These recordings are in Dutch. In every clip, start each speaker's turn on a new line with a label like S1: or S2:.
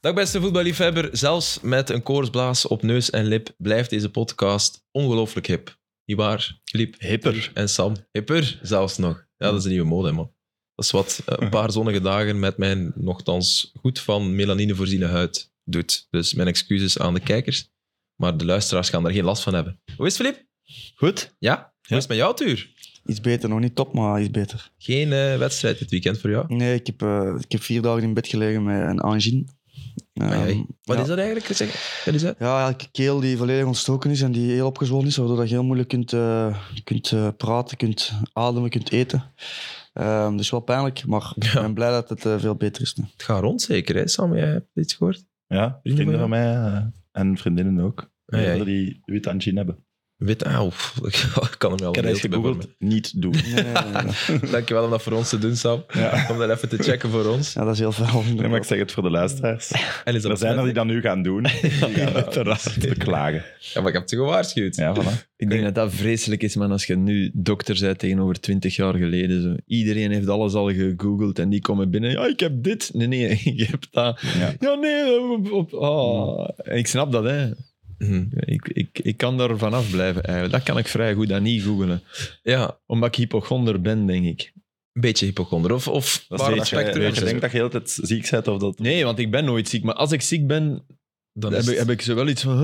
S1: Dag beste voetballiefhebber, zelfs met een koorsblaas op neus en lip blijft deze podcast ongelooflijk hip. Niet waar, Liep?
S2: Hipper.
S1: En Sam, hipper zelfs nog. Ja, dat is een nieuwe mode, man. Dat is wat eh, een paar zonnige dagen met mijn nogthans goed van melanine voorziene huid doet. Dus mijn excuses aan de kijkers, maar de luisteraars gaan daar geen last van hebben. Hoe is het, Filip?
S2: Goed?
S1: Ja? Hoe is het met jouw tuur?
S3: Iets beter, nog niet top, maar iets beter.
S1: Geen eh, wedstrijd dit weekend voor jou?
S3: Nee, ik heb, eh, ik heb vier dagen in bed gelegen met een angine.
S1: Ai, ai.
S3: Ehm,
S1: Wat
S3: ja.
S1: is dat eigenlijk? Zeg, dat is dat?
S3: Ja, eigenlijk een keel die volledig ontstoken is en die heel opgezwollen is, waardoor dat je heel moeilijk kunt, eh, kunt eh, praten, kunt ademen, kunt eten. Ehm dus wel pijnlijk, maar ik
S1: Ja.
S3: ben blij dat het eh, veel beter is nu.
S1: Het gaat rond zeker, hè Sam? Jij hebt iets gehoord?
S2: Ja, vrienden van mij eh, en vriendinnen ook.
S1: Ah, ja.
S2: Meerdere Die wit angine hebben.
S1: Wit, ah, oef, ik kan hem wel
S2: Ik heb
S1: een
S2: dat
S1: beeld bij
S2: gegoogeld. Niet doen.
S3: Nee, nee, nee, nee.
S1: vormen. Dankjewel om dat voor ons te doen, Sam.
S2: Ja.
S1: Om dat even te checken voor ons.
S3: Ja, dat is heel fel.
S2: Nee, maar ik zeg het voor de luisteraars.
S1: En is dat
S2: Er zijn er die
S1: besmettelijk?
S2: dat nu gaan doen. Die gaan uiteraard beklagen.
S1: Ja, maar ik heb ze gewaarschuwd.
S2: Ja, voilà.
S4: Ik denk dat dat vreselijk is, man. Als je nu dokter bent tegenover twintig jaar geleden. Zo. Iedereen heeft alles al gegoogeld en die komen binnen. Ja, ik heb dit. Nee, nee, ik heb dat.
S2: Ja.
S4: Ja, nee. Op, op- ah. En Ik snap dat, hè.
S1: Mhm.
S4: Ik, ik, ik kan daar vanaf blijven eigenlijk. Dat kan ik vrij goed, dat niet googelen.
S1: Ja,
S4: Omdat ik hypochonder ben, denk ik.
S1: een beetje hypochonder. Of, of
S2: Dat is een beetje,
S1: spectrum.
S2: weet je denkt dat je heel tijd ziek bent of dat...
S4: Nee, want ik ben nooit ziek. Maar als ik ziek ben,
S1: Dan
S4: dan
S1: is
S4: heb, ik,
S1: het-
S4: heb ik zo wel iets van...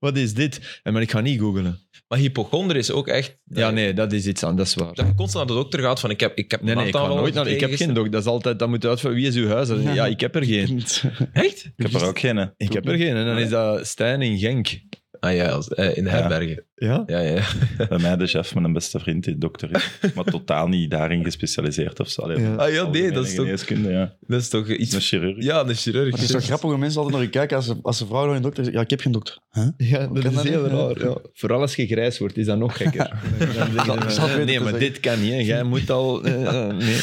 S4: wat is dit? En, maar ik ga niet googelen.
S1: Maar hypochonder is ook echt... dat
S4: Ja,
S1: je-
S4: nee, dat is iets aan. Dat is waar.
S1: Dat je constant naar de dokter gaat van ik heb, ik heb
S4: Nee, nee, ik, ga
S1: maandaanval
S4: nooit naar, ik heb geen
S1: gekregen
S4: dokter. Dat is altijd, dat moet uitvallen. Wie is uw huis?
S3: Ja.
S4: Ja, ik heb er geen.
S1: gisteren. Echt?
S2: Ik heb er ook geen. hè.
S4: Ik heb er geen. En dan is dat Stijn in Genk.
S1: Ah ja, als- eh, in de
S2: Ja.
S1: herbergen.
S4: Ja?
S1: Ja, ja, ja.
S2: Bij mij de chef, mijn beste vriend, die dokter is. Maar totaal niet daarin gespecialiseerd of zo. Allee,
S4: Ja.
S1: Ah ja, nee, dat is toch,
S2: Geneeskunde, ja.
S1: dat is toch
S2: Is
S1: iets...
S2: een chirurg.
S1: Ja, een chirurg.
S3: Het is toch grappig hoe mensen altijd naar je kijken als ze, als ze vragen naar een dokter. Ja, ik heb geen dokter. Huh?
S4: Ja, dat
S3: Kan
S4: is
S3: dat
S4: heel
S3: niet?
S4: raar. Ja. Vooral als je grijs wordt, is dat nog gekker. Dan
S3: Ik
S4: zeggen ze,
S3: zal het weten
S4: nee,
S3: te
S4: maar
S3: zeggen.
S4: dit kan niet. hè. Jij moet al... eh, eh, nee.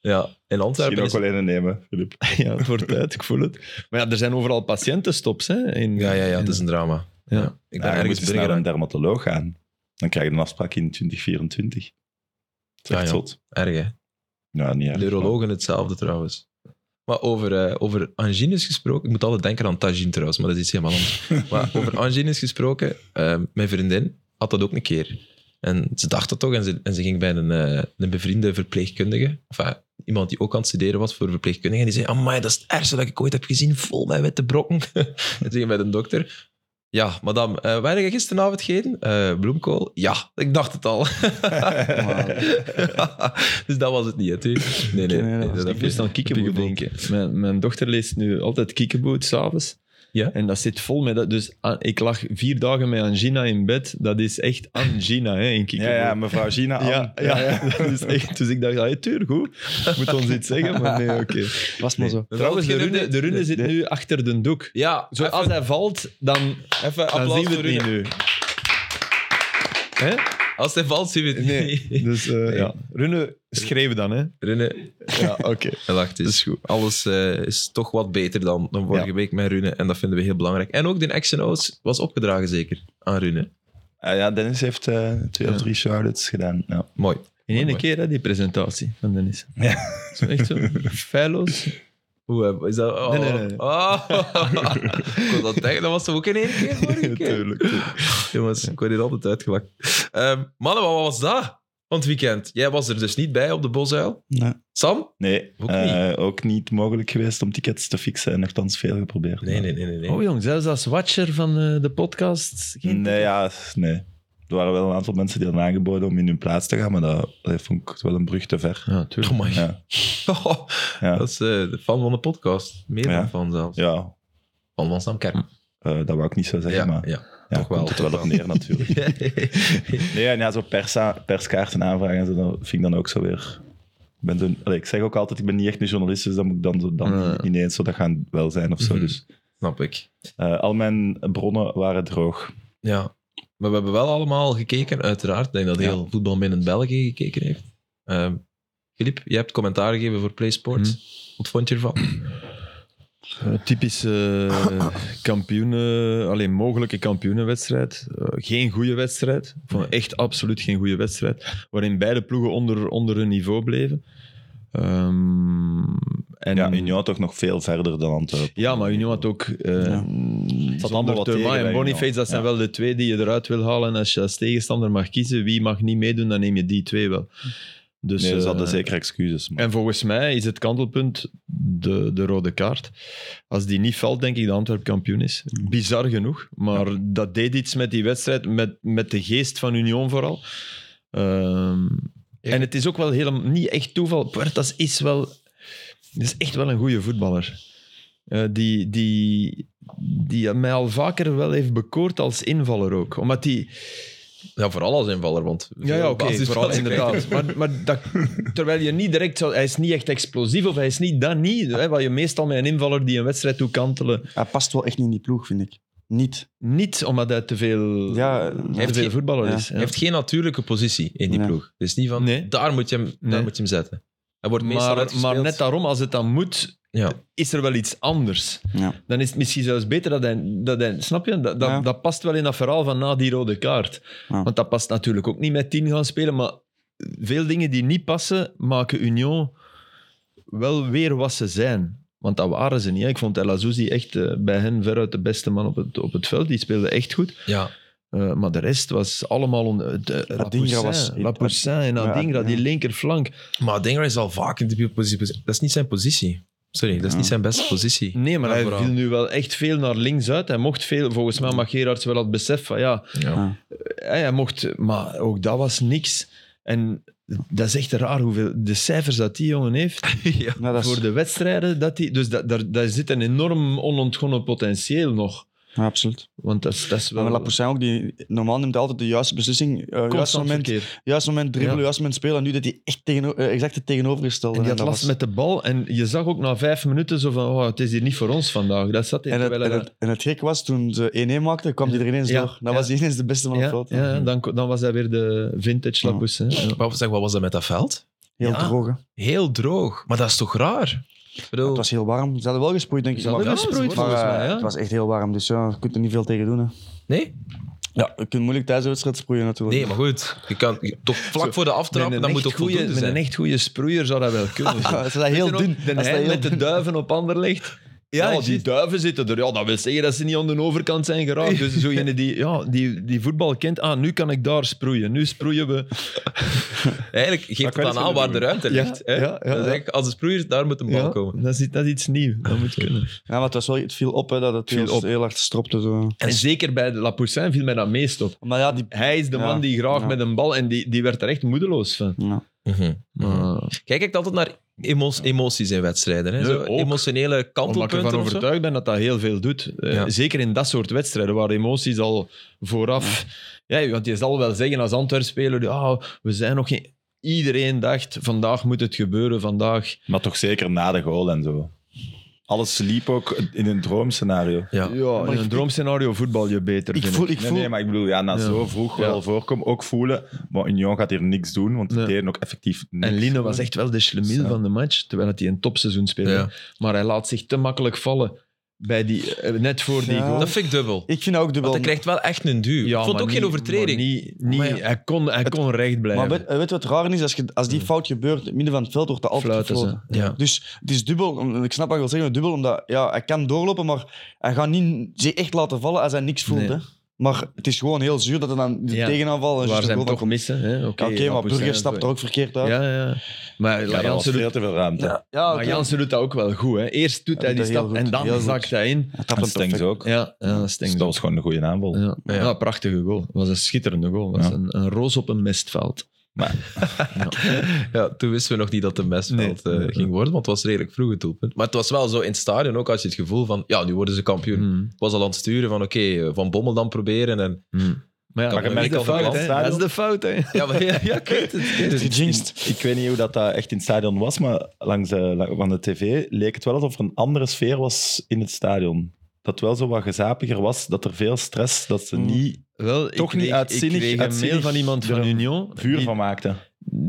S1: Ja, in
S2: Misschien
S1: Antwerpen
S2: ook
S1: is...
S2: wel een nemen, Filip.
S4: Ja, het wordt uit, ik voel het. Maar ja, er zijn overal patiëntenstops. Hè, in,
S1: Ja, ja, ja, het is een drama.
S4: Ja.
S1: Ik ben
S2: Ja, je Ah, moet
S1: ergens
S2: eens naar
S1: binnen.
S2: een dermatoloog gaan. Dan krijg je een afspraak in 2024. Dat
S1: Ah,
S2: is
S1: Ja,
S2: echt
S1: ja.
S2: zot.
S1: Erg, hè?
S2: Ja, niet erg,
S1: Neurologen hetzelfde trouwens. Maar over, eh, over angines gesproken, ik moet altijd denken aan tagine trouwens, maar dat is iets helemaal anders. maar over angines gesproken, eh, mijn vriendin had dat ook een keer. En ze dacht dat toch en ze, en ze ging bij een, eh, een bevriende verpleegkundige, of eh, iemand die ook aan het studeren was voor verpleegkundige, en die zei, amai, dat is het ergste dat ik ooit heb gezien, vol met witte brokken. en toen ging bij de dokter... Ja, madame, eh wat heb je gisteravond gegeten? Eh, bloemkool? Ja, ik dacht het al. dus dat was het niet, hè, tuurlijk. Nee, nee.
S3: Nee, nee,
S1: nee,
S3: dat
S1: dat
S4: Ik
S1: heb
S4: moest
S1: je-
S4: aan kiekeboot
S1: heb je
S4: denken. Mijn, mijn dochter leest nu altijd kiekeboot s'avonds.
S1: Ja.
S4: En dat zit vol met dat. Dus ah, ik lag vier dagen met Angina in bed. Dat is echt Angina hè, in
S2: Ja,
S4: kiekeboot.
S2: ja, mevrouw Gina. Ann.
S4: Ja, ja, Dat is echt, dus ik dacht, ah, tuur, goed. Moet ons iets zeggen, maar nee, oké.
S3: Was maar zo.
S4: Trouwens, de Rune, de Rune zit nu achter de doek.
S1: Ja,
S4: Zo,
S1: even,
S4: als hij valt, dan,
S1: even
S4: Ah, dan
S1: applaus
S4: zien we
S1: voor
S4: het niet
S1: Rune.
S4: nu. Hè?
S1: Als hij valt, zien we het niet.
S4: Dus eh, ja. Rune, schreeuw dan, hè.
S1: Rune,
S4: Ja, oké.
S1: hij lacht eens.
S4: goed.
S1: Alles eh, is toch wat beter dan, dan vorige
S4: Ja.
S1: week met Rune. En dat vinden we heel belangrijk. En ook de Action O's was opgedragen, zeker, aan Rune.
S2: Ah, ja, Dennis heeft eh, twee
S4: Ja.
S2: of drie shout-outs gedaan. Ja.
S1: Mooi.
S4: In één
S1: Mooi.
S4: keer, hè, die presentatie van Dennis.
S2: Ja.
S4: Zo, echt zo, feilloos.
S1: Hoe eh, is dat? Oh.
S4: Nee, nee, nee.
S1: Oh. ik kon dat denken, dat was toch ook in één keer vorige keer? Jongens, ik word hier altijd uitgelakt. Ehm, mannen, wat was dat? Van het weekend. Jij was er dus niet bij op de Bosuil.
S3: Nee.
S1: Sam?
S2: Nee,
S1: Ook
S2: ook, niet. ook niet mogelijk geweest om tickets te fixen. En nogthans veel geprobeerd.
S1: Nee, nee, nee, nee. nee.
S4: Oh jong, zelfs als watcher van eh, de podcast. Geen
S2: Nee, ja, nee. Er waren wel een aantal mensen die hadden aangeboden om in hun plaats te gaan, maar dat, dat vond ik wel een brug te ver.
S4: Ja,
S1: Oh
S4: tuurlijk.
S1: my
S2: Ja,
S1: god.
S2: ja,
S1: Dat is eh, de fan van de podcast. Meer
S2: Ja.
S1: dan fan zelfs.
S2: ja
S1: Van Van Sam Kerk.
S2: eh, dat wou ik niet zo zeggen, maar
S1: ja.
S2: ja,
S1: toch wel,
S2: komt het
S1: toch
S2: wel op neer natuurlijk. Nee, en ja, zo persa, perskaarten aanvragen en zo, dat vind ik dan ook zo weer. Ik, ben toen, allee, ik zeg ook altijd, ik ben niet echt een journalist, dus dan moet ik dan, zo- dan
S4: Ja.
S2: ineens zo dat gaan wel zijn of zo.
S1: Mhm.
S2: Dus
S1: Snap ik.
S2: eh, al mijn bronnen waren droog.
S1: Ja. Maar we hebben wel allemaal gekeken, uiteraard. Ik denk dat heel voetbal binnen België gekeken heeft. Ehm Filip, je hebt commentaar gegeven voor PlaySports. Wat vond je ervan?
S4: Eh, typische eh, kampioenen, alleen mogelijke kampioenenwedstrijd. Eh, geen goede wedstrijd. Ik vond het echt absoluut geen goede wedstrijd. Waarin beide ploegen onder, onder hun niveau bleven. Ehm, En,
S2: Ja, Union toch nog veel verder dan Antwerpen.
S4: Ja, maar Union had ook... eh
S3: Ja.
S2: zat allemaal
S4: Zonder
S2: wat
S4: Thema
S2: tegen bij
S4: en
S2: Union.
S4: Boniface, dat zijn
S2: Ja.
S4: wel de twee die je eruit wil halen. En als je als tegenstander mag kiezen wie mag niet meedoen, dan neem je die twee wel. Dus,
S2: Hm. Nee, ze hadden
S4: eh,
S2: zeker excuses. Maar.
S4: En volgens mij is het kantelpunt de, de rode kaart. Als die niet valt, denk ik dat Antwerp kampioen is. Bizar genoeg, maar dat deed iets met die wedstrijd, met, met de geest van Union vooral. Ehm,
S1: Ja.
S4: En het is ook wel helemaal niet echt toeval. Puertas is wel, is echt wel een goede voetballer. Eh, die, die, die mij al vaker wel heeft bekoord als invaller ook. Omdat die,
S1: Ja, vooral als invaller, want...
S4: ja, ja oké,
S1: Basis-
S4: vooral inderdaad. Maar, maar dat, terwijl je niet direct zou... Hij is niet echt explosief of hij is niet dat niet. Hè, wat je meestal met een invaller die een wedstrijd doet kantelen.
S3: Hij past wel echt niet in die ploeg, vind ik. Niet.
S4: Niet omdat hij te veel,
S3: Ja,
S4: te
S1: heeft
S4: veel
S1: geen-
S4: voetballer
S3: ja.
S4: is. Ja.
S1: Hij heeft geen natuurlijke positie in die
S3: Nee.
S1: ploeg. Het is niet van,
S4: Nee.
S1: daar, moet je hem,
S4: Nee.
S1: daar moet je hem zetten. Hij wordt meestal
S4: maar,
S1: uitgespeeld.
S4: maar net daarom, als het dan moet,
S1: Ja.
S4: is er wel iets anders.
S3: Ja.
S4: Dan is het misschien zelfs beter dat hij... Dat hij snap je? Dat, dat,
S3: Ja.
S4: dat past wel in dat verhaal van na die rode kaart.
S3: Ja.
S4: Want dat past natuurlijk ook niet met 10 gaan spelen, maar veel dingen die niet passen, maken Union wel weer wat ze zijn. Want dat waren ze niet. hè. Ik vond El Azouzi echt eh, bij hen veruit de beste man op het, op het veld. Die speelde echt goed.
S1: ja.
S4: Eh, maar de rest was allemaal... On, eh, de- Lapoussin,
S3: was-
S4: Lapoussin en
S3: Ja,
S4: Adingra,
S3: ja.
S4: die linkerflank.
S1: Maar Dinger is al vaak in de positie. Dat is niet zijn positie. Sorry, dat is
S3: Ja.
S1: niet zijn beste positie.
S4: Nee, maar hij
S1: Vooral.
S4: viel nu wel echt veel naar links uit. Hij mocht veel... Volgens mij mag Gerards wel het besef van ja,
S1: Ja.
S4: Hey, hij mocht, maar ook dat was niks. En dat is echt raar hoeveel de cijfers dat die jongen heeft
S1: ja.
S3: Nou, dat is-
S4: voor de wedstrijden. Dat die, dus dat, daar, daar zit een enorm onontgonnen potentieel nog.
S3: ja, absoluut.
S4: Want dat, is- dat is
S3: Maar met
S4: wel
S3: Lapoussin ook, die, normaal neemt hij altijd de juiste beslissing. eh juiste
S4: constant
S3: moment,
S4: verkeer.
S3: juist moment dribbelen,
S4: Ja.
S3: juist moment spelen. En nu dat hij echt tegen, exact het tegenovergestelde.
S4: En die
S3: En
S4: had
S3: dat
S4: last
S3: was-
S4: met de bal. En je zag ook na vijf minuten zo van, oh, het is hier niet voor ons vandaag. Dat zat in.
S3: En het,
S4: terwijl
S3: en,
S4: hij
S3: het, en het gek was, toen ze 1-1 maakten, kwam hij er ineens
S4: Ja,
S3: door. Dan
S4: ja.
S3: was hij ineens de beste van
S4: daar-
S3: het veld.
S4: ja, ja, dan, dan was hij weer de vintage
S3: Ja.
S4: Lapoussin. Ja.
S1: Wat, zeg, wat was dat met dat veld?
S3: Heel
S1: Ja.
S3: droog, hè.
S1: Heel droog. Maar dat is toch raar? Ik bedoel,
S3: Het was heel warm. Ze hadden wel gesproeid, denk ik.
S4: Ze hadden
S3: maar-
S4: gesproeid,
S3: maar,
S4: volgens
S3: eh,
S4: mij, ja.
S3: Het was echt heel warm, dus ja, je kunt er niet veel tegen doen. Hè.
S1: nee?
S3: Ja, je kunt moeilijk tijdens de wedstrijd sproeien, natuurlijk.
S1: nee, maar goed. Je kan je- toch vlak
S4: Zo,
S1: voor de aftrap,
S4: Met een
S1: dan moet
S4: echt
S1: ook
S4: goeie-
S1: voldoende
S4: Met
S1: zijn.
S4: een echt goede sproeier zou dat wel kunnen.
S3: Ja, Als dat heel dun.
S4: De
S3: als dat
S4: hein
S3: heel
S4: met de
S3: dun-
S4: duiven op ander ligt.
S1: Ja,
S4: Ja,
S1: juist.
S4: die duiven zitten er. Ja, dat wil zeggen dat ze niet aan de overkant zijn geraakt. Dus zo ene die, ja, die, die voetbal kent, ah, nu kan ik daar sproeien. Nu sproeien we.
S1: Eigenlijk geeft
S2: kan
S1: het
S2: je
S1: dan
S2: het
S1: aan waar de
S2: doen?
S1: ruimte
S4: Ja,
S1: ligt. Hè?
S4: ja, ja,
S1: Dat is
S4: ja.
S1: eigenlijk, als de sproeier, daar moet een bal
S4: Ja,
S1: komen.
S4: dat, is, dat is iets nieuws. Dat moet kunnen.
S3: Ja, maar het, was wel, het viel op hè, dat het
S4: Viel
S3: heel,
S4: op.
S3: heel hard stropte. Zo.
S4: En zeker bij de Lapoussin viel mij dat meest op.
S3: Maar ja, die...
S4: Hij is de
S3: Ja,
S4: man die graag
S3: ja.
S4: met een bal... En die, die werd er echt moedeloos van.
S3: Ja.
S1: Mhm.
S4: Maar,
S1: Jij kijkt altijd naar emo- emoties in wedstrijden. Hè?
S4: Nee,
S1: Zo
S4: ook.
S1: emotionele
S4: omdat ik
S1: kantelpunten
S4: ervan
S1: of zo.
S4: overtuigd ben dat dat heel veel doet. Eh,
S1: Ja.
S4: Zeker in dat soort wedstrijden, waar emoties al vooraf... Ja. want je zal wel zeggen als Antwerp-speler, ja, we zijn nog geen... Iedereen dacht, vandaag moet het gebeuren, vandaag...
S2: Maar toch zeker na de goal en zo. Alles liep ook in een droomscenario.
S1: Ja.
S4: Ja, in een droomscenario voetbal je beter,
S3: Ik
S4: vind
S3: voel... Ik
S2: Nee,
S3: voel
S2: nee, maar ik bedoel, ja, na
S4: Ja.
S2: zo vroeg
S4: Ja.
S2: wel voorkomen, ook voelen, maar Union gaat hier niks doen, want die
S4: Nee.
S2: deden ook effectief niks.
S4: En Lino was echt wel de schlemiel
S2: Zo.
S4: van de match, terwijl dat hij een topseizoen speelde.
S1: Ja.
S4: Maar hij laat zich te makkelijk vallen bij die, eh, net voor die
S3: Ja.
S4: goal.
S1: Dat vind ik dubbel.
S3: Ik vind dat ook dubbel.
S1: Want hij krijgt wel echt een duw.
S4: Ja,
S1: ik vond
S4: maar
S1: ook geen
S4: niet-
S1: overtreding.
S4: maar niet, niet,
S1: Maar ja.
S4: Hij kon, hij kon recht blijven.
S3: Maar weet, weet je wat raar is? Als, je, als die fout gebeurt, in het midden van het veld wordt dat altijd
S4: Mm. Fluiten ze.
S3: gefloten.
S1: Ja.
S3: Dus het is dubbel. om- Ik snap wat je wilt zeggen, dubbel. Omdat ja, hij kan doorlopen, maar hij gaat niet zich echt laten vallen als hij niks voelt.
S4: Nee.
S3: Hè? Maar het is gewoon heel zuur dat hij dan de
S4: Ja.
S3: tegenaanval... en
S4: Waar
S3: juist een
S4: zijn
S3: goal van
S4: toch missen? hè? Oké,
S3: Ja, Oké, maar
S4: Lapoussin
S3: Burger
S4: en
S3: stapt
S4: zo.
S3: er ook verkeerd uit.
S4: Ja, ja. Maar
S2: Ja, dat was
S4: Jansen
S2: veel
S4: doet,
S2: te veel ruimte.
S3: Ja,
S4: maar Jansen doet dat ook wel goed. Hè. Eerst doet
S3: Hij
S4: hij
S3: doet
S4: die
S3: dat heel
S4: stap
S3: goed,
S4: en dan
S3: heel goed.
S4: zakt hij in.
S3: Hij
S2: En
S3: trapt hem
S2: Stengs
S3: perfect.
S2: ook.
S4: Ja, ja dat
S2: Dus
S4: stinkt.
S2: dat was gewoon een goede aanval.
S4: Ja.
S1: Ja.
S4: Ja. prachtige goal. Dat was een schitterende goal. Dat was
S2: Ja.
S4: een, een roos op een mestveld.
S1: Ja, toen wisten we nog niet dat de mestveld
S4: Nee.
S1: eh, ging worden, want het was redelijk vroeg het doelpunt. Maar het was wel zo in het stadion ook, als je het gevoel van, ja, nu worden ze kampioen.
S4: Mm.
S1: Ik was al aan het sturen van, oké, eh, Van Bommel dan proberen. En,
S4: Mm. Maar ja,
S1: Maar je
S4: dat,
S1: merkt
S4: is de
S1: al van
S4: fout,
S1: het Hm.
S4: hè.
S2: stadion.
S4: dat is de fout. Hè.
S1: ja, maar, ja, ja, ik weet het. ik weet het.
S3: Gejinxed.
S2: Ik weet niet hoe dat, dat echt in het stadion was, maar langs eh, lang- van de tv leek het wel alsof er een andere sfeer was in het stadion. Dat het wel zo wat gezapiger was, dat er veel stress, dat ze
S3: Mm.
S2: niet
S4: Wel, ik
S2: Toch
S4: kreeg-
S2: niet uitzinnig-
S4: Ik kreeg een mail
S2: uitzinnig
S4: van iemand van
S2: er een
S4: Union
S2: vuur
S4: die,
S2: van maakten.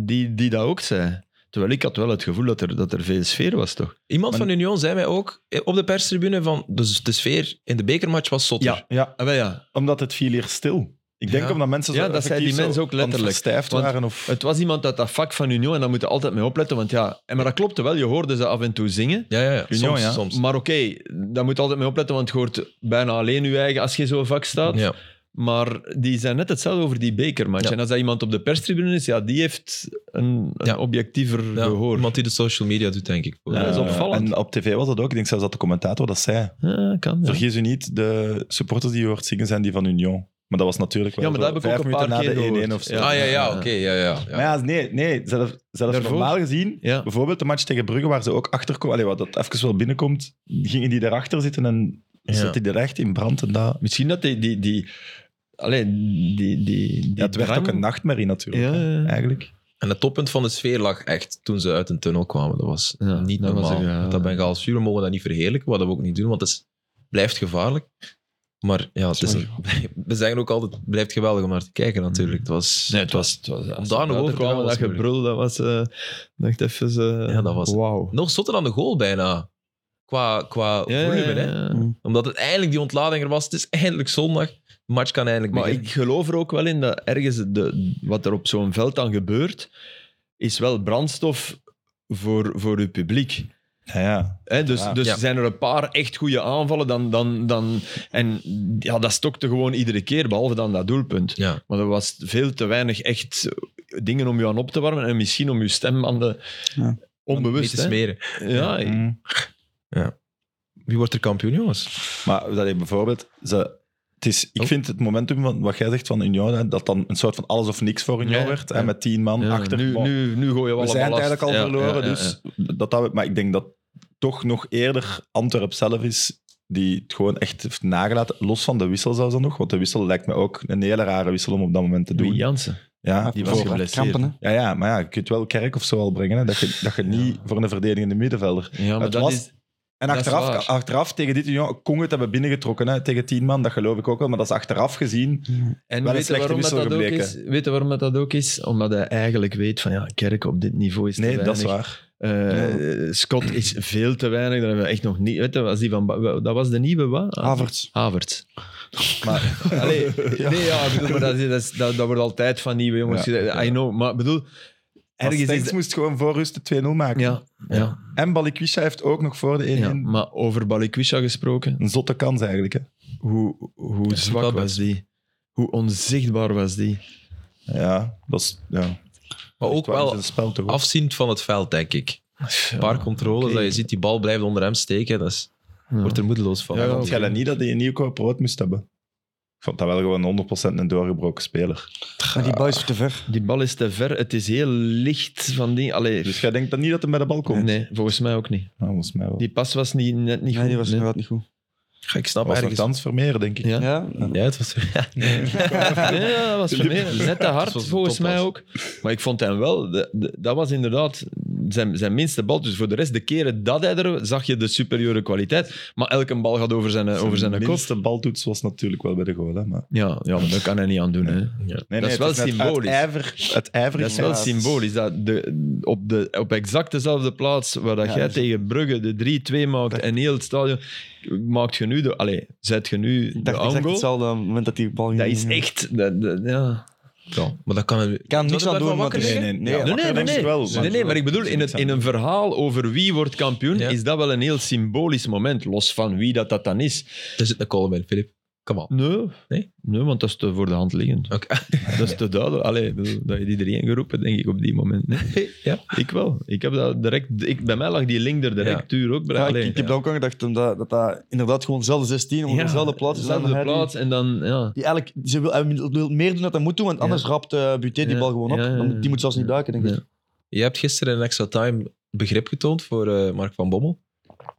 S4: die, die dat ook zei. Terwijl ik had wel het gevoel dat er, dat er veel sfeer was, toch?
S1: Iemand
S2: Maar-
S1: van Union zei mij ook eh, op de perstribune van, dus de sfeer in de bekermatch was zotter.
S4: Ja.
S2: Ja,
S4: Ah, wel ja.
S2: omdat het viel hier stil. Ik denk
S1: Ja.
S2: omdat mensen zo
S4: Ja, dat zei die
S2: effectief zo
S4: mensen ook
S2: aan het
S4: letterlijk.
S2: verstijfd
S4: Want
S2: waren. Of,
S4: Het was iemand uit dat vak van Union en daar moet je altijd mee opletten. Want ja, en maar dat klopte wel, je hoorde ze af en toe zingen.
S1: Ja, ja, ja.
S2: Union,
S1: soms,
S2: ja.
S1: soms.
S4: Maar oké, daar moet je altijd mee opletten, want je hoort bijna alleen je eigen als je zo'n vak staat.
S1: Ja.
S4: Maar die zijn net hetzelfde over die bekermatch.
S1: Ja.
S4: En als dat iemand op de perstribune is, ja, die heeft een, een
S1: Ja.
S4: objectiever
S1: Ja,
S4: gehoor.
S1: Iemand die de social media doet, denk ik.
S4: Ja, dat is
S2: Eh,
S4: opvallend.
S2: En op tv was dat ook. Ik denk zelfs dat de commentator dat zei.
S4: Ja, kan. Ja.
S2: Vergis u niet, de supporters die je hoort zingen zijn die van Union. Maar dat was natuurlijk wel
S4: Ja, maar
S2: zo
S4: dat heb ik
S2: vijf
S4: ook een
S2: minuten
S4: paar
S2: na
S4: keer
S2: de 1-1
S4: gehoord.
S2: of zo.
S4: Ja.
S1: Ah ja, ja, oké. ja, ja, ja.
S2: Maar ja, nee, nee zelfs, zelfs
S4: Daarvoor?
S2: normaal gezien,
S4: Ja.
S2: bijvoorbeeld de match tegen Brugge, waar ze ook achterkomen, allee, wat dat even wel binnenkomt, gingen die daarachter zitten en
S1: Ja.
S2: zetten die er echt in brand. En dat,
S4: Misschien dat die... die, die Allee, die, die, die
S2: ja, het werd
S4: drang-
S2: ook een nachtmerrie natuurlijk,
S4: Ja,
S2: hè,
S4: ja.
S2: eigenlijk.
S1: En het toppunt van de sfeer lag echt toen ze uit een tunnel kwamen. Dat was
S4: Ja,
S1: niet
S4: dat was
S1: normaal.
S4: echt, ja.
S1: Dat Bengaal vuur, we mogen dat niet verheerlijken, wat we ook niet doen, want het is, blijft gevaarlijk. Maar ja, het is een- we zeggen ook altijd, het blijft geweldig om naar te kijken natuurlijk.
S4: Mm.
S1: Het was,
S4: Nee, het was... Het was als
S1: daar
S4: we
S1: nog over te gaan
S4: kwamen,
S1: was
S4: dat
S1: moeilijk.
S4: gebrul, dat was... eh dacht even... eh,
S1: Ja, dat was het.
S4: Wauw.
S1: nog zotter dan de goal bijna. Qua, qua
S4: Ja,
S1: volume,
S4: ja,
S1: Hè?
S4: ja.
S1: Omdat het eindelijk die ontlading er was. Het is eindelijk zondag. De match kan eindelijk
S4: Maar
S1: beginnen.
S4: ik geloof er ook wel in dat ergens de, wat er op zo'n veld dan gebeurt, is wel brandstof voor, voor uw publiek.
S2: Ja, ja.
S4: Hè, dus
S2: Ja.
S4: dus
S1: Ja.
S4: zijn er een paar echt goede aanvallen, dan, dan, dan, en ja, dat stokte gewoon iedere keer, behalve dan dat doelpunt.
S1: Ja,
S4: Maar er was veel te weinig echt dingen om je aan op te warmen en misschien om je stem aan de...
S3: Ja.
S4: Onbewust,
S1: niet te
S4: hè?
S1: smeren.
S4: Ja,
S2: Mm.
S1: Wie wordt er kampioen, jongens?
S2: Maar dat je bijvoorbeeld, ze, het is, ik
S1: Oh.
S2: vind het momentum van wat jij zegt van Union, hè, dat dan een soort van alles of niks voor Union
S4: Ja,
S2: werd,
S4: ja.
S2: hè, met tien man
S4: ja,
S2: achter.
S4: nu,
S2: Bon,
S4: nu, nu gooi je wel
S2: we
S4: een
S2: zijn het
S4: ballast.
S2: eigenlijk al
S4: Ja,
S2: verloren,
S4: ja, ja,
S2: dus Dat, dat, we- maar ik denk dat toch nog eerder Antwerp zelf is die het gewoon echt heeft nagelaten, los van de wissel zelfs dan nog, want de wissel lijkt me ook een hele rare wissel om op dat moment te
S4: ja.
S2: doen.
S4: Louis Jansen.
S2: Ja,
S4: die was
S2: voor-
S3: Voorbereid
S4: geblesseerd.
S3: Krampen,
S2: ja, ja, maar ja, je kunt wel Kerk of zo al brengen, hè, dat je, dat je niet voor een verdedigende middenvelder...
S4: Ja, maar
S2: Het
S4: dat
S2: was-
S4: is...
S2: En
S4: Dat is waar.
S2: achteraf, achteraf tegen dit Union, Kong het hebben binnengetrokken hè, tegen tien man, dat geloof ik ook wel, maar dat is achteraf gezien
S3: hè.
S4: En
S2: Wel een
S4: weet je
S2: slechte
S4: waarom dat,
S2: wissel
S4: dat ook
S2: gebleken.
S4: is? Weet je waarom dat, dat ook is? Omdat hij eigenlijk weet van ja, Kerk op dit niveau is te
S2: Nee, dat is
S4: weinig.
S2: waar.
S4: Eh, Scott is veel te weinig. Daar hebben we echt nog niet. Weet je, was die van, Ba- dat was de nieuwe wat?
S3: Havertz.
S4: Havertz.
S2: Maar,
S4: Ah. Allee, Nee, ja, ik bedoel, maar dat, is- dat, is- dat, dat wordt altijd van nieuwe jongens.
S2: Ja,
S4: gezegd. I know. Maar ik bedoel, ergens is.
S2: Stenks moest gewoon voor rust de 2-0 maken.
S4: Ja, ja,
S2: En Balikwisha heeft ook nog voor de 1-1
S4: ja, maar over Balikwisha gesproken,
S2: een zotte kans eigenlijk. Hè.
S4: hoe, hoe
S1: is ook wel
S4: zwak was
S1: best.
S4: die? Hoe onzichtbaar was die?
S2: Ja, dat is... Ja.
S1: Maar ook
S2: Echt waar, dus
S1: wel
S2: dat is een spel toch ook.
S1: afziend van het veld, denk ik.
S4: Ja,
S1: Een paar controles,
S4: oké.
S1: dat je ziet, die bal blijft onder hem steken. Dat is,
S4: ja.
S1: wordt er moedeloos van.
S4: Ja,
S2: Want jij dat niet dat hij een nieuw brood moest hebben. Ik vond dat wel gewoon 100% een doorgebroken speler.
S4: Ah.
S3: Maar die bal is te ver.
S4: Die bal is te ver. Het is heel licht van die. Allee,
S2: Dus jij denkt dan niet dat hij met de bal komt?
S4: nee, volgens mij ook niet.
S2: Nou, volgens mij wel.
S4: Die pas was niet, net niet
S3: Nee,
S4: goed.
S3: die was
S4: nee.
S3: inderdaad niet goed.
S1: Ja, ik
S2: dat
S1: snap
S2: was nog
S1: ergens...
S2: Thans Vermeer, denk ik.
S4: Ja. Ja.
S3: Ja,
S1: Ja, het was...
S4: ja, dat was Vermeer. Net te hard,
S1: Dat was een
S4: volgens mij
S1: toppas.
S4: ook. Maar ik vond hem wel... de- de- dat was inderdaad zijn, zijn minste bal. Dus voor de rest, de keren dat hij er... zag je de superieure kwaliteit. Maar elke bal gaat over zijn, over zijn
S2: De
S4: kop.
S2: minste baltoets was natuurlijk wel bij de goal. Hè, maar...
S4: Ja, ja, maar daar kan hij niet aan doen. Hè.
S2: nee,
S4: Dat is wel
S2: het net
S4: symbolisch.
S2: Uit ijver, uit ijver
S4: Dat is wel
S2: geraakt.
S4: symbolisch. Dat de, op, de, op exact dezelfde plaats waar dat
S2: Ja,
S4: jij
S2: dat is-
S4: tegen Brugge de 3-2 maakt en heel het stadion... Maakt je nu de... Allee, zet je nu
S3: ik
S4: de
S3: dacht exact
S4: angle.
S3: hetzelfde aan het moment dat die bal ging.
S4: Dat is echt... Dat, dat- ja.
S1: Ja, maar dat kan...
S3: Ik kan er niks
S1: Zou
S3: aan
S1: je daarvan
S3: doen. want
S1: wakker
S3: het is-
S1: liggen?
S2: Nee, nee,
S3: Ja,
S2: nee.
S4: Nee,
S2: Ja,
S4: nee,
S2: maar
S4: nee.
S2: ik wel.
S4: nee, nee, maar Dus ik bedoel, in, het, in een verhaal over wie wordt kampioen,
S1: Ja.
S4: is dat wel een heel symbolisch moment, los van wie dat, dat dan is.
S1: Er zit een column in, Filip. Kom op.
S4: Nee.
S1: Nee?
S4: want dat is te voor de hand liggend.
S1: Oké.
S4: Dat is te duidelijk. Allee, ik bedoel, dat heeft iedereen geroepen, denk ik, op die moment. Nee.
S1: Ja.
S4: Ik wel. Ik heb dat direct, ik, bij mij lag die link er direct duur ook bij.
S3: Ja, ik,
S4: Allee,
S3: ik heb dat ook aan gedacht, omdat dat, dat inderdaad gewoon dezelfde 16 op
S4: Ja,
S3: dezelfde plaats is.
S4: dezelfde
S3: en hij die-
S4: plaats en dan... Ja.
S3: Die eigenlijk, ze wil, hij wil meer doen dan hij moet doen, want
S4: Ja.
S3: anders rapt eh Buté die
S4: Ja,
S3: bal gewoon op.
S4: ja, ja,
S3: Dan moet- Die moet zelfs niet
S4: ja.
S3: duiken, denk ik.
S4: Ja.
S1: Je hebt gisteren in Extra Time begrip getoond voor eh, Mark van Bommel.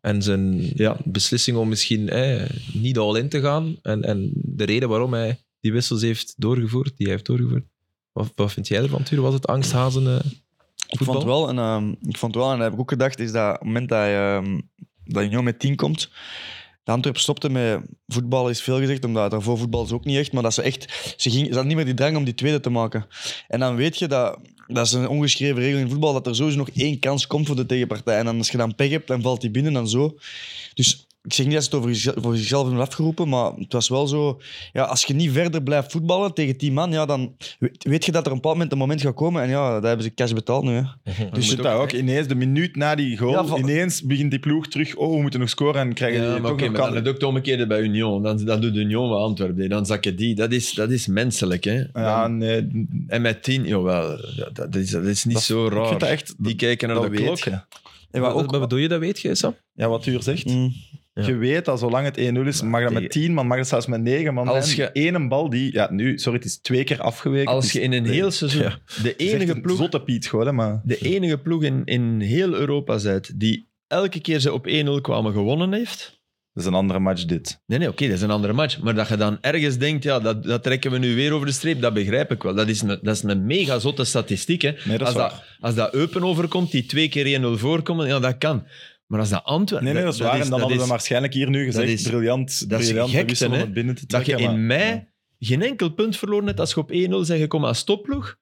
S1: En zijn
S4: Ja.
S1: beslissing om misschien eh, niet al in te gaan. En, en de reden waarom hij die wissels heeft doorgevoerd, die hij heeft doorgevoerd. Wat, wat vind jij ervan, Tuur? Was het angsthazen eh,
S3: Ik
S1: voetbal?
S3: vond wel, en, ehm, ik vond wel, en dat heb ik ook gedacht, is dat op het moment dat, je, ehm dat Union met 10 komt, de Antwerp stopte met voetbal is veel gezegd, omdat daarvoor voetbal is ook niet echt, maar dat ze echt, ze, ging, ze hadden niet meer die drang om die tweede te maken. En dan weet je dat, dat is een ongeschreven regel in voetbal, dat er sowieso nog één kans komt voor de tegenpartij. En dan, als je dan pech hebt, dan valt die binnen en zo. Dus ik zeg niet dat ze het over zichzelf, voor zichzelf hebben afgeroepen, maar het was wel zo... Ja, als je niet verder blijft voetballen tegen die man, ja, dan weet, weet je dat er een bepaald moment een moment gaat komen en ja, daar hebben ze cash betaald nu. Hè.
S2: Dus
S1: moet
S2: zit daar ook ineens, de minuut na die goal,
S3: Ja, van-
S2: ineens begint die ploeg terug. Oh, we moeten nog scoren en krijgen die
S4: Ja, maar
S2: toch
S4: oké,
S2: nog
S4: maar dan
S2: kansen.
S4: het ook het omgekeerde bij Union. Dan, dan doet Union wat Antwerpen. hè. Dan zakken die. Dat is, dat is menselijk, hè.
S2: Ja, nee.
S4: En met tien, jawel. Dat, dat, is, dat is niet
S2: Dat-
S4: zo raar.
S2: vind dat echt-
S4: die kijken naar
S2: dat
S4: de
S2: weet
S4: klok.
S2: je.
S3: En
S1: Wat,
S3: wat
S1: wat,
S3: ook...
S1: bedoel je, dat weet je, Sam?
S2: Ja, wat u er zegt.
S3: Mm.
S1: Ja.
S2: Je weet dat zolang het 1-0 is, mag dat
S4: tegen-
S2: met 10 man, mag dat zelfs met 9 man.
S4: Als
S2: Als
S4: je-
S2: je één bal die, ja, nu, sorry, het is twee keer afgeweken.
S4: Als
S2: Het
S4: je
S2: is-
S4: in een
S2: nee.
S4: heel seizoen...
S1: Ja.
S4: De
S2: Het is echt
S4: enige
S2: een
S4: ploeg
S2: Zotte Piet gewoon, hè, maar.
S4: de enige ploeg in, in heel Europa zijt die elke keer ze op 1-0 kwamen gewonnen heeft.
S2: Dat is een andere match, dit.
S4: Nee, nee, oké, dat is een andere match. Maar dat je dan ergens denkt, ja, dat, dat trekken we nu weer over de streep, dat begrijp ik wel. Dat is een, dat is een mega zotte statistiek. Hè.
S2: Nee, dat
S4: als,
S2: is waar.
S4: dat, als dat Eupen overkomt, die twee keer 1-0 voorkomen, ja, dat kan. Maar als dat Antwerpen...
S2: Nee, nee, dat is waar. en dan hadden we
S4: dat,
S2: waarschijnlijk hier nu gezegd,
S4: dat is-
S2: briljant,
S4: dat is
S2: briljant
S4: gekte,
S2: gewissel om
S4: hè.
S2: het binnen te
S4: dat je
S2: trekken. maar-
S4: in mei geen enkel punt verloren hebt als je op 1-0 zegt, je komt als topploeg.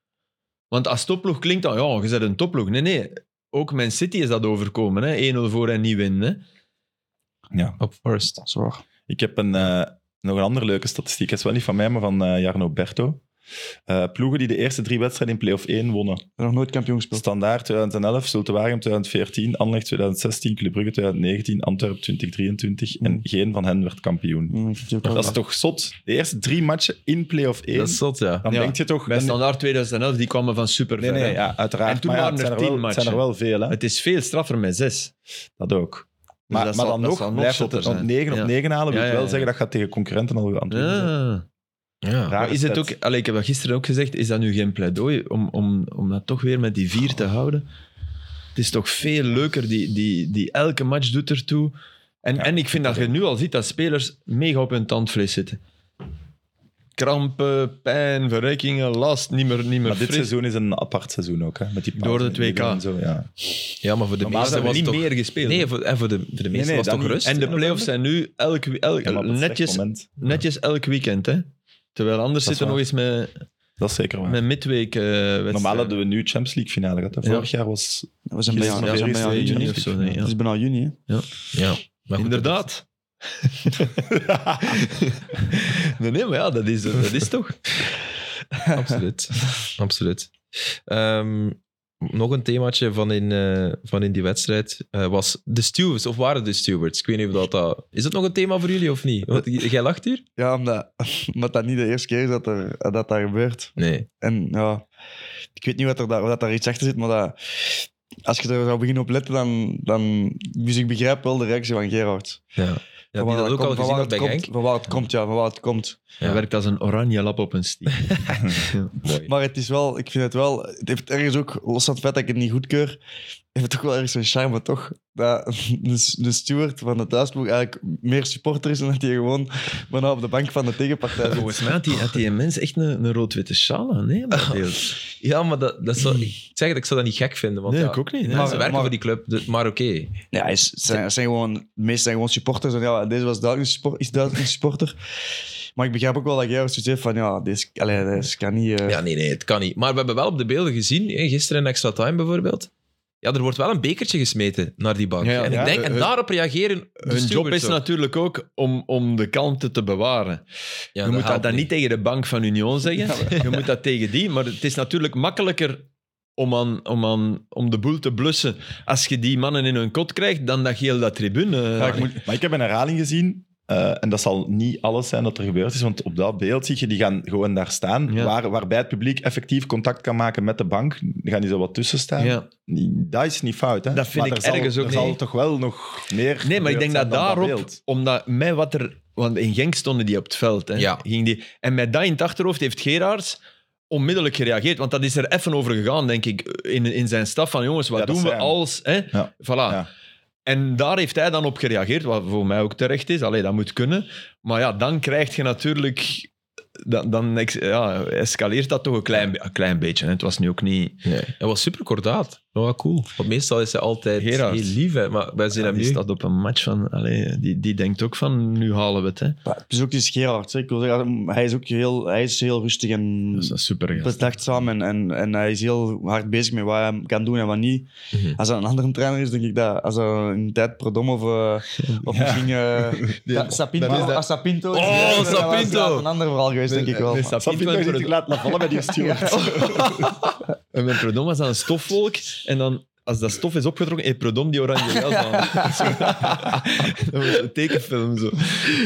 S4: Want als topploeg klinkt dan, ja, je bent een topploeg. Nee, nee, ook Man City is dat overkomen. hè. 1-0 voor en niet winnen. Hè.
S2: Ja.
S1: Op Forest.
S3: Zwaar.
S2: Ik heb een, eh, nog een andere leuke statistiek. Dat is wel niet van mij, maar van eh, Jarno Berto. Eh, ploegen die de eerste drie wedstrijden in play-off 1 wonnen.
S3: Ik ben nog nooit kampioen gespeeld.
S2: Standaard 2011, Zulte Waregem 2014, Anderlecht 2016, Club Brugge 2019, Antwerpen 2023. En
S3: Mm.
S2: geen van hen werd kampioen.
S3: Mm, ik vind die ook wel-
S2: Dat is toch zot? De eerste drie matchen in play-off 1.
S1: Dat is zot, ja.
S2: Dan
S4: Ja.
S2: denk je toch...
S4: Bij
S2: dan-
S4: Standaard 2011, die kwamen van super
S2: nee, nee, ja, uiteraard.
S4: En toen
S2: maar ja,
S4: waren
S2: het
S4: er
S2: zijn er,
S4: tien
S2: wel, het zijn er wel veel, hè?
S4: Het is veel straffer met zes.
S2: Dat ook.
S4: Dus
S2: Maar,
S4: dat
S2: maar
S4: zal-
S2: dan
S4: dat
S2: nog,
S4: zal nog
S2: blijft
S4: zotter
S2: het op
S4: zijn.
S2: 9
S4: Ja.
S2: op 9 halen, wil
S4: Ja,
S2: ik
S4: ja,
S2: wel
S4: ja.
S2: zeggen dat gaat tegen concurrenten al aan het doen zijn.
S4: Ah.
S1: ja.
S2: Raar
S4: Maar is het
S2: stat.
S4: ook, allee, ik heb dat gisteren ook gezegd, is dat nu geen pleidooi om, om, om dat toch weer met die vier te houden? Het is toch veel leuker, die, die, die elke match doet ertoe. En,
S2: Ja.
S4: en ik vind dat je nu al ziet dat spelers mega op hun tandvlees zitten. Krampen, pijn, verrekkingen, last, niet meer, niet meer
S2: Maar dit
S4: fris.
S2: seizoen is een apart seizoen ook, hè? Met die
S4: Door de
S2: pauze in
S4: 2K.
S2: En zo, ja.
S1: Ja, maar voor de
S2: Normaal
S1: meesten
S2: zijn we
S1: was
S4: niet
S1: het toch...
S4: meer gespeeld.
S1: Nee, voor, en voor de, voor de meesten
S2: nee,
S1: was het
S2: dat
S1: toch
S2: niet.
S1: rust?
S4: en de
S1: in
S4: playoffs zijn nu elk, elk,
S2: Ja, maar op een slecht
S4: netjes,
S2: moment.
S4: netjes elk weekend. Hè? Terwijl anders
S2: Dat is
S4: zitten nog
S2: waar.
S4: eens met,
S2: Dat is zeker waar.
S4: Met midweek eh wedstrijd.
S2: Normaal hadden we nu Champions League finale gehad. hè.
S4: Ja.
S2: Vorig jaar was...
S3: We zijn bijna,
S2: Gisteren nog
S3: we zijn
S2: weer
S3: bijna
S2: eens,
S3: juni.
S2: eh,
S4: of zo, nee, ja.
S3: Het is bijna juni, hè.
S1: Ja. Maar goed,
S4: Inderdaad. nee, nee, maar ja, dat is, dat is toch.
S1: dat- Absoluut. Absoluut. Ehm, nog een themaatje van in, eh, van in die wedstrijd eh, was de stewards, of waren de stewards? Ik weet niet of dat, dat... Is dat nog een thema voor jullie of niet? Want, j- jij lacht hier?
S3: Ja, omdat, omdat dat niet de eerste keer is dat er, dat daar gebeurt.
S1: Nee.
S3: En ja, ik weet niet wat er daar, of dat daar iets achter zit, maar dat, als je er zou beginnen op letten, dan, dan... Dus ik begrijp wel de reactie van Gerard.
S1: Ja. Ja, die
S3: waar
S1: dat ook
S3: komt-
S1: al
S3: van
S1: gezien
S3: waar
S1: had bij
S3: het
S1: Genk.
S3: komt, Van waar het komt, ja, van waar het komt.
S4: Hij werkt als een oranje lap op een stier.
S1: Mooi.
S3: Maar het is wel, ik vind het wel... Het heeft ergens ook, los van het feit dat ik het niet goedkeur, heeft het ook wel ergens een charme, toch? Dat de, de steward van de thuisploeg eigenlijk meer supporter is dan dat hij gewoon bijna op de bank van de tegenpartij zit.
S4: Volgens mij had die, had die mens echt een, een rood-witte sjaal aan. Nee,
S1: Ja, maar dat, dat zou, ik zeg het, ik zou dat niet gek vinden. Want
S4: Nee,
S1: ja,
S4: ik ook niet, nee.
S1: ja, ze
S3: Maar-
S1: werken
S3: maar-
S1: voor die club, dus- maar oké.
S3: Ja, het zijn, het zijn gewoon, de meeste zijn gewoon supporters. En ja, deze was duidelijk een support, is duidelijk een supporter. Maar ik begrijp ook wel dat jij zoiets heeft van, ja, deze, allee, deze kan niet... eh,
S1: Ja, nee, nee, het kan niet. Maar we hebben wel op de beelden gezien, hè, gisteren in Extra Time bijvoorbeeld. Ja, er wordt wel een bekertje gesmeten naar die bank.
S4: Ja, ja.
S1: en ik
S4: Ja,
S1: denk, en
S4: eh,
S1: daarop reageren de
S4: Hun job
S1: stewards
S4: is
S1: ook.
S4: natuurlijk ook om, om de kalmte te bewaren.
S1: Ja,
S4: je moet dat
S1: helpt
S4: dan niet tegen de bank van Union zeggen. je moet dat tegen die. Maar het is natuurlijk makkelijker om, aan, om, aan, om de boel te blussen als je die mannen in hun kot krijgt dan dat je heel dat tribune... eh,
S2: Ja, ik moet- Maar ik heb een herhaling gezien. eh, en dat zal niet alles zijn dat er gebeurd is, want op dat beeld zie je, die gaan gewoon daar staan,
S4: Ja.
S2: waar, waarbij het publiek effectief contact kan maken met de bank. Die gaan die zo wat tussen staan.
S4: ja.
S2: Dat is niet fout, hè?
S4: Dat vind
S2: maar
S4: ik
S2: er
S4: ergens
S2: zal,
S4: ook
S2: er
S4: niet.
S2: zal toch wel nog meer
S4: Nee, maar
S2: gebeurd
S4: ik denk
S2: zijn
S4: dat
S2: dan
S4: daarop,
S2: beeld.
S4: omdat met wat er. Want in Genk stonden die op het veld. Hè,
S1: Ja.
S4: Ging die, en met dat in het achterhoofd heeft Gerards onmiddellijk gereageerd. Want dat is er even over gegaan, denk ik, in, in zijn staf. Van jongens, wat
S2: Ja, dat
S4: doen we
S2: zei hij.
S4: als. Hè?
S2: Ja.
S4: Voilà.
S2: Ja.
S4: En daar heeft hij dan op gereageerd, wat voor mij ook terecht is. Allee, dat moet kunnen. Maar ja, dan krijg je natuurlijk. Dan, dan ex- ja, escaleert dat toch een klein, be- een klein beetje. Hè. Het was nu ook niet.
S1: Nee. Hij was super kordaat. Nou, wat cool. Want meestal is ze altijd
S4: Gerard.
S1: heel lief, hè, maar wij zijn
S4: Ja,
S1: hem
S4: die
S1: nu...
S4: staat op een match van... Allee, die, die denkt ook van, nu halen we het. Hè.
S3: Maar Het is ook iets Gerard. hè. Ik wil zeggen, hij is ook heel, hij is heel rustig en
S4: Dat is een super gast.
S3: bedachtzaam. En, en, en hij is heel hard bezig met wat hij kan doen en wat niet.
S1: Mhm.
S3: Als dat een andere trainer is, denk ik dat. Als dat een tijd Prodom of, eh, of misschien eh, Sa- Sapinto.
S4: dat is dat-
S3: als Sapinto is,
S1: Oh,
S3: eh, dan was
S1: Sapinto!
S3: het een ander verhaal geweest, denk ik wel.
S4: Met Sapinto en Pro-
S2: laten vallen bij die steward.
S4: En met Prodom was dat een stofwolk. En dan, als dat stof is opgetrokken, heeft Prodom die oranje jas aan. Zo. dat was een tekenfilm zo.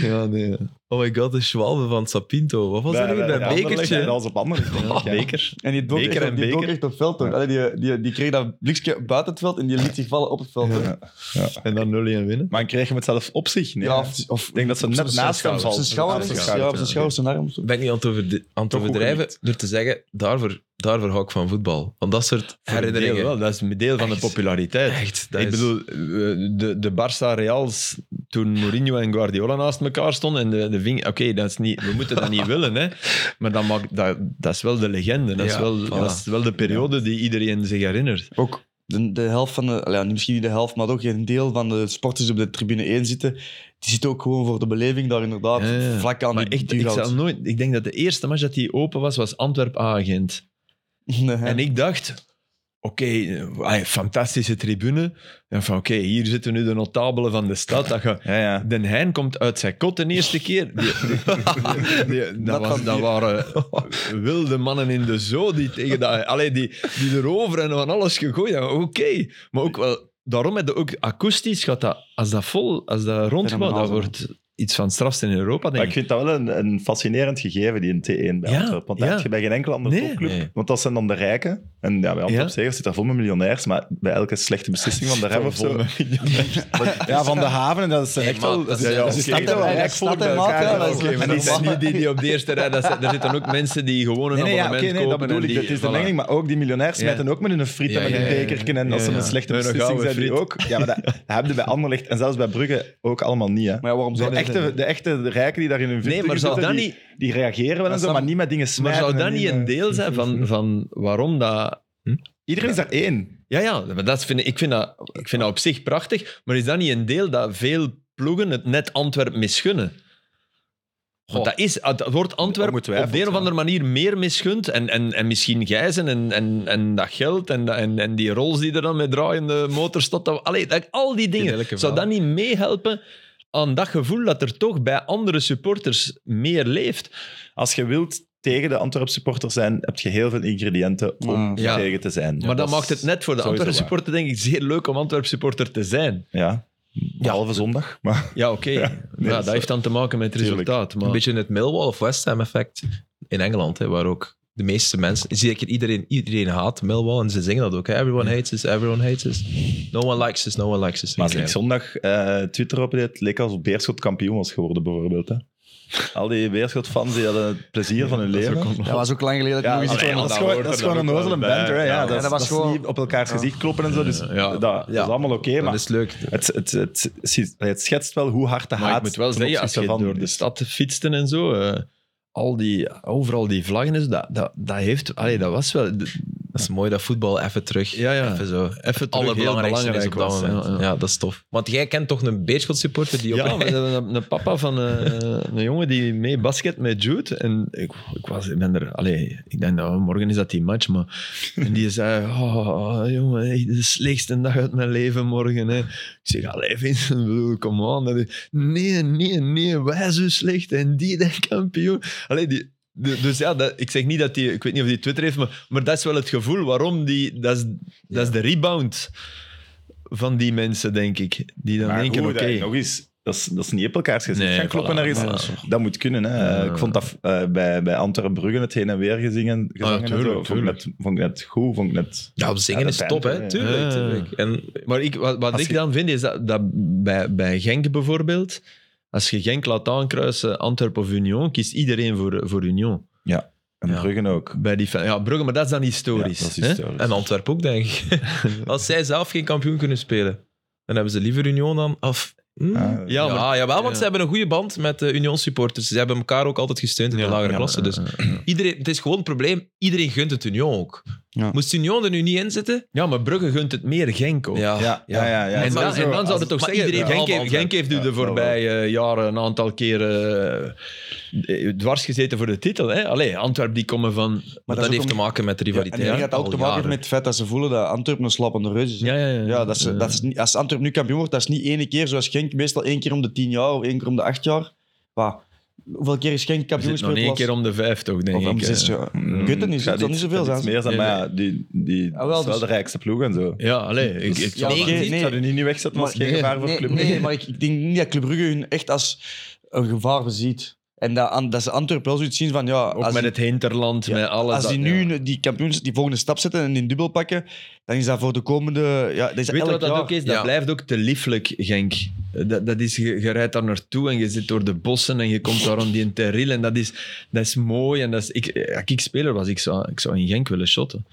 S4: Ja, nee. ja.
S1: Oh my god, de schwalbe van Sapinto. Wat was dat nu? Dat bekertje? hè?
S2: Dat was op Anderlecht, denk ik, ja.
S4: Beker.
S3: En die dook
S2: Beker
S3: echt op,
S2: en
S3: die dook
S2: beker.
S3: echt op veld. toch? Allee, die, die, die kreeg dat blikje buiten het veld en die liet zich vallen op het veld. toch?
S2: Ja.
S4: En dan 0-1 winnen.
S2: Maar kreeg hem het zelf op zich? Nee.
S3: Ja, of, of,
S2: Ik denk dat ze
S3: op
S2: net
S3: zijn
S2: naast hem
S3: schouder.
S2: valt.
S3: Op zijn schouder,
S2: Op zijn
S3: ja,
S2: schouder,
S3: op zijn
S2: ja.
S3: schouder, zijn arm.
S1: ben ik niet aan het, overde- aan het
S2: Toch
S1: overdrijven
S2: goed
S1: door te zeggen, daarvoor, daarvoor hou ik van voetbal. Want dat soort herinneringen.
S4: Deel wel, dat is een deel van
S1: Echt.
S4: de populariteit.
S1: Echt, dat
S4: ik
S1: is-
S4: bedoel, eh, de, de Barça Reals, toen Mourinho en Guardiola naast elkaar stonden en de, de ving... Oké, dat is niet... we moeten dat niet willen, hè. Maar dat, maakt, dat, dat is wel de legende. Dat, is,
S1: Ja,
S4: wel,
S1: voilà.
S4: dat is wel de periode die iedereen zich herinnert.
S3: Ook de, de helft van de, allee, ja, misschien niet de helft, maar ook een deel van de sporters die op de tribune 1 zitten, die zitten ook gewoon voor de beleving daar inderdaad
S4: Ja, ja.
S3: vlak aan
S4: Maar
S3: die
S4: echt,
S3: die
S4: ik,
S3: goud.
S4: zal nooit, ik denk dat de eerste match dat die open was, was Antwerp-Agent.
S3: Nee, hè.
S4: En ik dacht, oké, eh, ai, fantastische tribune. En van oké, hier zitten nu de notabelen van de stad. Dat je,
S2: Ja, ja.
S4: Den Heijn komt uit zijn kot de eerste keer. Die, die- die- dat,
S3: Dat
S4: was,
S3: van
S4: dat
S3: hier.
S4: waren wilde mannen in de zoo die, tegen dat, allee, die, die erover en van alles gegooid hebben. Oké, maar ook wel... Daarom heb je ook akoestisch, gaat dat, als dat vol, als dat rondgaat,
S3: Fenomenaal,
S4: dat
S3: hè.
S4: wordt iets van strafst in Europa,
S2: Maar
S4: denk
S2: ik
S4: ik.
S2: vind dat wel een, een fascinerend gegeven, die een T1 bij
S4: Ja,
S2: Antwerpen. Want dat
S4: ja.
S2: heb je bij geen enkele andere
S4: Nee.
S2: topclub.
S1: Nee.
S2: Want dat zijn dan de rijken. En ja, bij Antwerpen zegers zit daar vol met miljonairs, maar bij elke slechte beslissing van de rem of zo... Ja, van de haven, en dat is
S1: Hey,
S2: echt
S1: man,
S2: wel...
S1: dat is-
S2: ja, ja,
S1: dat
S2: oké,
S1: is
S3: stad en
S2: dat
S3: wel
S2: rijk
S3: rijk,
S2: volk
S3: stad
S2: bij
S3: en
S2: elkaar,
S3: maat, ja,
S2: ja,
S3: dat is
S2: oké, maar dat
S4: En die
S2: is
S4: zijn niet die die op de eerste rij, dat zijn, er zitten ook mensen die gewoon een
S2: Nee, nee, ja,
S4: abonnement
S2: oké, nee, dat
S4: kopen.
S2: bedoel
S4: en
S2: ik.
S4: die,
S2: dat is de
S4: voilà.
S2: menging, maar ook die miljonairs
S4: Ja.
S2: smijten ook met hun friet
S4: Ja,
S2: en met
S4: ja,
S2: hun
S4: ja, ja.
S2: bekerken en als
S4: Ja,
S2: ze
S4: ja.
S2: een slechte
S4: Hun
S2: beslissing
S4: gouden
S2: zijn die
S4: friet.
S2: ook. Ja, maar dat, dat hebben we bij Anderlecht en zelfs bij Brugge ook allemaal niet, hè.
S3: Maar ja, waarom
S2: De
S3: zou dat
S2: echte, de echte rijken die daar in hun
S4: Nee, maar zou
S2: zitten,
S4: dat
S2: die,
S4: niet-
S2: die reageren wel en
S3: Maar
S2: zo,
S3: zou-
S2: maar niet met dingen
S4: Maar
S2: smijten.
S4: zou
S2: en eh,
S4: dat niet
S2: dingen-
S4: een deel zijn van, van waarom dat...
S2: Iedereen is daar één.
S4: Ja, ja, maar dat vind ik, ik, vind dat, ik vind dat op zich prachtig, maar is dat niet een deel dat veel ploegen het net Antwerp misgunnen? Want
S1: Goh.
S4: dat is, het wordt Antwerp op de
S2: Ongetwijfeld,
S4: een of
S2: ja.
S4: andere manier meer misgund. En, en, en misschien Gijzen en, en, en dat geld en, dat- en, en die rols die er dan met draaiende motors tot... dat- Allee, dat- al die dingen.
S1: elke
S4: Zou dat
S1: verhaal.
S4: niet meehelpen aan dat gevoel dat er toch bij andere supporters meer leeft?
S2: Als je wilt tegen de Antwerp supporter zijn, heb je heel veel ingrediënten om
S4: Mm, Ja.
S2: tegen te zijn.
S4: maar dat
S2: is
S4: maakt het net voor de
S2: sowieso
S4: Antwerp
S2: waar.
S4: supporter denk ik zeer leuk om Antwerp supporter te zijn.
S2: Ja, behalve zondag. Maar
S4: Ja, oké.
S2: nee,
S4: ja,
S2: dat is
S4: dat heeft dan te maken met het
S2: Tuurlijk.
S4: resultaat. Maar...
S1: Een beetje het Millwall of West Ham effect in Engeland, hè, waar ook de meeste mensen, zeker iedereen, iedereen haat Millwall en ze zingen dat ook. Hè. Everyone hates us, everyone hates us. No one likes us, no one likes us.
S2: maar als ik
S1: Eigenlijk.
S2: zondag eh, Twitter opdeed, leek alsof Beerschot kampioen was geworden, bijvoorbeeld. Hè. Al die Beerschot-fans die hadden het plezier van hun leven.
S3: Dat was ook lang geleden dat ik
S2: Ja,
S3: nog eens iets
S2: allee,
S3: van
S2: dat is
S3: had.
S2: gewoon, dat is gewoon een nozel en banter. hè. Ja, dat,
S3: Ja,
S2: is-
S3: dat was
S2: dat is
S3: gewoon-
S2: niet op elkaars gezicht kloppen en zo. Dus
S4: Ja.
S2: dat, dat
S1: Ja.
S2: is allemaal oké.
S1: Dan
S2: maar
S1: is het leuk.
S2: Het, het, het, het, het schetst wel hoe hard de
S4: Maar
S2: haat
S4: ik moet wel
S2: ten
S4: zeggen, als
S2: opzichte
S4: je
S2: van-
S4: door de stad fietste en zo, eh, al die, overal die vlaggen, en zo, dat, dat, dat heeft... Allee, dat was wel... d-
S1: Dat is mooi dat voetbal even terug.
S4: Ja, ja.
S1: Even zo.
S4: Even terug heel
S1: Alle belangrijkste is
S4: belangrijk
S1: op dat
S4: was,
S1: moment.
S4: ja,
S1: Ja,
S4: ja.
S1: dat is tof. Want jij kent toch een Beerschot supporter die
S4: Ja,
S1: op
S4: we hebben een, een papa van eh, een jongen die mee basket met Jude. En ik, ik, was, ik ben er... Allee, ik denk, nou, morgen is dat die match, maar... En die zei, oh, oh, jongen, echt de slechtste dag uit mijn leven morgen. Hè. Ik zeg, allee, Vincent, ik bedoel, come on. Dat is- nee, nee, nee, wij zo slecht en die dan kampioen. Allee, die... de- Dus ja, dat, ik zeg niet dat die, ik weet niet of die Twitter heeft, maar, maar dat is wel het gevoel waarom die, dat is, dat is de rebound van die mensen, denk ik. Die dan
S2: Maar
S4: denken,
S2: hoe,
S4: oké.
S2: dat- nog eens, dat is, dat is niet op elkaars gezicht.
S4: Nee,
S2: gaan kloppen
S4: voilà,
S2: naar iets.
S4: maar dat
S2: Dat,
S4: is
S2: moet kunnen. Hè.
S4: Ja.
S2: Ik vond dat eh, bij, bij Antwerpen Bruggen het heen en weer gezingen. gezongen en zo.
S4: Ah tuurlijk,
S2: Vond, ik net, vond ik net goed. Vond ik net...
S1: Ja, op zingen
S2: Ja,
S1: is
S2: dat
S1: top,
S2: banter,
S1: hè?
S2: ja.
S1: Tuurlijk,
S4: Ja.
S1: tuurlijk. En
S4: Maar ik, wat, wat
S2: Als
S4: ik
S2: je-
S4: dan vind, is dat, dat bij, bij Genk bijvoorbeeld, als je Genk laat aankruisen, Antwerpen of Union, kiest iedereen voor, voor Union.
S2: En
S1: Ja.
S2: Bruggen ook.
S4: Bij die, fan- ja, Brugge, maar dat is dan
S2: Ja,
S4: historisch.
S2: dat is
S4: hè?
S2: historisch.
S1: En Antwerpen ook, denk ik. Als zij zelf geen kampioen kunnen spelen, dan hebben ze liever Union dan... Of, hm?
S2: Ah,
S1: ja,
S4: Ja, maar...
S1: jawel, want
S4: ja.
S1: ze hebben een goede band met de Union supporters. Ze hebben elkaar ook altijd gesteund in de
S4: Ja,
S1: lagere
S4: ja,
S1: klasse.
S4: ja,
S1: Dus
S4: ja,
S1: iedereen, het is gewoon een probleem. Iedereen gunt het Union ook.
S3: Ja.
S1: Moest Union er nu niet in zitten?
S4: Ja, maar Brugge gunt het meer Genk ook.
S2: Ja, ja, ja. ja.
S4: En,
S1: maar
S4: dan,
S1: zo,
S4: en dan
S1: als-
S4: zou het toch
S1: maar
S4: zeggen,
S1: iedereen
S4: Genk,
S1: heeft
S4: heeft,
S1: altijd-
S4: Genk heeft u
S2: Ja,
S4: de
S2: dat wel.
S4: voorbije jaren een aantal keren eh, dwars gezeten voor de titel. Hè? Allee, Antwerpen die komen van...
S1: Maar dat,
S3: dat is ook
S1: heeft te
S3: om-
S1: maken met
S3: En
S1: rivaliteit.
S3: die gaat ook
S1: al
S3: te maken
S1: jaren.
S3: met het feit dat ze voelen dat Antwerpen een slappende reus is. hè.
S4: ja, ja.
S3: Ja, dat is, dat is niet, als Antwerp nu kampioen wordt, dat is niet ene keer zoals Genk. Meestal één keer om de tien jaar of één keer om de acht jaar. Wat? Hoeveel keer is Genk kampioen
S4: zit nog
S3: gespeeld?
S4: één keer
S3: last?
S4: om de vijf, toch, denk
S3: Of
S4: ik.
S3: om
S4: eh.
S3: zes jaar.
S2: Mm.
S3: Ik weet het niet, het zal niet zoveel zijn.
S2: meer zijn,
S4: Nee,
S2: maar ja, die, die
S3: Ah, wel,
S2: dat is wel
S3: dus-
S2: de rijkste ploeg en zo.
S4: Ja, allee. Ik, ik,
S3: Ja,
S4: zal-
S3: nee,
S2: Maar
S3: nee.
S2: Ik zou die niet nu wegzetten als geen
S4: nee,
S2: gevaar voor
S3: nee,
S2: Club
S3: nee,
S2: Brugge.
S3: maar ik, ik denk niet dat Club Brugge hun echt als een gevaar beziet. En dat, An- dat ze Antwerpen wel zoiets zien van, ja,
S4: Ook
S3: als,
S4: met
S3: die,
S4: het hinterland, met alles.
S3: als die
S4: dat- ja.
S3: nu die kampioens die volgende stap zetten en die dubbel pakken, dan is dat voor de komende... Ja, dat is
S4: Weet je
S3: elk
S4: wat dat
S3: jaar.
S4: ook is? Dat
S1: Ja.
S4: blijft ook te lieflijk, Genk. Dat, dat is, je, je rijdt daar naartoe en je zit door de bossen en je komt daar rond die terril. En dat is, dat is mooi. En dat is, ik, eh, als ik speler was, ik zou, ik zou in Genk willen shotten.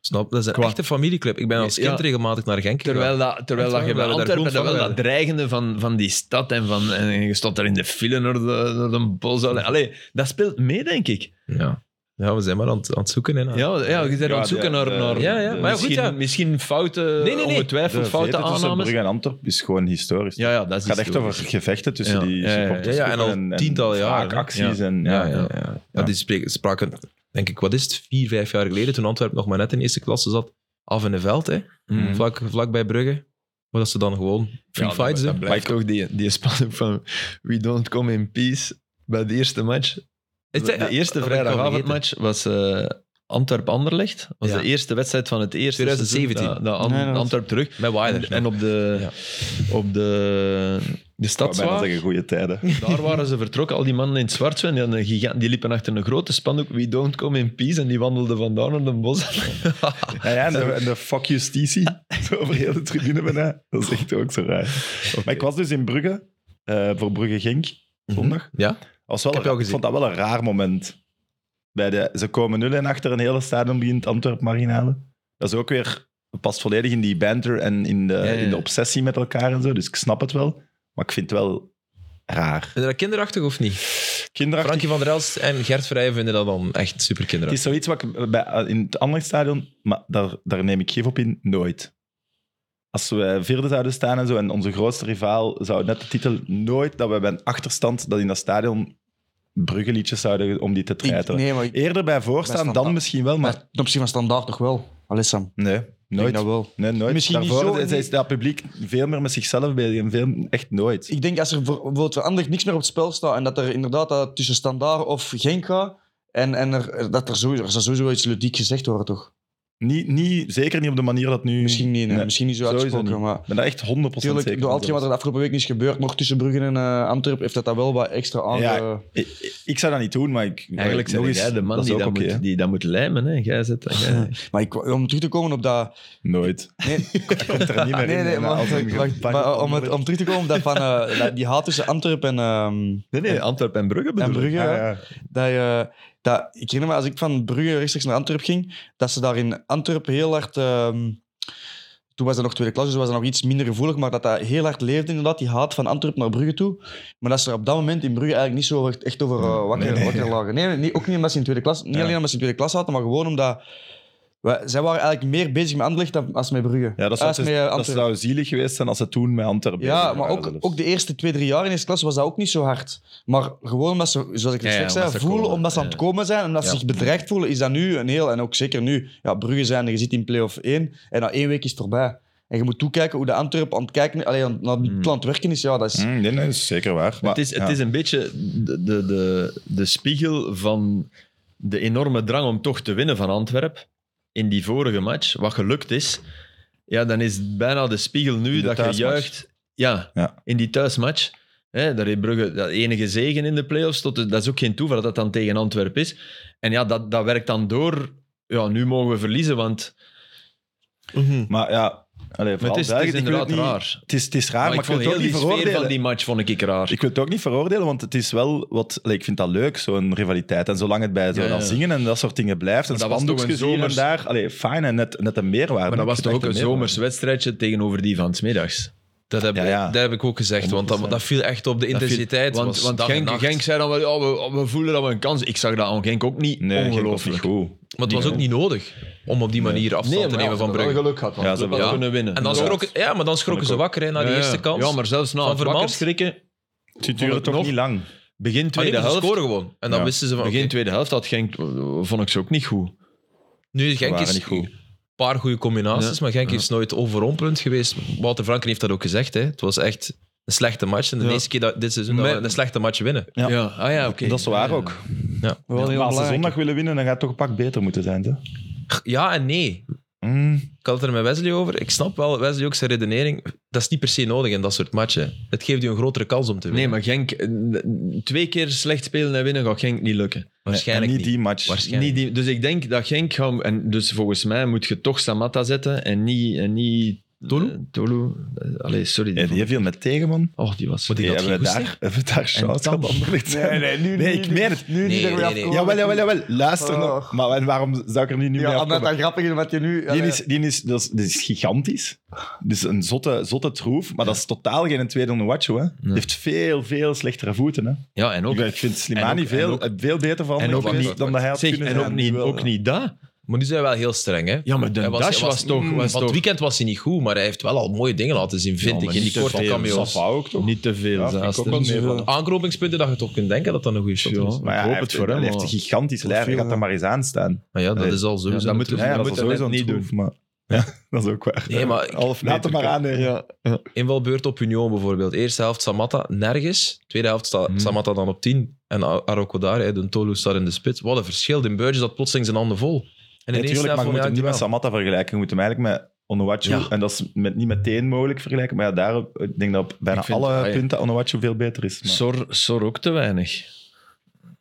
S1: Snap, dat is een
S4: Qua-
S1: echte familieclub. Ik ben als kind
S4: Ja.
S1: regelmatig naar Genk gegaan.
S4: Terwijl, dat, terwijl
S1: Echt
S4: dat je
S1: waar,
S4: bij
S1: we waren daar
S4: Antwerpen, dat
S1: goed
S4: wel
S1: van
S4: dat dreigende van, van die stad en, van, en je stond daar in de file door de, door de bos. Allee, Allee, dat speelt mee, denk ik.
S1: Ja. ja, we zijn maar aan, het- aan het zoeken. Hè, naar-
S4: Ja, ja je bent aan
S2: Ja,
S4: het zoeken
S2: de-
S4: naar,
S2: de-
S4: naar
S1: Ja, ja, maar ja, goed,
S4: misschien,
S1: ja.
S4: misschien foute,
S1: nee, nee.
S4: ongetwijfeld
S2: De
S4: foute
S2: veten tussen
S4: aannames.
S2: Brugge en Antwerpen is gewoon historisch.
S4: Ja, ja, dat
S2: het
S4: is
S2: gaat echt
S4: historisch.
S2: over gevechten tussen
S4: Ja.
S2: die
S4: Ja, ja, ja.
S2: supporters.
S1: Ja, ja, en al tientallen jaren,
S2: Vaak
S1: hè.
S2: acties en...
S1: Ja, ja, ja. Ja, die spreken- spraken, denk ik, wat is het, vier, vijf jaar geleden, toen Antwerpen nog maar net in eerste klasse zat, af in de veld, hè,
S4: Mhm.
S1: vlak, vlak bij Brugge. Maar dat ze dan gewoon free
S4: Ja,
S1: fights,
S4: dat,
S1: hè.
S4: dat blijft toch die, die spanning van we don't come in peace bij de eerste match.
S1: Is dat-
S4: de eerste
S1: dat ben ik al
S4: vrijdagavondmatch was eh Antwerp-Anderlecht. was
S1: Ja.
S4: de eerste wedstrijd van het eerste
S1: 2017.
S4: seizoen dat- dat An-
S3: Nee, dat was-
S4: Antwerp terug.
S1: Met Wilder.
S4: En, en op de,
S1: Ja.
S4: op de, de
S2: Dat bijna
S4: stadswaard,
S2: zeggen goede tijden.
S4: daar waren ze vertrokken. Al die mannen in het zwart, zo, en die, hadden een giga- die liepen achter een grote spandoek We don't come in peace. En die wandelden vandaan naar de bos.
S2: Ja, ja, en, de, en de fuck justitie zo over heel de tribune bijna. Dat is echt ook zo raar. Maar ik was dus in Brugge, eh, voor Brugge-Genk, zondag.
S1: Ja.
S2: Was wel,
S1: Ik heb jou
S2: ik
S1: gezien.
S2: vond dat wel een raar moment. Bij de, ze komen 0-1 achter, een hele stadion begint Antwerp marginale. Dat is ook weer, past volledig in die banter en in de,
S4: ja, ja.
S2: In de obsessie met elkaar en zo. Dus ik snap het wel. Maar ik vind het wel raar.
S1: Ben je dat kinderachtig of niet?
S2: Kinderachtig
S1: Frankie van der Elst en Gert Vrijen vinden dat dan echt super
S2: Het is
S1: kinderachtig.
S2: zoiets wat ik bij, eh, in het andere stadion, maar daar, daar neem ik gif op in, nooit. Als we vierde zouden staan en zo, en onze grootste rivaal zou net de titel nooit, dat we bij een achterstand, dat in dat stadion bruggeliedjes zouden om die te
S3: Ik-
S2: treiteren.
S3: nee, maar ik,
S2: Eerder bij
S3: Bij
S2: voorstaan,
S3: Standaard.
S2: dan misschien wel,
S3: maar
S2: maar
S3: ten opzichte van standaard toch wel. Allee, Sam. ik
S2: nee,
S3: denk
S2: nooit.
S3: dat wel.
S2: Nee, nooit.
S3: Misschien niet
S2: Daarvoor
S3: zo-
S2: is, is dat publiek veel meer met zichzelf bezig en veel, echt nooit.
S3: Ik denk als er voor- bijvoorbeeld voor Anderlecht niks meer op het spel staat en dat er inderdaad dat tussen Standaard of Genk gaat en, en er, dat er sowieso, er zal sowieso iets ludiek gezegd worden, toch?
S2: Niet, niet, zeker niet op de manier dat nu...
S3: Misschien niet, hè.
S2: Nee,
S3: misschien niet zo
S2: sowieso
S3: uitgesproken,
S2: niet.
S3: maar
S2: Ik ben daar echt 100%
S3: natuurlijk
S2: zeker
S3: door al
S2: van.
S3: hetgeen wat er de afgelopen week is gebeurd, nog tussen Brugge en eh Antwerpen, heeft dat dat wel wat extra aan.
S2: Ja,
S3: eh,
S2: Ik, ik zou dat niet doen, maar ik...
S4: Eigenlijk
S2: nog
S4: zijn
S2: eens,
S4: jij de man
S2: dat is
S4: die
S2: ook
S4: dat,
S2: oké, hè.
S4: moet, die dat moet lijmen. Hè. Jij zit, jij-
S3: Maar ik, om terug te komen op dat...
S2: Nooit.
S3: Nee,
S2: komt er niet meer
S3: nee,
S2: in.
S3: nee,
S2: En
S3: maar,
S2: als een
S3: wacht, wacht,
S2: pak
S3: maar
S2: op
S3: om, het,
S2: andere-
S3: om terug te komen op dat van eh, dat- die haat tussen Antwerpen en... ehm,
S4: Nee, nee, Antwerpen en Brugge bedoel
S3: En
S4: ik.
S3: Brugge,
S2: Ah,
S3: ja.
S2: ja.
S3: dat je, dat, ik herinner me, als ik van Brugge rechtstreeks naar Antwerpen ging, dat ze daar in Antwerpen heel hard... ehm, toen was dat nog tweede klas, dus was dat nog iets minder gevoelig, maar dat dat heel hard leefde inderdaad, die haat van Antwerpen naar Brugge toe. Maar dat ze er op dat moment in Brugge eigenlijk niet zo echt- echt over eh, wakker,
S2: Nee, nee.
S3: wakker lagen. Nee, nee, ook niet omdat ze in tweede klas... Niet
S2: Ja.
S3: alleen omdat ze in tweede klas zaten, maar gewoon omdat... wij- zij waren eigenlijk meer bezig met Anderlecht dan als met Brugge.
S2: Ja, dat
S3: Eh,
S2: zou,
S3: als met, eh,
S2: dat
S3: Antwerpen.
S2: zou zielig geweest zijn als ze toen met Antwerpen
S3: Ja,
S2: bezig
S3: maar
S2: waren
S3: ook,
S2: zelfs.
S3: ook de eerste twee, drie jaar in eerste klas was dat ook niet zo hard. Maar gewoon omdat ze, zoals ik
S4: Ja,
S3: het straks
S4: ja, omdat
S3: zei,
S4: ze
S3: voelen
S4: komen,
S3: omdat ze aan het
S4: ja.
S3: komen zijn en dat ze
S4: Ja.
S3: zich bedreigd voelen, is dat nu een heel... En ook zeker nu. Ja, Brugge zijn, je zit in play-off 1 en na één week is het voorbij. En je moet toekijken hoe de Antwerp aan het kijken... Allee, aan, naar die
S4: Mm.
S3: plan aan het werken is. Ja, dat is...
S2: Mm, nee, nee, dat is zeker waar. Maar,
S4: het, is, het
S2: ja.
S4: is een beetje de, de, de, de spiegel van de enorme drang om toch te winnen van Antwerpen in die vorige match, wat gelukt is. Ja, dan is het bijna de spiegel nu
S2: In de
S4: dat je
S2: thuismatch.
S4: juicht ja,
S2: Ja.
S4: in die thuismatch. Hè, daar heeft Brugge dat enige zegen in de play-offs. Tot, de- dat is ook geen toeval dat dat dan tegen Antwerpen is. En ja, dat, dat werkt dan door. Ja, nu mogen we verliezen, want
S2: maar ja, allee,
S4: het
S2: vooral
S4: is, het
S2: België,
S4: is
S2: ik wil
S4: inderdaad
S2: niet-
S4: raar.
S2: Het is, het is raar, Ah, maar,
S4: maar ik
S2: ik
S4: vond
S2: wil het
S4: heel
S2: ook
S4: die
S2: niet
S4: sfeer
S2: veroordelen.
S4: van die match vond ik raar.
S2: Ik wil het ook niet veroordelen, want het is wel wat... allee, ik vind dat leuk, zo'n rivaliteit. En zolang het bij zo'n
S4: Ja, ja.
S2: zingen en dat soort dingen blijft, en
S4: Maar dat was toch een
S2: spandoekjes hier en
S4: zomers-
S2: daar, allee, fijn en net, net een meerwaarde. Ik
S4: Maar dat was
S2: vind
S4: toch ook
S2: echt
S4: een
S2: meerwaarde.
S4: zomers wedstrijdje tegenover die van 's middags.
S1: Dat heb,
S2: Ja, ja.
S1: dat heb ik ook gezegd, want dat,
S2: 100%.
S1: dat viel echt op de
S4: Dat viel-
S1: intensiteit.
S4: Want,
S1: was
S4: want
S1: dag en
S4: Genk,
S1: nacht.
S4: Genk zei dan wel, ja, we, we voelen dat we een kans Ik zag dat aan Genk ook niet.
S2: Nee, Genk was niet
S4: Ongelooflijk.
S2: goed.
S1: Maar het was ook niet nodig om op die manier afstand te
S4: ja,
S1: nemen van
S4: ze hebben wel
S1: Brugge.
S4: geluk gehad, want
S2: Ja,
S4: we
S2: ze hebben
S4: hadden
S1: wel-
S4: kunnen winnen.
S1: En dan
S4: Ja.
S1: schrokken, ja, maar dan schrokken ze wakker hè, na die
S4: Ja, ja.
S1: eerste kans. Ah,
S4: Ja, maar zelfs na
S1: van
S4: het wakker
S1: Vermand.
S4: schrikken,
S2: Het
S4: Vond
S2: duurde
S4: het
S2: toch
S4: nog-
S2: niet lang.
S4: begin
S1: Ah, nee,
S4: tweede
S1: ze
S4: helft...
S1: scoren gewoon. En dan
S2: Ja.
S1: wisten ze van,
S4: Begin
S1: oké,
S4: tweede helft had Genk, vond ik ze ook niet goed.
S1: nu
S2: Ze
S1: Genk
S2: waren
S1: is
S2: niet goed.
S1: een paar goede combinaties,
S4: Ja.
S1: maar Genk is nooit overrompelend geweest. Wouter Franken heeft dat ook gezegd. Hè. Het was echt een slechte match. En de
S4: Ja.
S1: eerste keer dat, dit seizoen dat
S4: Met-
S1: we een slechte match winnen.
S2: Ja.
S4: ah ja, oké.
S2: Dat is waar
S4: Ja.
S2: ook.
S3: Wel heel
S2: Maar als ze
S3: belangrijk.
S2: zondag willen winnen, dan gaat het toch een pak beter moeten zijn. Hè?
S1: Ja en nee.
S2: Mm.
S1: Ik had het er met Wesley over. Ik snap wel, Wesley ook zijn redenering. Dat is niet per se nodig in dat soort matchen. Het geeft je een grotere kans om te winnen.
S4: Nee, maar Genk, eh, twee keer slecht spelen en winnen gaat Genk niet lukken.
S1: Waarschijnlijk
S2: en
S1: niet.
S2: niet die match.
S1: Waarsch- Waarschijnlijk.
S4: Niet die, dus ik denk dat Genk gaan... En dus volgens mij moet je toch Samatta zetten en niet... En niet
S1: Tolu?
S4: Eh, Tolu. Eh, Allee, sorry.
S2: Ja, die heeft veel met tegen, man.
S4: Oh, die was...
S1: Moet Die
S2: Hey,
S1: had
S2: hebben, we
S1: geen
S2: daar, hebben we daar shout aan
S1: Tam.
S2: Anderlecht? Nee, nee, nu Nee, ik meen het.
S3: Nu
S1: Nee,
S3: niet er weer
S1: nee, nee.
S3: afkomen.
S2: Jawel, jawel, jawel. Luister
S3: Oh.
S2: nog. Maar en waarom zou ik er nu niet
S3: Ja,
S2: meer
S3: omdat dat
S2: afkomen?
S3: grappig is wat je nu...
S2: Die is, die, is, dat is, dat is gigantisch. Dus een zotte, zotte troef, maar dat is totaal geen tweede on the watch. Hoor. Die heeft veel, veel slechtere voeten. Hè.
S4: Ja, en ook...
S2: Ik vind Slimani
S4: en ook-
S2: veel,
S4: en ook-
S2: eh, veel beter van
S4: en ook
S2: dan
S1: niet-
S2: dan dat hij had
S4: Zeg,
S2: kunnen
S4: en
S2: zijn.
S4: ook niet,
S2: Nu wel,
S4: ook
S2: hè.
S4: niet dat.
S1: Maar nu zijn we wel heel streng, hè?
S4: Ja, maar de
S1: Hij
S4: dash was, toch... Was
S1: Van het
S4: toch
S1: weekend was hij niet goed, maar hij heeft wel al mooie dingen laten zien, vind
S4: Ja,
S1: ik. In
S4: maar
S1: die
S4: niet te
S1: korte
S4: veel.
S1: cameo's.
S2: Safa ook toch?
S4: niet te veel,
S2: Ja, vind ik
S4: Zaast.
S2: ook wel
S4: Dus-
S2: meevallen.
S1: Aanknopingspunten dat je toch kunt denken dat dat een goede shot
S4: Ja.
S1: is.
S2: Maar ja,
S4: Ik
S2: hij
S4: hoop het
S2: heeft,
S4: voor hem,
S2: hij heeft een
S4: maar-
S2: gigantisch lijf. Hij gaat er maar eens aan staan.
S1: Maar ja, dat
S2: Nee.
S1: is al sowieso.
S4: Ja, dat moeten
S1: natuurlijk.
S4: we-
S2: Ja, ja,
S4: dat
S2: dat is
S4: moet hij
S2: sowieso
S4: net
S2: een
S4: niet
S2: troef, maar... Ja, dat is ook waar.
S1: Nee, maar-
S2: Half
S1: Laat
S2: meter.
S1: hem
S2: maar aan.
S4: Ja, ja.
S1: Invalbeurt op Union bijvoorbeeld. Eerste helft Samatta nergens. Tweede helft staat
S4: Hmm.
S1: Samatta dan op 10. En A- Arauco daar, hè, de Tolu staat in de spits. Wat een verschil. De Burgess had plotseling zijn handen vol. En in de eerste
S2: Natuurlijk,
S1: helft
S2: maar je
S1: vond hij
S2: moet hem niet
S1: eigenlijk
S2: met Samatta vergelijken. Je moet hem eigenlijk met Onuwachu,
S1: Ja.
S2: en dat is met, niet meteen mogelijk vergelijken, maar ja, daar, ik denk dat op bijna
S4: Ik vind-
S2: alle
S4: ah, ja.
S2: punten Onuwachu veel beter is. Maar,
S4: Sor, Sor ook te weinig.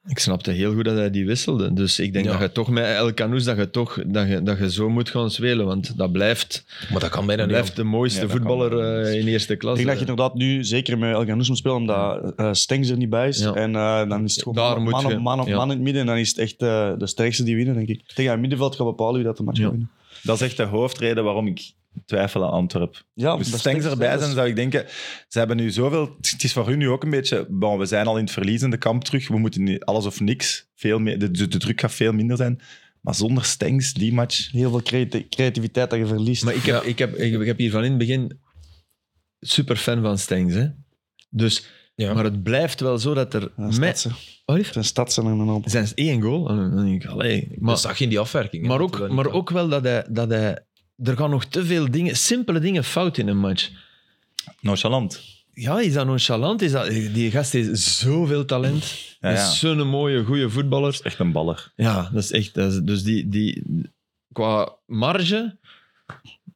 S4: Ik snapte heel goed dat hij die wisselde. Dus ik denk
S1: Ja.
S4: dat je toch met El Canoes, dat je toch dat je, dat je zo moet gaan spelen. Want dat blijft,
S1: wel. Maar dat kan bijna
S4: dat
S1: niet.
S4: blijft de mooiste
S2: Ja, dat
S4: voetballer
S2: kan.
S4: eh, in eerste
S3: Ik
S4: klasse.
S3: denk dat je inderdaad nu zeker met El Ghanous moet spelen, omdat eh Stengs er niet bij is.
S4: Ja.
S3: En eh, dan is het gewoon
S4: Daar
S3: man,
S4: moet
S3: man,
S4: je-
S3: op, man op
S4: ja.
S3: man in het midden. En dan is het echt eh, de sterkste die winnen, denk ik. Tegen het middenveld gaat bepalen wie dat de match
S4: Ja.
S3: gaat winnen.
S2: dat is echt de hoofdreden waarom ik twijfel aan Antwerp.
S3: Ja,
S2: Als
S3: dat
S2: Dus Stengs erbij
S3: dat
S2: zijn,
S3: is-
S2: zou ik denken, ze hebben nu zoveel... Het is voor hun nu ook een beetje... Bon, we zijn al in het verliezende kamp terug, we moeten nu alles of niks. Veel meer, de, de, de druk gaat veel minder zijn. Maar zonder Stengs, die match...
S3: Heel veel creati- creativiteit dat je verliest.
S4: Maar ik heb, ik, heb, ik, heb, ik heb hier van in het begin super fan van Stengs. Hè? Dus,
S1: Ja.
S4: Maar het blijft wel zo dat er
S3: Ja,
S4: met
S3: stadsen.
S4: Oh, lief.
S3: Eh, Zijn stadsen en een hoop.
S4: zijn één goal. En dan denk ik, allee, maar,
S1: Dat zag je in die afwerking. hè,
S4: Maar
S1: dat hij dat
S4: ook,
S1: niet
S4: maar
S1: kan.
S4: ook wel dat hij, dat hij... Er gaan nog te veel dingen, simpele dingen fout in een match.
S2: Nonchalant.
S4: Ja, is dat nonchalant? Is dat, die gast heeft zoveel talent.
S2: Ja,
S4: Hij
S2: ja.
S4: is zo'n mooie, goede voetballer.
S2: Echt een baller.
S4: Ja, dat is echt... dat is- dus die, die... Qua marge...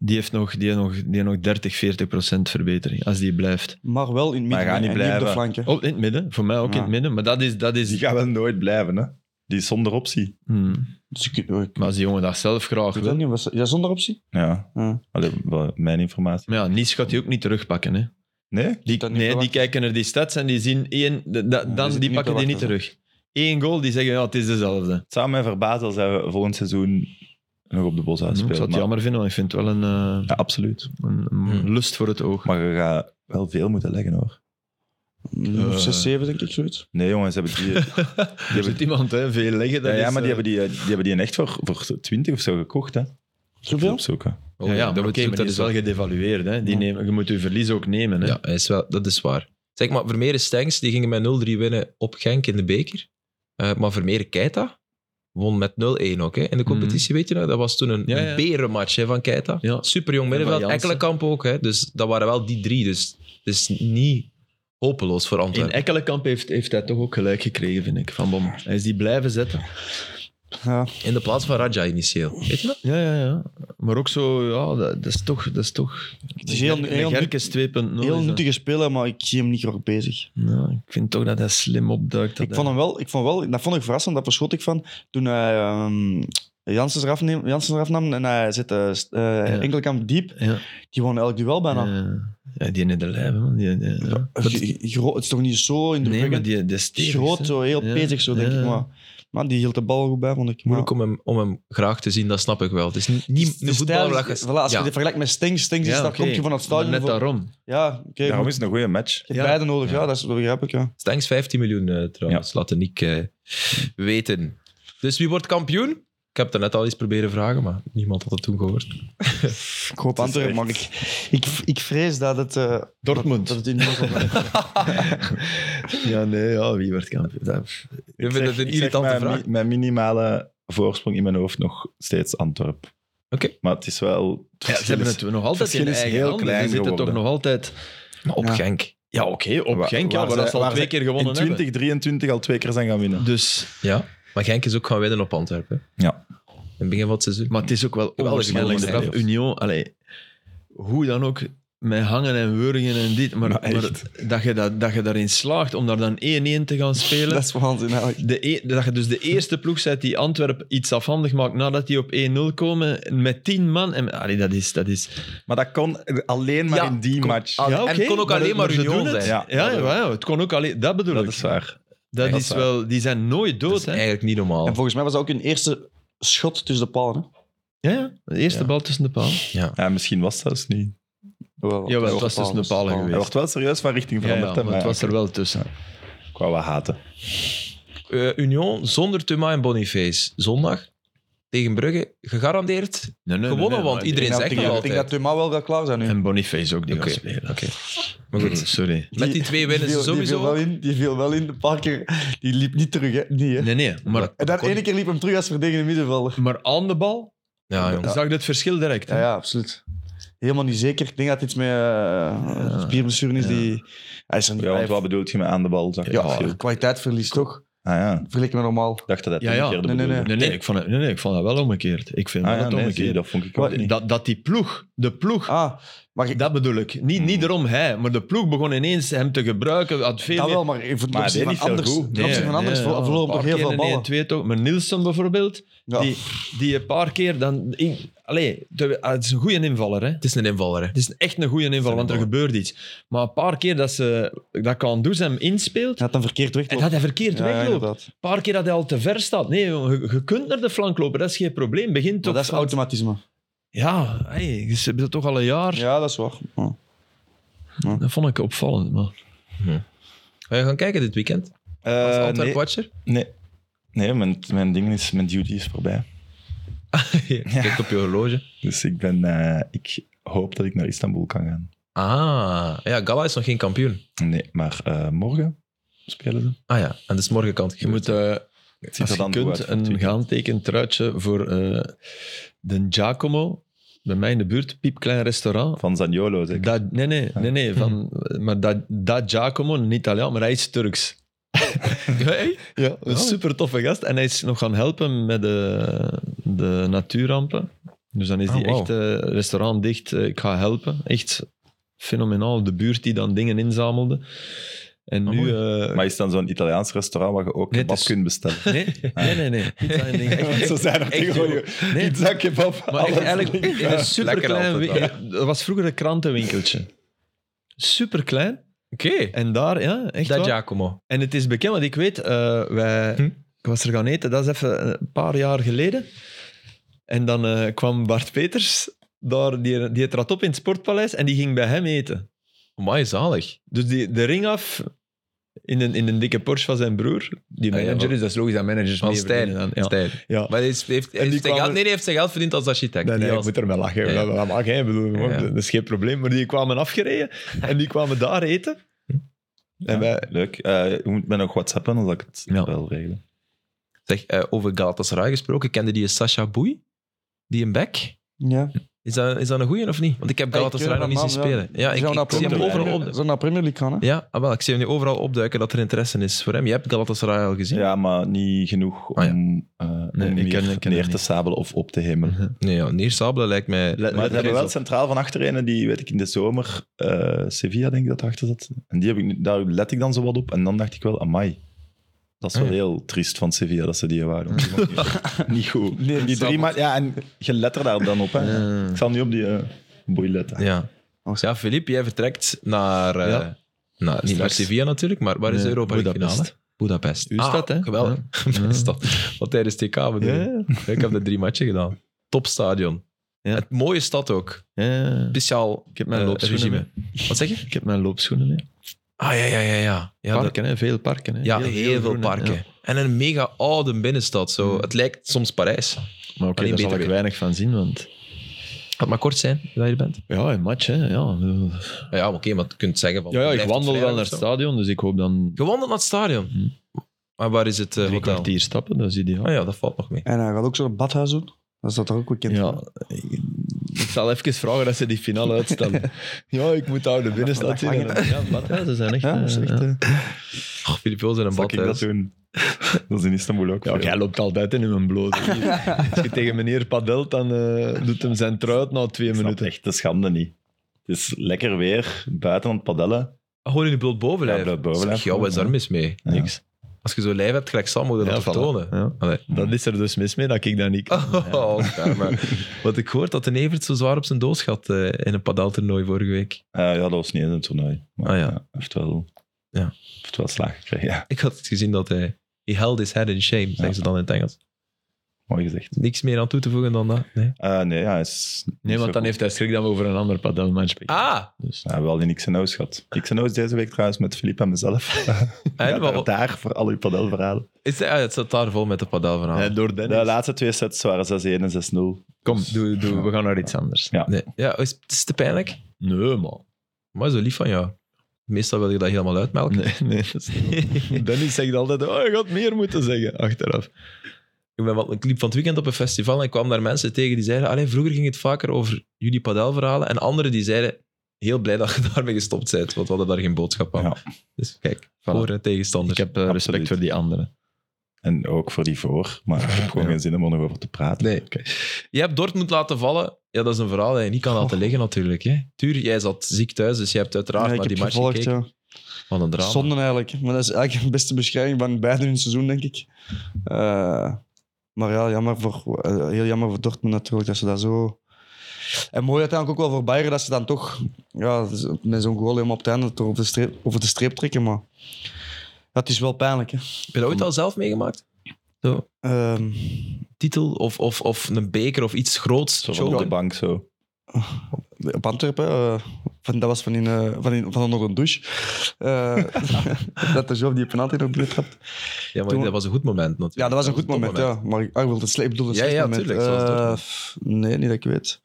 S4: Die heeft nog, die heeft nog, die heeft nog 30, 40 procent verbetering, als die blijft.
S3: Maar wel in het
S2: Maar
S3: midden
S2: hij gaat
S3: en
S2: niet
S3: op de
S2: blijven.
S3: flanken.
S4: Ook in het midden, voor mij ook in het
S3: Ja.
S4: midden. Maar dat is... Dat
S2: Die
S4: is
S2: gaat wel nooit blijven, hè. Die is zonder optie.
S4: Hmm.
S3: Dus ik, ik, ik
S4: Maar als die jongen dat zelf graag
S3: weet dat
S4: wil...
S3: niet. Was, is dat zonder optie?
S2: Ja,
S3: Ja.
S2: Allee, wel mijn informatie.
S4: Maar ja, Nies gaat die ook niet terugpakken, hè.
S2: Nee?
S4: Die,
S3: Dat niet
S4: nee, die
S3: verwacht.
S4: kijken naar die stats en die zien één. de- da-
S3: die
S4: dan,
S3: zitten
S4: die
S3: niet
S4: pakken
S3: te
S4: die niet
S3: wachten.
S4: terug. Eén goal, die zeggen ja, het is dezelfde.
S2: Het zou mij verbazen als hij volgend seizoen nog op de bos
S4: Ik
S2: uit
S4: zou
S2: spelen.
S4: het
S2: maar-
S4: jammer vinden, want ik vind het wel een, eh,
S2: Ja, absoluut.
S4: een, een
S1: Hmm.
S4: lust voor het oog.
S2: Maar je gaat wel veel moeten leggen, hoor.
S3: Of 6, 7 denk ik, zoiets.
S2: Nee, jongens, hebben die... die
S4: Er
S2: hebben,
S4: zit iemand hè, veel leggen.
S2: ja,
S4: dat
S2: ja,
S4: is,
S2: maar die
S4: eh,
S2: hebben die, eh, die, hebben die echt voor, voor 20 of zo gekocht, hè.
S3: Zoveel?
S2: Opzoeken.
S1: Oh,
S4: ja, ja, maar
S1: dat
S4: oké,
S1: moet-
S4: maar die is Hmm. wel gedevalueerd. Hè. Die
S3: Ja.
S4: nemen, je moet je verlies ook nemen. Hè.
S1: Ja, hij is wel, dat is waar. Zeg maar, Vermeer en Stengs die gingen met 0-3 winnen op Genk in de beker. Eh, maar Vermeer Keita won met 0-1 ook hè, in
S3: Mhm.
S1: de competitie, weet je nou? Dat was toen een,
S4: Ja, ja.
S1: een berenmatch hè, van Keita.
S4: Ja.
S1: Super jong
S4: En
S1: middenveld,
S4: van Jansen.
S1: Ekkelenkamp ook. Hè, dus dat waren wel die drie. Dus het is niet hopeloos voor
S4: In
S1: Antwerpen.
S4: Ekkelenkamp heeft, heeft hij toch ook gelijk gekregen, vind ik. Van Bom. Hij is die blijven zetten.
S3: Ja.
S1: In, de plaats van Raja initieel. Weet je dat?
S4: Ja, ja, ja. Maar ook zo, ja, dat, dat is toch. Dat is toch
S3: Het is heel, heel, nut-
S4: Gerkes 2.0. is
S3: heel
S4: dat.
S3: nuttige speler, maar ik zie hem niet graag bezig.
S4: Nou, ik vind toch dat hij slim opduikt. dat eh,
S3: Ik vond
S4: hij-
S3: hem wel, ik vond wel, dat vond ik verrassend, daar verschot ik van. Toen hij ehm Janssen eraf, neem, Janssens eraf nam en hij zette eh Enkelkamp diep,
S4: Ja.
S3: die won elk duel bijna.
S4: Ja, ja, die in de lijf, man. Die, die- ja.
S3: Gro- gro- het is toch niet zo in de
S4: Nee, maar die, die is stevig,
S3: groot,
S4: hè.
S3: zo heel
S4: Ja,
S3: pezig, zo denk
S4: ja.
S3: ik. Maar Maar die hield de bal goed bij, vond ik. Maar-
S1: Moeilijk om, hem, om hem graag te zien, dat snap ik wel. Het is niet,
S3: Dus De
S1: niet de
S3: stijl
S1: voetballer
S3: is-
S1: dat je-
S3: voilà, als je
S1: ja.
S3: dit vergelijkt met Stings, Stings is,
S4: Dus Ja,
S3: daar
S4: oké.
S3: komt je van het
S4: Maar
S3: stadion.
S4: Net
S3: voor-
S4: daarom.
S3: Ja, oké.
S2: Daarom
S3: maar-
S2: is het een goede match.
S3: je
S4: Ja.
S3: hebt beide nodig,
S1: Ja.
S3: ja. dat, is, dat begrijp ik, ja.
S1: Stanks 15 miljoen eh, trouwens, laat ik eh weten. Dus wie wordt kampioen? Ik heb het net al eens proberen vragen, maar niemand had het toen gehoord.
S3: Ik
S2: Het
S3: hoop
S2: is
S3: Antwerpen, maar ik,
S2: echt-
S3: ik, ik vrees dat het... eh,
S4: Dortmund.
S3: Dat het in ieder geval-
S4: Ja, nee, ja, wie werd kampioen? Dat-
S1: Ik vind
S2: zeg-
S1: het een
S2: ik zeg
S1: irritante
S2: mijn,
S1: vraag.
S2: mi- Mijn minimale voorsprong in mijn hoofd nog steeds Antwerp.
S1: Oké.
S2: Maar het is wel... het
S4: Ja, ze
S2: verschil
S4: hebben
S2: is-
S4: het nog altijd
S2: verschil
S4: in
S2: is
S4: eigen
S2: heel
S4: handen.
S2: klein
S4: Ze zitten toch
S2: geworden.
S4: nog altijd...
S1: Maar op
S3: Ja.
S1: Genk.
S4: Ja, oké, op
S2: Wa-
S4: Genk, ja,
S2: waar
S4: maar
S2: ze-
S4: dat ze al
S2: waar
S4: twee
S2: ze
S4: keer
S2: in
S4: gewonnen hebben.
S2: 2023 al twee keer zijn gaan winnen.
S4: Dus,
S1: Ja, maar Genk is ook gaan winnen op Antwerpen.
S2: Ja.
S1: In het begin van het seizoen.
S4: maar het is ook wel
S1: Geweldig,
S4: onwaarschijnlijk
S2: man,
S4: straf.
S2: man.
S4: Union, allee, hoe dan ook, met hangen en wurgen en dit. Maar,
S2: Maar
S4: maar
S2: echt.
S4: dat, je dat, dat je daarin slaagt om daar dan 1-1 te gaan spelen.
S3: dat is waanzin eigenlijk.
S4: de e- dat je dus de eerste ploeg zet die Antwerpen iets afhandig maakt nadat die op 1-0 komen met 10 man. En, allee, dat is... Dat is
S2: Maar dat kon alleen maar
S1: Ja,
S2: in die
S1: kon-
S2: match.
S1: Ah,
S4: ja,
S1: en het
S4: oké,
S1: kon ook alleen
S4: het-
S1: maar
S4: ze
S1: Union
S4: doen het.
S1: zijn.
S4: Ja, ja, ja, het kon ook alleen... Dat bedoel
S2: dat
S4: ik.
S2: is waar.
S4: Dat
S1: dat
S4: is
S1: is
S4: wel, die zijn nooit
S1: dat
S4: dood.
S1: is
S4: hè.
S1: eigenlijk niet normaal.
S3: En volgens mij was dat ook hun eerste schot tussen de palen. hè.
S4: Ja, ja, de eerste
S1: Ja.
S4: bal tussen de palen.
S2: Ja, misschien was dat zelfs niet.
S3: Wel,
S4: Ja,
S3: wel,
S4: het was tussen de
S3: paal,
S4: palen
S3: paal.
S2: Hij
S4: geweest.
S2: wordt wel serieus van richting
S4: Ja,
S2: veranderd.
S4: ja,
S2: hè,
S4: maar het was
S2: maar
S4: er wel tussen.
S2: Ik wou wel haten.
S1: Eh, Union zonder Tuma en Boniface. Zondag tegen Brugge. Gegarandeerd gewonnen, want
S3: Ik
S1: iedereen
S3: denk dat-
S1: zegt nog
S3: ik denk- Ik
S1: altijd.
S3: denk dat Thuma wel wel klaar zijn nu.
S4: En Boniface ook, die
S1: Oké,
S4: kan spelen.
S1: oké. Maar
S3: Mm.
S1: goed,
S4: Sorry.
S1: met die twee winnen
S3: die
S1: ze
S3: viel, Die viel,
S1: sowieso.
S3: wel in, die viel wel in, een paar keer. Die liep niet terug, hè. Die, hè.
S4: Nee, nee, maar,
S3: En dan
S1: kon-
S3: ene keer liep hem terug als verdedigende middenvelder.
S4: maar aan de bal
S1: Ja, jongens.
S4: zag je het verschil direct. hè.
S3: Ah, Ja, ja, absoluut. Helemaal niet zeker. Ik denk dat het iets met eh spierblessuren is
S4: Ja.
S3: die... Hij is een,
S2: Ja, want wat bedoelt je met aan de bal? Zag ik
S3: ja,
S2: veel.
S3: kwaliteitsverlies, toch?
S2: Ah ja,
S3: Vergeleken met normaal.
S2: ik dacht dat dat
S4: Ja,
S2: tien
S4: ja.
S2: keer de
S3: Nee, nee,
S2: bedoeling
S4: Nee, nee, ik vond het, nee, nee, ik vond dat wel omgekeerd. Ik vind
S2: was.
S4: wel
S2: Ah ja,
S4: het
S2: nee, zie je,
S4: omgekeerd.
S2: dat vond ik ook niet.
S4: dat, dat die ploeg, de ploeg,
S3: Ah, maar ik- Mm.
S4: dat bedoel ik. Niet, niet erom hij, maar de ploeg begon ineens hem te gebruiken. Had veel
S3: dat
S4: meer-
S3: wel, maar in ten
S2: Maar hij
S3: opzichte
S2: deed
S3: van
S2: niet veel
S3: anders,
S2: goed.
S3: ten opzichte van anders
S4: nee,
S3: ver-
S4: ja,
S3: verloren
S4: een
S3: we toch
S4: paar
S3: heel
S4: keer
S3: veel
S4: in
S3: ballen.
S4: 1-2 toch. Maar Nielsen bijvoorbeeld,
S3: Ja.
S4: die, die een paar keer dan... Ik, allee, te- ah, het is een goede invaller, hè.
S1: Het is een invaller. hè.
S4: Het is echt een goede inval, want er gebeurt iets. Maar een paar keer dat, ze, dat Kandus hem inspeelt,
S3: Hij had hem verkeerd
S4: en
S3: weggelopen.
S4: dat hij verkeerd
S3: Ja, ja,
S4: wegloopt.
S3: inderdaad.
S4: Een paar keer dat hij al te ver staat. Nee, jongen, je, je kunt naar de flank lopen, dat is geen probleem. Begin
S3: Maar
S4: toch
S3: dat is
S4: van-
S3: automatisme.
S4: Ja, hey, ze hebben dat toch al een jaar.
S3: Ja, dat is waar. Ja.
S4: Dat vond ik opvallend. Maar...
S1: Ga je gaan kijken dit weekend? Als
S2: Eh,
S1: Antwerp
S2: nee,
S1: Watcher?
S2: nee. Nee, mijn, mijn ding is, mijn duty is voorbij.
S1: Je Kijkt op je horloge.
S2: Dus ik ben, eh, ik hoop dat ik naar Istanbul kan gaan.
S1: Ah, ja, Gala is nog geen kampioen.
S2: Nee, maar eh, morgen spelen ze.
S1: Ah ja, en dat is morgen kant.
S4: Je moet, eh,
S2: Het ziet
S4: als
S2: er
S4: je
S2: dan goed uit
S4: kunt,
S2: voor het
S4: een
S2: weekend.
S4: gehandtekend truitje voor eh, de Giacomo, bij mij in de buurt, piepklein restaurant.
S2: Van Ah. Zaniolo, zeg.
S4: Da, nee, nee, nee, nee van, maar dat da Giacomo, een Italiaan, maar hij is Turks. Ja, een
S1: Oh.
S4: super toffe gast. En hij is nog gaan helpen met de, de natuurrampen. Dus dan is
S1: Ah,
S4: die
S1: wauw.
S4: echt eh, restaurant dicht. eh, ik ga helpen. Echt fenomenaal. De buurt die dan dingen inzamelde. En
S1: Ah,
S4: nu.
S1: mooi.
S4: eh,
S2: Maar is dan zo'n Italiaans restaurant waar je ook
S4: Nee,
S2: kebab
S4: het is-
S2: kunt bestellen?
S4: nee, nee, nee, nee. Niet zijn dingen. Echt,
S2: Zo zijn er tegenwoordig.
S4: nee.
S2: Pizza, kebab,
S4: Maar echt,
S2: alles.
S4: eigenlijk in een superklein...
S1: Lekker altijd
S4: winkel- Dat was vroeger een krantenwinkeltje. Superklein.
S1: Oké,
S4: En daar, ja, echt
S1: dat
S4: waar.
S1: Giacomo.
S4: En het is bekend, want ik weet, eh, wij,
S1: Hm?
S4: ik was er gaan eten, dat is even een paar jaar geleden. En dan eh, kwam Bart Peters, daar, die, die trad op in het Sportpaleis en die ging bij hem eten.
S1: Amai, zalig.
S4: Dus die, de ring af in een, in een dikke Porsche van zijn broer. Die
S1: Ah, ja,
S4: manager
S1: van-
S4: is, dat is logisch dat managers
S1: Van
S4: meer
S1: Stijn.
S4: verdienen dan- ja.
S1: Stijn.
S4: Ja.
S1: Maar hij is- heeft, heeft
S4: die
S1: zijn
S4: kwamen-
S1: geld, nee, hij heeft zijn geld verdiend als architect.
S4: Nee, nee,
S1: Die
S4: ik
S1: was-
S4: moet er wel lachen.
S1: Ja.
S4: Dat, dat mag, hè. Ik bedoel,
S1: Ja.
S4: Dat is geen probleem. Maar die kwamen afgereden en die kwamen daar eten. En wij,
S2: Leuk. Eh je moet mij nog whatsappen, dan zal ik het
S4: Ja.
S2: wel regelen.
S1: Zeg, eh, over Galatasaray gesproken, kende die Sasha Boei? Die een back?
S3: Ja.
S1: Is dat, is dat een goeie of niet? Want Ah, ik heb Galatasaray nog niet zien spelen. Ja, ik,
S3: zou
S1: ik zie hem overal op.
S3: naar Premier League gaan, hè?
S1: Ja, ah, wel, ik zie hem nu overal opduiken dat er interesse is voor hem. Je hebt Galatasaray al gezien?
S2: Ja, maar niet genoeg om,
S1: Ah, ja.
S2: eh, om
S4: Nee, ik
S2: meer
S4: ken- ik ken
S2: neer
S4: hem
S2: te
S4: niet. Hm.
S2: sabelen of op te hemelen.
S1: Nee, ja, Neersabelen lijkt mij...
S4: Let-
S2: Maar
S4: let
S2: ze
S4: er
S2: hebben
S4: eens
S2: wel
S4: op.
S2: centraal van achteren en die weet ik in de zomer, eh, Sevilla denk ik dat erachter zat. En die heb ik, nu- daar let ik dan zo wat op en dan dacht ik wel, amai. Dat is wel
S1: Ah, ja.
S2: heel triest van Sevilla dat ze die waren. Die waren niet- niet goed.
S3: Nee,
S2: En die drie ma- ja, en je let er daar dan op. Hè.
S4: Ja.
S2: Ik zal niet op die eh boei letten.
S1: Ja. Ja, Filip, jij vertrekt naar... eh,
S4: Ja.
S1: naar niet naar
S4: Straks.
S1: Sevilla natuurlijk, maar waar is de
S4: Nee,
S1: Europa League
S4: Budapest.
S1: finale? Budapest. Ah,
S4: Uw stad, hè?
S1: Geweldig. Mijn
S4: Ja.
S1: stad. Wat tijdens TK bedoel
S4: Ja,
S1: ik.
S4: ja.
S1: Ik heb de drie matchen gedaan. Topstadion.
S4: Ja.
S1: Het mooie stad ook.
S4: ja.
S1: Speciaal
S4: Ik heb mijn
S1: eh,
S4: loopschoenen
S1: regime. Wat zeg je?
S4: Ik heb mijn loopschoenen mee.
S1: Ah, ja, ja, ja. ja. ja dat-
S4: Parken, hè? veel parken. Hè?
S1: Ja, heel, veel
S4: groen, hè.
S1: parken.
S4: Ja.
S1: En een mega oude binnenstad. Zo.
S4: Hmm.
S1: Het lijkt soms Parijs.
S4: Maar oké,
S1: Alleen
S4: daar
S1: beter
S4: zal ik
S1: weer.
S4: weinig van zien, want...
S1: Het mag kort zijn dat je er bent.
S4: Ja, een match, hè. Ja,
S1: Ja, maar oké, maar je kunt zeggen van...
S4: ja, ja
S1: blijf
S4: ik
S1: tot
S4: wandel wel
S1: vrijdag
S4: naar
S1: of
S4: het
S1: zo.
S4: stadion, dus ik hoop dan
S1: Je wandelt naar het stadion.
S4: Hmm.
S1: Maar waar is het eh,
S4: drie
S1: hotel?
S4: kwartier stappen, dat is ideaal.
S1: Ah ja, dat valt nog mee.
S3: En hij gaat ook zo'n badhuis doen. Dat is dat toch ook bekend.
S4: Ja, ik zal even vragen dat ze die finale uitstellen. ja, ik moet daar de binnenstad zien.
S3: Ja, dat
S4: Ja, badhuizen zijn echt...
S3: Ja, dat is
S4: eh,
S3: echt,
S4: ja.
S3: eh,
S1: Oh, Filip Wils in een
S2: Zal ik dat
S1: badhuis.
S2: doen? Dat is in Istanbul ook.
S4: Ja, jij loopt altijd in mijn bloot. Als je tegen meneer Padelt, dan eh, doet hem zijn trui uit na twee
S2: Ik snap
S4: minuten.
S2: echt de schande niet. Het is lekker weer, buiten aan het padellen.
S1: Ah, Gewoon in je bloot bovenlijf.
S2: Ja, bloot bovenlijf.
S1: Zeg, ja, wat is daar mis mee?
S4: Niks.
S1: Als je zo'n lijf hebt, gelijk Sam, moet je dat
S4: Ja,
S1: toch
S4: voilà.
S1: tonen?
S4: Ja.
S1: Allee.
S4: Dat is er dus mis mee, dat ik dat niet kan.
S1: Oh, karma. Wat ik hoor dat de Evert zo zwaar op zijn doos gaat eh, in een padeltoernooi vorige week.
S2: Eh, ja, dat was niet eens een toernooi. Maar,
S1: Ah, ja.
S2: Hij heeft wel,
S1: Ja.
S2: hij heeft wel slaag gekregen. Ja,
S1: Ik had gezien dat hij... He held his head in shame, zeggen ze dan in het Engels.
S2: mooi gezegd.
S1: Niks meer aan toe te voegen dan dat. Nee.
S2: Eh, nee, ja, hij is
S4: Nee, want dan heeft hij schrik dat we over een ander padelmatch spreken.
S1: Ah,
S4: Dus.
S2: Ja, wel in X&O's gehad. X&O's deze week trouwens met Filip en mezelf.
S1: en
S2: Ja,
S1: wat-
S2: Daar voor al uw padelverhalen.
S1: is, ah, het staat daar vol met de padelverhaal.
S4: Eh, door
S2: De
S4: Dennis.
S2: laatste twee sets waren 6-1 en 6-0.
S4: Kom, doe, doe, we gaan naar iets anders.
S2: Ja.
S1: Nee. Ja, is, het is te pijnlijk.
S4: Nee, man.
S1: Maar zo lief van jou. Meestal wil je dat helemaal uitmelken.
S4: Nee, nee. dat is niet- Dennis zegt altijd, oh, je had meer moeten zeggen, achteraf.
S1: Ik ben wel een clip van het weekend op een festival en ik kwam daar mensen tegen die zeiden Allee, vroeger ging het vaker over jullie padelverhalen. En anderen die zeiden, heel blij dat je daarmee gestopt bent, want we hadden daar geen boodschap aan.
S2: Ja.
S1: Dus kijk,
S4: Voilà.
S1: voor en tegenstander.
S4: Ik heb eh, respect
S2: Absoluut.
S4: voor die anderen.
S2: En ook voor die voor. Maar ik heb gewoon geen zin om er nog over te praten.
S1: Nee. Je hebt Dortmund laten vallen. Ja, dat is een verhaal dat je niet kan laten liggen natuurlijk. Hè. Tuur, jij zat ziek thuis, dus je hebt uiteraard
S3: Oh. Ja, ik
S1: naar
S3: heb
S1: die
S3: het
S1: match
S3: gevolgd,
S1: gekeken.
S3: ja.
S1: Wat een drama.
S3: Zonden eigenlijk. Maar dat is eigenlijk de beste beschrijving van beide hun seizoen, denk ik. Eh, maar ja, jammer voor, eh, heel jammer voor Dortmund natuurlijk dat ze dat zo... En mooi uiteindelijk ook wel voor Bayern dat ze dan toch ja, met zo'n goal helemaal op het einde toch over de streep, over de streep trekken. Maar dat is wel pijnlijk. Hè.
S1: Heb je dat ooit al zelf meegemaakt? Zo,
S3: Ehm,
S1: titel of, of, of een beker of iets groots.
S2: Zo van op de
S1: choken?
S2: bank zo.
S3: op Antwerpen, eh, van, dat was van, in, eh, van, in, van onder een douche. Eh, dat de Job die penalty nog binnentrapt.
S1: Ja, maar
S3: Toen-
S1: dat was een goed moment natuurlijk.
S3: Ja, dat was een goed
S1: top
S3: moment, ja. Maar ik, ah, ik bedoel, het sle- ik bedoel een
S1: Ja,
S3: slecht
S1: ja,
S3: moment.
S1: tuurlijk, zoals
S3: Eh,
S1: Dortmund.
S3: f- nee, niet dat ik weet.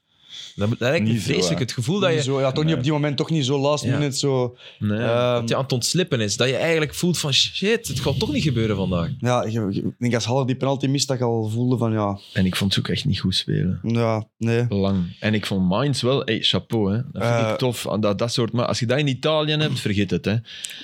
S1: Dat, dat lijkt me
S2: Niet zo,
S1: vreselijk.
S2: hè.
S1: het gevoel dat je,
S3: Niet zo, ja, toch niet op die moment, toch niet zo last
S1: Ja.
S3: minute. Zo,
S4: Nee.
S3: ehm,
S1: dat je aan het ontslippen is. Dat je eigenlijk voelt van shit, het gaat toch niet gebeuren vandaag.
S3: ja, ik, ik denk als Haller die penalty mist, dat ik al voelde van ja,
S4: en ik vond ze ook echt niet goed spelen.
S3: ja nee.
S4: Lang. En ik vond Mainz wel, hey, chapeau. Hè. Dat vind
S3: Eh.
S4: ik tof. aan Dat, dat soort, maar als je dat in Italië hebt, vergeet het. Hè.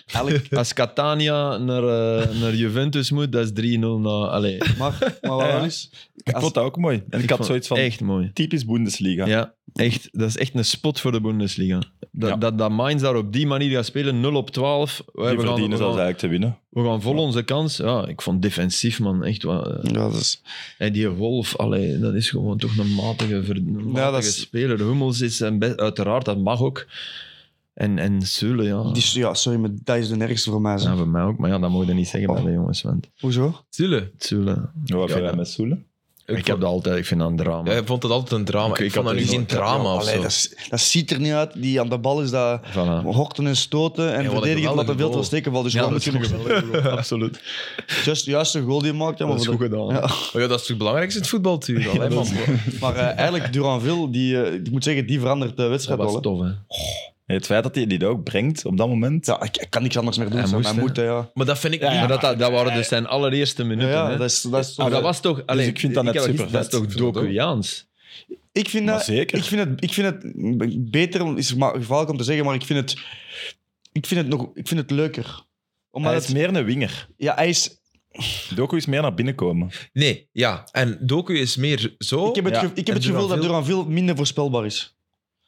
S4: Als Catania naar, eh, naar Juventus moet, dat is 3-0 na. Allee,
S3: Maar, maar wat
S2: Ja.
S3: wel is,
S2: Ik
S3: Als-
S2: vond dat ook mooi. En ik, had
S4: vond-
S2: zoiets van
S4: Echt mooi.
S2: typisch Bundesliga.
S4: Ja, echt, dat is echt een spot voor de Bundesliga. Dat,
S2: Ja.
S4: dat, dat Mainz daar op die manier gaat spelen, 0 op 12. We,
S2: Die
S4: we gaan, we,
S2: verdienen zelfs
S4: gaan,
S2: eigenlijk te winnen.
S4: we gaan vol onze kans. Ja, ik vond defensief, man, echt wel. eh,
S3: ja, dat is,
S4: Hey, die Wolf, allee, dat is gewoon toch een matige, ver- een matige
S3: dat is-
S4: speler. Hummels is een be- uiteraard, dat mag ook. En, en Zule, ja.
S3: die, is- ja, sorry, maar dat is de nergste voor mij. zo.
S4: Ja, voor mij ook, maar ja, dat mogen we niet zeggen
S3: Oh.
S4: bij de jongens. Want
S3: Hoezo?
S1: Zule.
S4: Zule,
S2: Ja, Wat
S4: Ja,
S2: vind jij
S4: ja.
S2: met Soelen?
S4: ik, heb dat altijd, ik vind dat een drama.
S1: Jij vond het altijd een drama.
S4: Ik-
S1: Ik,
S4: ik
S1: vond dat
S4: had
S1: nu
S4: er
S1: geen
S4: nooit-
S1: drama of
S3: Allee,
S1: zo.
S3: dat, is- dat ziet er niet uit. Die aan de bal is dat
S4: Voilà.
S3: horten en stoten en
S1: Ja, wat een
S3: verdedigen omdat er
S1: geweldige
S3: veel te
S1: goal.
S3: steken valt. Dus
S4: Ja,
S3: ja,
S4: dat
S3: moet
S4: is
S3: je
S4: een
S3: nog
S4: geweldige
S1: Oh,
S4: goal, absoluut.
S3: juist, juist de goal die je maakt. Ja, maar
S4: Dat is
S3: voor
S4: goed
S3: de-
S4: gedaan.
S3: Ja.
S1: Maar ja, dat is toch het belangrijkste in het voetbaltuur. Allee, man.
S3: Maar eh, eigenlijk, Duranville, die, eh, ik moet zeggen, die verandert de
S4: Dat
S3: wedstrijd wel.
S4: was
S3: hè.
S4: tof, hè.
S2: Nee, Het feit dat hij die ook brengt op dat moment.
S3: Ja, ik, ik kan niks anders meer doen.
S4: Hij
S3: zo.
S4: moest,
S3: Hij
S4: hè.
S3: moet, hè, ja.
S1: Maar dat vind ik niet.
S4: Maar dat, dat, dat waren dus zijn allereerste minuten.
S3: Ja,
S4: hè.
S3: dat is, dat is dus
S4: Maar dat was toch... Allee,
S2: ik vind dat
S4: heb
S2: net
S4: gisteren-
S2: supervet.
S4: Dat is
S1: Ik
S4: toch
S1: vind dat ook.
S4: Docuaans?
S3: Ik vind
S2: Maar
S3: dat,
S2: zeker.
S3: Ik vind het, ik vind het beter, is maar gevaarlijk om te zeggen, maar ik vind het, ik vind het, nog, ik vind het leuker. Omdat
S2: hij is
S3: het-
S2: meer een winger.
S3: ja, hij is,
S2: Doku is meer naar binnen komen.
S4: Oh,
S1: Nee, ja. En Doku is meer zo.
S3: ik heb het,
S2: ja.
S3: ge- ik
S1: Oh, En
S3: heb het gevoel dat
S1: Duranville-
S3: Duranville minder voorspelbaar is.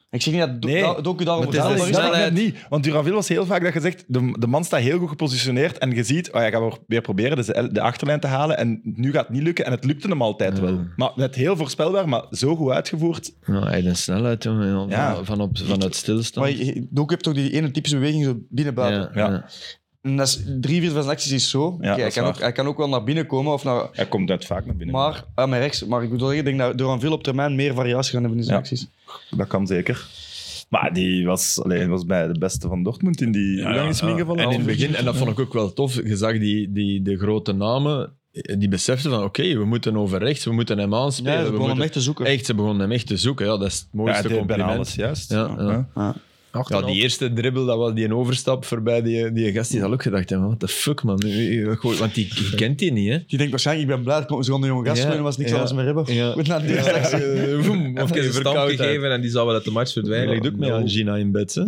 S3: Ik zeg niet dat Do-
S2: Nee.
S3: da- Doku daarom
S1: Maar het is
S3: voorspelbaar
S1: de
S3: is.
S1: snelheid.
S2: dat
S4: eh,
S2: net niet. Want Duranville was heel vaak dat je zegt, de, de man staat heel goed gepositioneerd en je ziet, oh ja, gaan we weer proberen de, de achterlijn te halen en nu gaat het niet lukken en het lukte hem altijd
S4: Ja.
S2: wel. Maar net heel voorspelbaar, maar zo goed uitgevoerd.
S4: Nou, hij had een snelheid, jongen.
S2: Ja.
S4: Van, van, op, vanuit stilstand.
S3: Maar je- Doku heeft toch die ene typische beweging zo binnen-buiten.
S2: Ja.
S4: ja.
S3: En dat is, drie vier van zijn acties is zo. Oké,
S2: dat
S3: hij,
S2: is
S3: kan ook,
S2: waar.
S3: hij kan ook wel naar binnen komen of naar,
S2: Hij komt net vaak naar binnen.
S3: maar, ah, met rechts. Maar ik bedoel, ik denk dat Doran veel op termijn meer variatie gaan hebben in zijn
S2: Ja.
S3: acties.
S2: Dat kan zeker. Maar die was, alleen, was bij de beste van Dortmund in die... Hoe lang is hem ingevallen?
S4: En in het
S2: Half uurtje?
S4: begin, en dat vond ik ook wel tof, je zag die, die, de grote namen, eh, die beseften van oké, we moeten over rechts, we moeten hem aanspelen.
S3: Ja,
S4: we
S3: ze begonnen hem
S4: moeten-
S3: echt te zoeken.
S4: echt, ze begonnen hem echt te zoeken. Ja, dat is het
S2: Ja,
S4: mooiste
S2: hij deed bijna alles,
S4: compliment.
S2: juist.
S4: Ja, ja. Ja, die eerste dribbel, dat was die een overstap voorbij die, die gast. Die had ook gedacht, hè, what the fuck man. Gooi- Want die je kent die niet, hè.
S3: Die denkt waarschijnlijk, ik ben blij, ik kon zo'n jonge gast
S4: Ja,
S3: spelen, was niks
S4: ja.
S3: anders meer hebben.
S4: Ja. eh,
S3: Goed naar de eerste actie.
S4: Voem,
S1: Even een stamp gegeven en die zal wel uit de match
S4: Hij
S1: verdwijnen.
S4: ligt ook met Angina in bed, hè.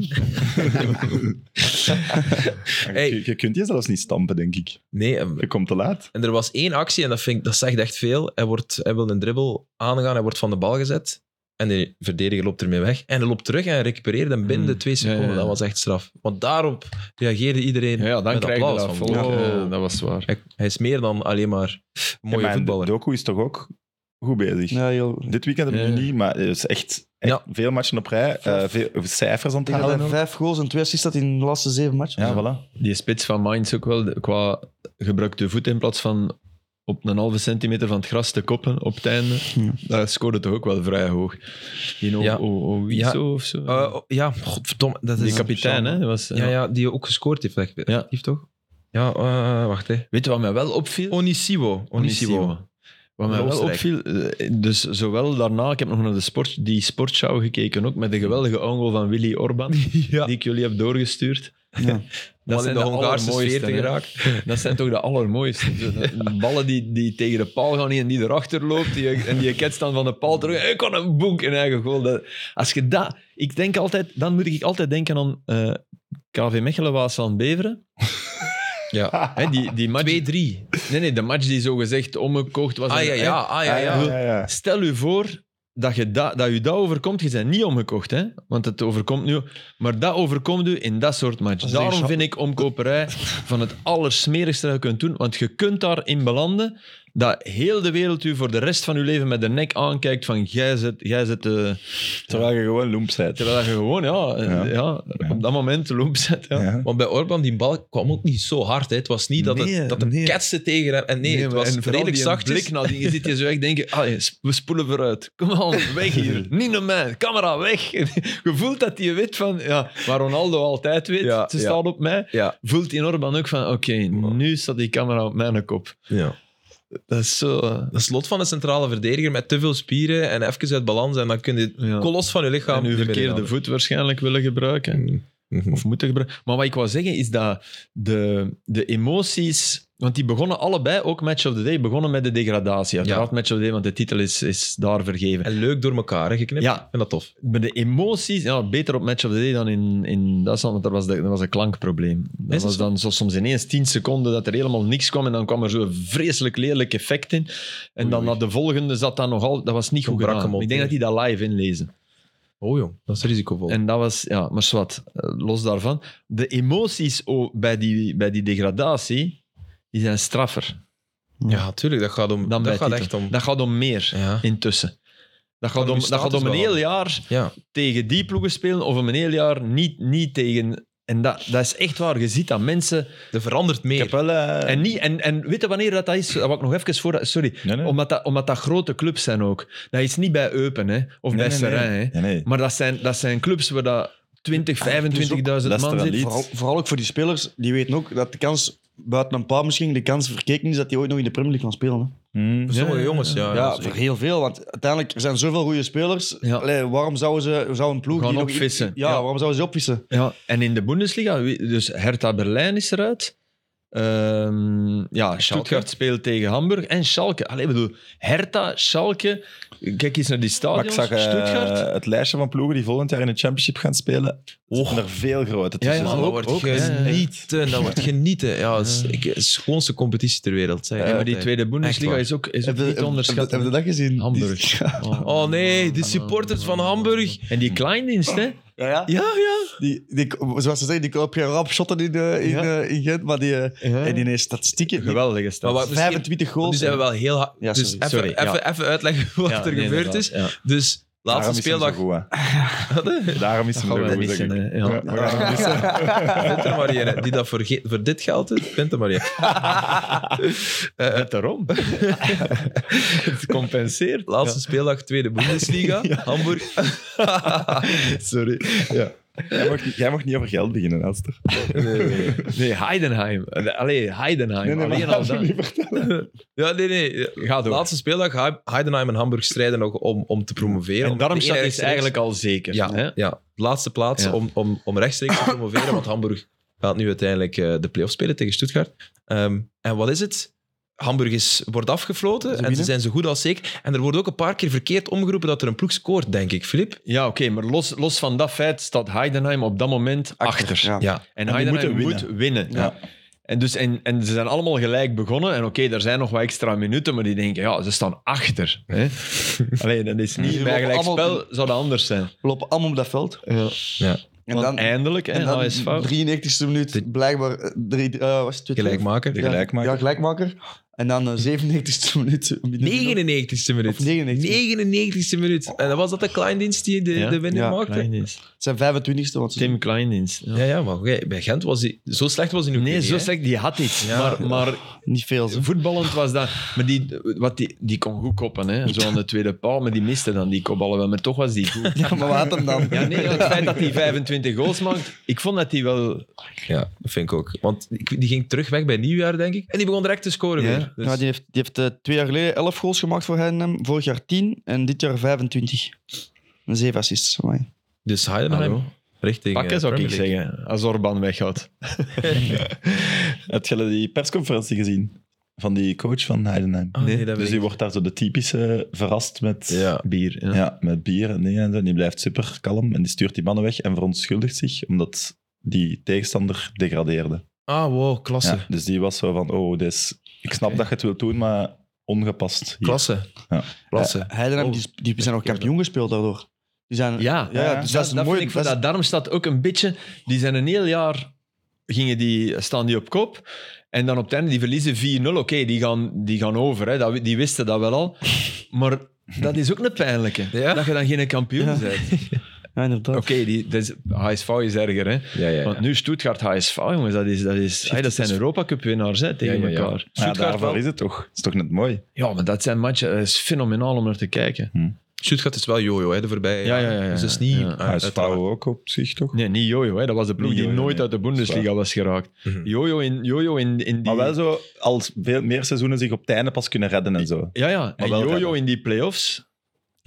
S1: Hey.
S2: Je, je kunt je zelfs niet stampen, denk ik.
S1: Nee, ehm, en-
S2: Je komt te laat.
S1: En er was één actie, en dat, vind ik, dat zegt echt veel. Hij, wordt, hij wil een dribbel aangaan, hij wordt van de bal gezet. En de verdediger loopt ermee weg. En hij loopt terug en hij recupereert hem binnen
S4: Hmm.
S1: de twee
S4: Ja, ja,
S1: seconden.
S4: ja.
S1: Dat was echt straf. Want daarop reageerde iedereen.
S4: Ja, ja, dan
S1: met
S4: krijg je
S1: applaus
S4: dat.
S1: van-
S4: volk.
S1: Ja.
S4: Eh, dat was waar.
S1: Hij, hij is meer dan alleen maar een mooie
S2: Ja, maar
S1: voetballer.
S2: de Doku is toch ook goed bezig.
S3: Ja, heel...
S2: Dit weekend hebben we
S4: Ja.
S2: nu niet, maar het is echt, echt
S1: Ja.
S2: veel matchen op rij. eh, veel cijfers aan het
S3: Ik denk dat
S2: halen.
S3: hij
S2: ook.
S3: vijf goals en twee assists had in de laatste zeven matchen.
S2: Ja, voilà.
S4: Die spits van Mainz ook wel, de- qua gebruikte voet in plaats van op een halve centimeter van het gras te koppen op het einde,
S3: Ja.
S4: dat scoorde toch ook wel vrij hoog. In
S1: Ja.
S4: ja. Owiso of zo.
S1: Eh, oh, ja, godverdomme. Dat
S4: die
S1: is
S4: kapitein, hè. Was, eh,
S1: Ja, ja, die ook gescoord heeft. Echt,
S4: Ja.
S1: actief, toch? Ja, eh, wacht. Hè.
S4: Weet je wat mij wel opviel?
S1: Onisiwo. Onisiwo.
S4: Wat mij wel
S1: Oostenrijk.
S4: opviel, eh, dus zowel daarna, ik heb nog naar de sport, die sportshow gekeken ook, met de geweldige angle van Willy Orban, die ik jullie heb doorgestuurd.
S3: Ja.
S1: Dat in de Hongaarse sfeer te
S4: hè.
S1: geraakt.
S4: Dat zijn toch de allermooiste. Zo, de Ballen die, die tegen de paal gaan en die erachter loopt. Die, en die ketst dan van de paal terug. Ik kan een boek in eigen goal. Dat, als je dat... Ik denk altijd... Dan moet ik altijd denken aan eh, KV Mechelen, Waasland, Beveren.
S1: Ja.
S4: Hè, die, die match...
S1: 2-3.
S4: Nee, nee, de match die zogezegd omgekocht was.
S1: Ah
S4: en-
S1: ja,
S4: hè.
S1: ja. Ah, ja, ja.
S2: ja, ja.
S4: Stel u voor dat je dat, dat, u dat overkomt. Je bent niet omgekocht, hè? want het overkomt nu. Maar dat overkomt u in dat soort matches.
S3: is een
S4: Daarom
S3: grap.
S4: vind ik omkoperij van het allersmerigste dat je kunt doen. Want je kunt daarin belanden dat heel de wereld u voor de rest van uw leven met de nek aankijkt van jij zit, jij zit de...
S2: Terwijl je gewoon loemp bent.
S4: Terwijl je gewoon, ja, eh,
S2: Ja.
S4: ja. op dat moment loop zet. Ja.
S2: Ja.
S1: Want bij Orban, die bal kwam ook niet zo hard. Hè. Het was niet dat,
S4: Nee,
S1: het, dat de
S4: nee.
S1: ketsen tegen hem... En nee, het
S4: maar-
S1: was
S4: en vooral
S1: redelijk
S4: die
S1: zachtjes.
S4: blik naar die, je zit je zo echt denken, allee, sp- we spoelen vooruit. Kom aan, weg hier. Niet naar mij. Camera, weg. Je voelt dat hij weet van, ja, waar Ronaldo altijd weet,
S1: Ja,
S4: ze
S1: ja.
S4: staan op mij.
S1: Ja.
S4: Voelt in Orban ook van, oké, nu staat die camera op mijn kop.
S1: ja.
S4: Dat is zo... eh,
S1: Dat slot van een centrale verdediger met te veel spieren en even uit balans. En dan kun je
S4: Ja.
S1: kolos van je lichaam...
S4: En uw
S1: niet meer
S4: verkeerde
S1: inhalen.
S4: voet waarschijnlijk willen gebruiken.
S1: Mhm.
S4: Of moeten gebruiken. Maar wat ik wou zeggen is dat de, de emoties. Want die begonnen allebei ook Match of the Day. Begonnen met de degradatie. Uiteraard Match of the Day, want de titel is, is daar vergeven.
S1: En leuk door elkaar hè, geknipt.
S4: Ja.
S1: Ik vind dat tof.
S4: Maar de emoties, ja, beter op Match of the Day dan in, in Duitsland, want daar was, de, daar was een klankprobleem.
S1: dat
S4: Dat was
S1: zo?
S4: dan zo, soms ineens 10 seconden dat er helemaal niks kwam en dan kwam er zo'n vreselijk lelijk effect in. En dan
S1: oei.
S4: na de volgende zat dat nogal, dat was niet
S1: Toen
S4: goed
S1: brak
S4: gedaan.
S1: hem op,
S4: Ik denk
S1: hè?
S4: dat die dat live inlezen.
S1: Oh jong, dat is risicovol.
S4: En dat was, ja, maar zwart, eh, los daarvan. De emoties o- bij, die, bij die degradatie, die zijn straffer.
S1: ja, tuurlijk. Dat gaat, om,
S4: Dan bij
S1: dat gaat
S4: titel.
S1: echt om...
S4: Dat gaat om meer,
S1: Ja.
S4: intussen. Dat gaat
S1: om
S4: om,
S1: je
S4: dat gaat om een
S1: status
S4: heel
S1: behouden.
S4: jaar
S1: ja.
S4: tegen die ploegen spelen of om een heel jaar niet, niet tegen. En dat, dat is echt waar. Je ziet dat mensen.
S1: Dat verandert
S2: Ik
S1: meer.
S2: heb wel... eh,
S4: En, niet, en, en weet je wanneer dat, dat is? Dat wou ik nog even voor. Sorry.
S2: Nee, nee.
S4: Omdat dat, omdat dat grote clubs zijn ook. Dat is niet bij Eupen hè, of
S2: Nee,
S4: bij
S2: nee,
S4: Seraing. Hè.
S2: Nee, nee.
S4: Maar dat zijn, dat zijn clubs waar dat 20, 25.000
S2: Ah, dus Leicester
S4: man
S2: en
S4: zit.
S2: Leeds.
S3: Vooral, vooral ook voor die spelers, die weten ook dat de kans, buiten een paar misschien, de kans verkeken is dat die ooit nog in de Premier League gaan spelen. Hè.
S2: Hmm.
S1: Voor sommige jongens, ja.
S3: Ja,
S1: ja,
S3: voor
S1: zeker.
S3: heel veel. Want uiteindelijk er zijn zoveel goede spelers.
S4: Ja.
S3: Allee, waarom zouden ze zou een ploeg
S4: Gaan
S3: die nog-
S4: opvissen.
S3: Ja,
S4: Ja.
S3: waarom zouden ze opvissen?
S4: Ja, en in de Bundesliga, wie- dus Hertha Berlijn is eruit. Ehm, ja, Stuttgart speelt tegen Hamburg en Schalke. Allee, ik bedoel, Hertha, Schalke. Kijk eens naar die
S2: Maar ik
S4: stadions.
S2: zag eh,
S4: Stuttgart.
S2: het lijstje van ploegen die volgend jaar in de championship gaan spelen. Er zijn er veel grote
S4: Oh, Ja, ja,
S1: Ja,
S2: tussen.
S1: dat
S4: ook-
S1: wordt
S4: ook, ja, ja.
S1: genieten. Dat wordt genieten. Ja, het is, ik- het is de schoonste competitie ter wereld. zeg ik
S4: Eh, Ja, maar die
S1: altijd.
S4: tweede Bundesliga
S1: waar.
S4: is ook, is ook
S3: Heb je- heb-
S4: niet te onderschatten.
S3: Heb je dat gezien?
S4: Hamburg.
S1: Oh nee, de supporters van Hamburg.
S4: En die Kleindienst, hè?
S3: Ja, ja.
S4: Ja, ja.
S3: Die, die, zoals ze zeggen, die koop je rap shotten in, eh, in,
S4: Ja.
S3: eh, in Gent, maar die, eh, en die heeft statistieken. die-
S4: Geweldige
S1: Maar
S4: stad.
S1: wat misschien-
S3: 25
S1: Nu
S3: goals.
S1: zijn we wel heel hard.
S3: Ja,
S1: dus
S3: sorry.
S1: even,
S4: Sorry, ja.
S1: even, even uitleggen wat
S4: Ja,
S1: er
S4: nee,
S1: gebeurd
S4: inderdaad,
S1: is.
S4: ja.
S1: Dus Laatste
S2: Daarom is hem zo
S1: speeldag.
S2: goed, hè. Daarom is
S4: Dat
S2: hem
S4: gaan
S2: zo
S4: wij
S2: goed,
S4: missen,
S2: zeg ik.
S4: hè. Ja.
S2: Ja, we gaan hem missen.
S1: Vindt er maar één, hè. die dat voor, ge- voor dit geld doet, vindt er maar één.
S4: Net daarom. Eh, het compenseert.
S1: Laatste speeldag, tweede Bundesliga, Hamburg.
S4: Sorry.
S2: Jij mag, niet- jij mag niet over geld beginnen, Elster.
S4: Nee, Heidenheim. Allee, Heidenheim. Alleen al dat.
S1: Ja, Ah, nee, nee.
S4: Ga door.
S1: Laatste speeldag, Hei- Heidenheim en Hamburg strijden nog om, om te promoveren.
S4: En
S1: Om
S4: daarom
S1: de
S4: staat
S1: ene
S4: is
S1: rechtstreeks-
S4: eigenlijk al zeker. hè?
S1: Ja, ja, laatste plaats
S4: Ja.
S1: Om, om, om rechtstreeks te promoveren, want Hamburg gaat nu uiteindelijk eh, de play-off spelen tegen Stuttgart. Ehm, en wat is het? Hamburg is, wordt afgefloten en ze
S3: winnen.
S1: zijn zo goed als zeker. En er wordt ook een paar keer verkeerd omgeroepen dat er een ploeg scoort, denk ik, Filip.
S4: Ja, oké, maar los, los van dat feit staat Heidenheim op dat moment achter.
S3: Ja.
S1: Ja,
S4: En,
S2: die
S4: Heidenheim
S2: moeten
S4: moet winnen.
S3: Ja.
S4: En, dus, en, en ze zijn allemaal gelijk begonnen. En oké, er zijn nog wat extra minuten, maar die denken, ja, ze staan achter. Hè? Alleen, dat is niet...
S3: Die
S4: Bij gelijk
S3: lopen allemaal-
S4: spel zou dat anders zijn.
S3: We lopen allemaal op dat veld.
S4: Ja.
S3: En dan,
S4: Eindelijk, hè,
S3: en dan
S4: HSV.
S3: 93e minuut, blijkbaar eh, drie, eh was het twee-
S1: gelijk
S2: De
S1: maken.
S3: Ja,
S2: gelijkmaker.
S3: Ja, gelijkmaker. En dan eh, 97e minuut.
S1: 99ste minuut.
S3: Of 99e.
S1: 99ste minuut. En dan was dat de Kleindienst die de,
S4: Ja.
S1: de winnaar
S3: Ja,
S1: maakte?
S4: Kleindienst.
S3: Het zijn 25e, want ze
S4: Tim Kleindienst. Ja.
S1: Ja, ja, maar oké, bij Gent was hij... Zo slecht was hij nog
S4: Nee,
S1: niet,
S4: zo
S1: hè?
S4: slecht, die had iets.
S1: Ja.
S4: Maar, maar
S3: niet veel. Ze.
S4: voetballend was dat... Maar die, wat die, die kon goed koppen, hè. Zo aan de tweede paal, maar die miste dan die kopballen wel. Maar toch was die goed.
S3: Ja, maar wat hem dan?
S4: Ja, nee, ja, het feit dat hij 25 goals maakt, ik vond dat hij wel...
S1: Ja, dat vind ik ook. Want ik- die ging terug weg bij nieuwjaar, denk ik. En die begon direct te scoren
S4: Ja.
S1: weer. Dus-
S3: Ja, die heeft, die heeft eh, twee jaar geleden 11 goals gemaakt voor Heidenheim. Vorig jaar 10 en dit jaar 25. En 7 assists. Amai.
S1: Dus Heidenheim
S4: Hallo.
S1: richting
S4: Pakken
S1: eh,
S4: zou ik
S1: Premier League.
S4: zeggen, als Orban weggaat.
S2: Heb je die persconferentie gezien? Van die coach van Heidenheim.
S1: Ah, nee, dat weet
S2: dus die
S1: ik.
S2: wordt daar zo de typische verrast met,
S1: Ja.
S4: Bier, ja.
S2: Ja, met bier en dingen en zo. En die blijft super kalm en die stuurt die mannen weg en verontschuldigt zich omdat die tegenstander degradeerde.
S1: Ah, wow, klasse.
S2: Ja, dus die was zo van, oh, dit is, ik snap dat je het wilt doen, maar ongepast. hier.
S1: Klasse.
S2: Ja.
S1: Klasse.
S3: Eh, Heidenheim, die, die zijn ook kampioen gespeeld daardoor. Die zijn...
S4: Oh. Ja,
S3: Ja, ja, dus dat is
S4: dat
S3: mooi.
S4: Vind ik van
S3: Dat is-
S4: dat Darmstad ook een beetje... Die zijn een heel jaar... Gingen die, staan die op kop. En dan op het einde, die verliezen 4-0. Oké, die, gaan, die gaan over. Hè. Dat, wi- die wisten dat wel al. Maar dat is ook een pijnlijke.
S1: Ja.
S4: Dat je dan geen kampioen
S3: Ja.
S4: bent.
S3: Ja, inderdaad.
S4: Oké, die dat is- HSV is erger. Hè.
S1: Ja, ja,
S4: Want nu Stuttgart HSV, jongens. Dat, is, dat, is, hey, dat zijn Europa Cup winnaars hè, tegen
S1: Ja, ja, ja.
S4: elkaar.
S2: Ja,
S1: Stuttgart
S2: daarvoor
S1: wel.
S2: is het toch? is toch net mooi?
S4: Ja, maar dat zijn matchen. Dat is fenomenaal om naar te kijken.
S1: Stuttgart is wel jojo, hè, de voorbij.
S4: Ja, ja, ja, ja.
S1: Dus dat is niet...
S4: Ja.
S1: ah,
S2: Hij is
S1: uiteraard.
S2: ook op zich, toch?
S4: Nee, niet Jojo. Hè. Dat was de ploeg
S2: Niet
S4: die
S2: Jojo,
S4: nooit
S2: nee.
S4: uit de Bundesliga was geraakt.
S1: Mhm.
S4: Jojo in, Jojo in, in die...
S2: Maar wel zo, als veel meer seizoenen zich op het einde pas kunnen redden en zo.
S4: Ja, ja. En
S2: wel
S4: Jojo
S2: redden.
S4: in die play-offs.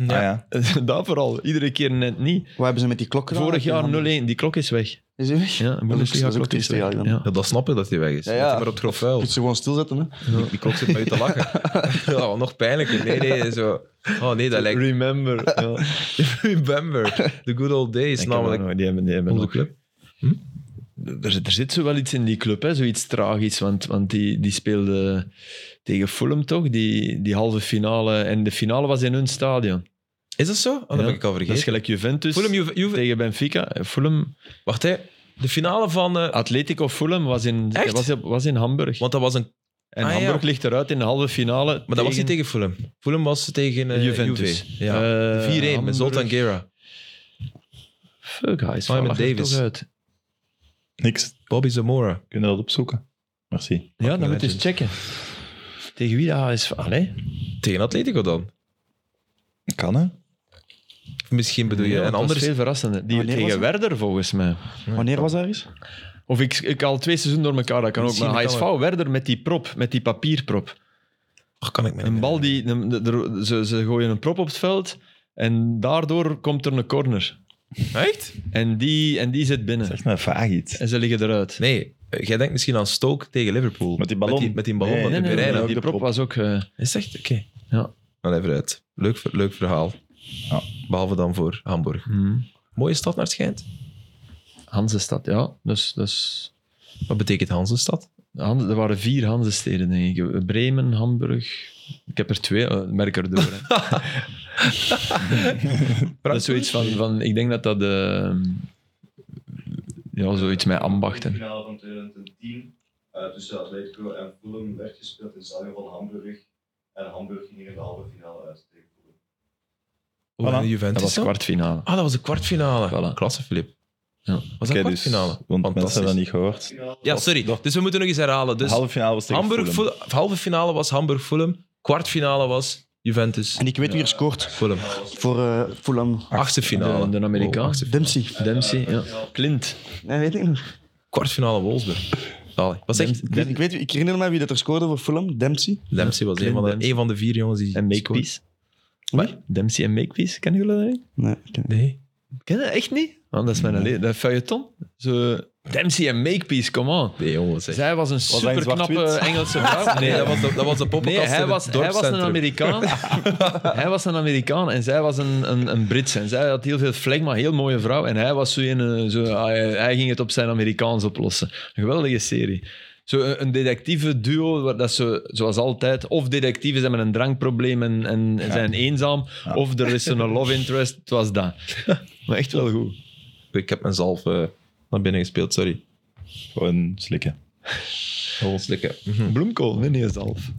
S2: Ja.
S1: Ja.
S2: ja.
S4: dat vooral. Iedere keer net niet.
S3: Wat hebben ze met die klok gedaan?
S4: Vorig jaar 0-1.
S3: Heidenheim?
S4: Die klok is weg.
S3: Is die weg?
S4: Ja, de
S3: dat is
S4: Bundesliga
S3: ook
S4: klok is
S3: triestig
S4: weg.
S3: eigenlijk
S4: Ja.
S1: Ja, dat snap je dat hij weg is.
S3: Ja,
S1: Dat
S3: ja.
S1: hij maar op het grof vuil.
S3: Moet ze gewoon stilzetten, hè?
S1: Die, die klok zit maar uit te lachen. ja, nog pijnlijker. Nee, nee, zo... Oh nee, dat lijkt...
S4: Remember. Ja.
S1: Remember the good old days,
S4: Ik heb dat
S1: namelijk...
S4: nog- Die hebben, die hebben
S1: Onze
S4: nog-
S1: club.
S4: Er, er zit zo wel iets in die club, hè? zoiets tragisch. Want, want die, die speelde tegen Fulham toch, die, die halve finale. En de finale was in hun stadion.
S1: Is dat zo? Oh, dat
S4: Ja.
S1: heb ik al
S4: Dat is
S1: vergeten.
S4: gelijk Juventus
S1: Fulham, Juve- Juve-
S4: tegen Benfica. Eh, Fulham,
S1: Wacht, hè. De finale van... eh,
S4: Atletico Fulham was in,
S1: Echt?
S4: was, op- was in Hamburg.
S1: want dat was een...
S4: en
S1: ah, ja.
S4: Hamburg ligt eruit in de halve finale.
S1: Maar dat was niet tegen Fulham. Fulham was tegen eh,
S4: Juventus. Eh,
S1: Juve. Ja. 4-1 met Zoltan Gera.
S4: Fuck, hij is
S1: Simon
S4: lag er
S1: Davis.
S4: toch uit.
S2: Niks.
S1: Bobby Zamora.
S2: Kunnen we dat opzoeken? Merci.
S4: Ja, dan moet je eens
S1: legend.
S4: checken. Tegen wie dat is. Allee.
S1: Tegen Atletico dan?
S2: Kan, hè?
S1: Of Misschien bedoel je
S4: Ja,
S1: een
S4: dat was
S1: ander... Ah,
S4: veel verrassender. Die
S3: Wanneer was
S4: tegen
S3: het?
S4: Werder, volgens mij.
S3: Wanneer was dat eens?
S4: Of ik, ik al twee seizoenen door elkaar, dat kan ook.
S1: Misschien
S4: Maar
S1: kan
S4: HSV Werder met die prop, met die papierprop.
S1: Ach, Oh, kan ik me niet
S4: Een
S1: meer
S4: bal die... een- de- de- ze, ze gooien een prop op het veld en daardoor komt er een corner.
S1: herinneren. Echt?
S4: En die, en die zit
S2: Dat is
S4: binnen.
S2: echt een vaag iets.
S4: En ze liggen eruit.
S1: Nee, eh, jij denkt misschien aan Stoke tegen Liverpool.
S2: Met die ballon.
S1: Met die, met die ballon
S2: Nee,
S1: van
S4: Nee,
S1: de
S4: nee, nee,
S1: Pereira.
S4: nee,
S2: ook de
S4: die prop
S2: prop.
S4: was ook... eh,
S1: Is echt? Oké.
S4: Ja.
S1: Dan even uit. Leuk, ver- leuk verhaal.
S2: Ja.
S1: Behalve dan voor Hamburg.
S4: hmm.
S1: Mooie stad naar het schijnt.
S4: Hansestad, ja. Dus, dus
S1: Wat betekent Hansenstad?
S4: Han- er waren vier Hansesteden, denk ik. Bremen, Hamburg... Ik heb er twee, eh, merk er door. Hè. dat is zoiets van, van... Ik denk dat dat... eh, ja, zoiets met ambachten.
S5: De finale van 2010 eh, tussen Atletico en Fulham werd gespeeld in het stadion van Hamburg. En Hamburg ging er in de halve finale uit tegen Fulham.
S1: Hoe
S2: Voilà.
S1: waren de
S4: Dat
S1: Juventus
S4: was
S1: dan?
S4: kwartfinale.
S1: Ah, dat was de kwartfinale.
S4: Voilà.
S1: Klasse, Filip.
S4: Ja.
S1: Was dat
S2: Oké, dus,
S1: kwartfinale?
S2: want mensen
S1: Fantastisch.
S2: hebben dat niet gehoord.
S1: Ja, sorry.
S2: Nog-
S1: Dus we moeten nog eens herhalen.
S2: De
S1: Dus
S2: halve finale was tegen
S1: Hamburg,
S2: Fulham.
S1: Fulham- halve finale was Hamburg-Fulham. Kwartfinale was Juventus.
S3: En ik weet wie er scoort
S1: Fulham.
S3: voor eh Fulham.
S1: Achtste finale.
S4: De, de Amerikaan.
S1: Oh, achtste.
S3: Dempsey.
S4: Dempsey, ja. Clint.
S3: Nee, weet ik nog.
S1: Kwartfinale Wolfsburg. Zalig. Was echt,
S3: Ik, weet, ik, weet, ik herinner me wie dat er scoorde voor Fulham. Dempsey.
S1: Dempsey was een
S4: Clint
S1: van, de,
S4: Dempsey.
S1: een van de vier jongens die
S4: En
S1: scoorde.
S4: Makepeace.
S1: Wie?
S4: Dempsey en Makepeace, kennen jullie dat niet?
S3: Nee, ik ken-
S1: Nee.
S4: Ken je dat echt niet? Man, dat is mijn alleen. Dat feuilleton. Zo, Dempsey en Makepeace, come on.
S1: Nee, jongens. hè.
S4: Zij was een
S2: dat in
S4: superknappe
S2: zwart-wit?
S4: Engelse vrouw.
S1: Nee, dat was de, dat was de poppenkast
S4: Nee, hij
S1: in
S4: was,
S1: het
S4: hij was een
S1: dorpscentrum.
S4: Amerikaan. hij was een Amerikaan en zij was een, een, een Brits. En zij had heel veel flegma, heel mooie vrouw. En hij was zo in een... Zo, ah, hij, hij ging het op zijn Amerikaans oplossen. Een geweldige serie. Zo eh, een, een detectieve duo, waar dat ze, zoals altijd, of detectieven zijn met een drankprobleem en, en zijn eenzaam,
S2: Ja.
S4: of er is een love interest. Het was dat. Maar echt wel goed.
S1: Ik heb mezelf eh, naar binnen gespeeld, sorry.
S2: Gewoon slikken.
S1: Gewoon slikken.
S4: Bloemkool, nee, niet zelf.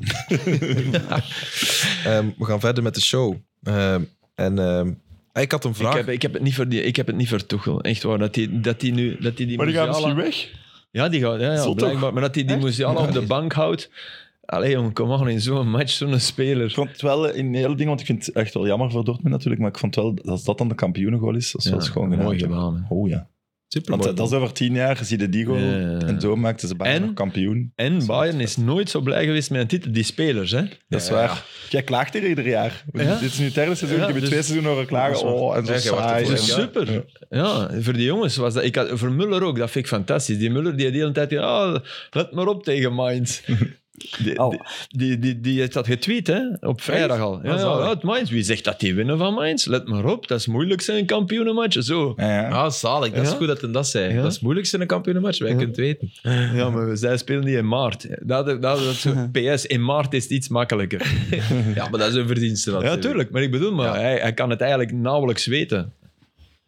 S1: Ehm, we gaan verder met de show. Ehm, en ehm, ik had een
S4: Ik
S1: vraag.
S4: heb, ik, heb het niet voor die, ik heb het niet voor Tuchel. Echt waar, dat die, dat die nu... Dat die die
S2: Maar die gaan
S4: Musiala-
S2: misschien weg.
S4: Ja, die gaat, ja, ja
S2: Zot
S4: blijkbaar. Maar dat hij die Musiala op de bank houdt. Allee, jongen, kom aan, in zo'n match, zo'n
S2: Ik
S4: speler.
S2: vond het wel in hele ding, want ik vind het echt wel jammer voor Dortmund natuurlijk, maar ik vond wel dat als dat dan de kampioenengoal is, dat is wel
S4: Ja,
S2: schoon gedaan.
S4: Mooi gedaan. hè.
S2: Oh ja. Want
S1: Supermooi.
S2: dat, dat is over tien jaar, zie je die goal.
S4: Ja, ja, ja.
S2: En zo maakten ze bijna
S4: En?
S2: nog kampioen.
S4: En Bayern is nooit zo blij geweest met een titel, die spelers. Hè?
S2: Dat is waar. Jij klaagt er ieder jaar.
S4: Ja.
S2: Dit is nu het derde seizoen,
S4: Ja,
S2: ik heb je
S4: dus-
S2: twee seizoenen horen klagen.
S1: Dat is waar.
S2: Oh, en zo
S1: Ja, jij wacht
S2: saai.
S1: ervoor,
S4: Dus
S1: ja.
S4: super. Ja, voor die jongens was dat. Ik had, voor Muller ook, dat vind ik fantastisch. Die Muller die de hele tijd. Ja, let maar op tegen Mainz. Die,
S3: Al.
S4: die, die, die, die heeft dat getweet, hè? Op vrijdag al. Ja,
S1: Ah,
S4: ja,
S1: zalig.
S4: uit Mainz. Wie zegt dat die winnen van Mainz? Let maar op, dat is moeilijk zijn kampioenenmatch. Zo.
S2: Ja, ja.
S1: Ah, zalig. Dat is
S4: Ja?
S1: goed dat hij dat zei.
S4: Ja?
S1: Dat is het moeilijkste in een kampioenenmatch. Wij
S4: Ja.
S1: kunnen het weten.
S4: Ja, maar zij spelen die in maart. Dat, dat, dat, zo- PS, in maart is het iets makkelijker.
S1: Ja, maar dat is een verdienste
S4: Ja,
S1: natuurlijk.
S4: tuurlijk. Maar ik bedoel, maar
S1: Ja.
S4: hij, hij kan het eigenlijk nauwelijks weten.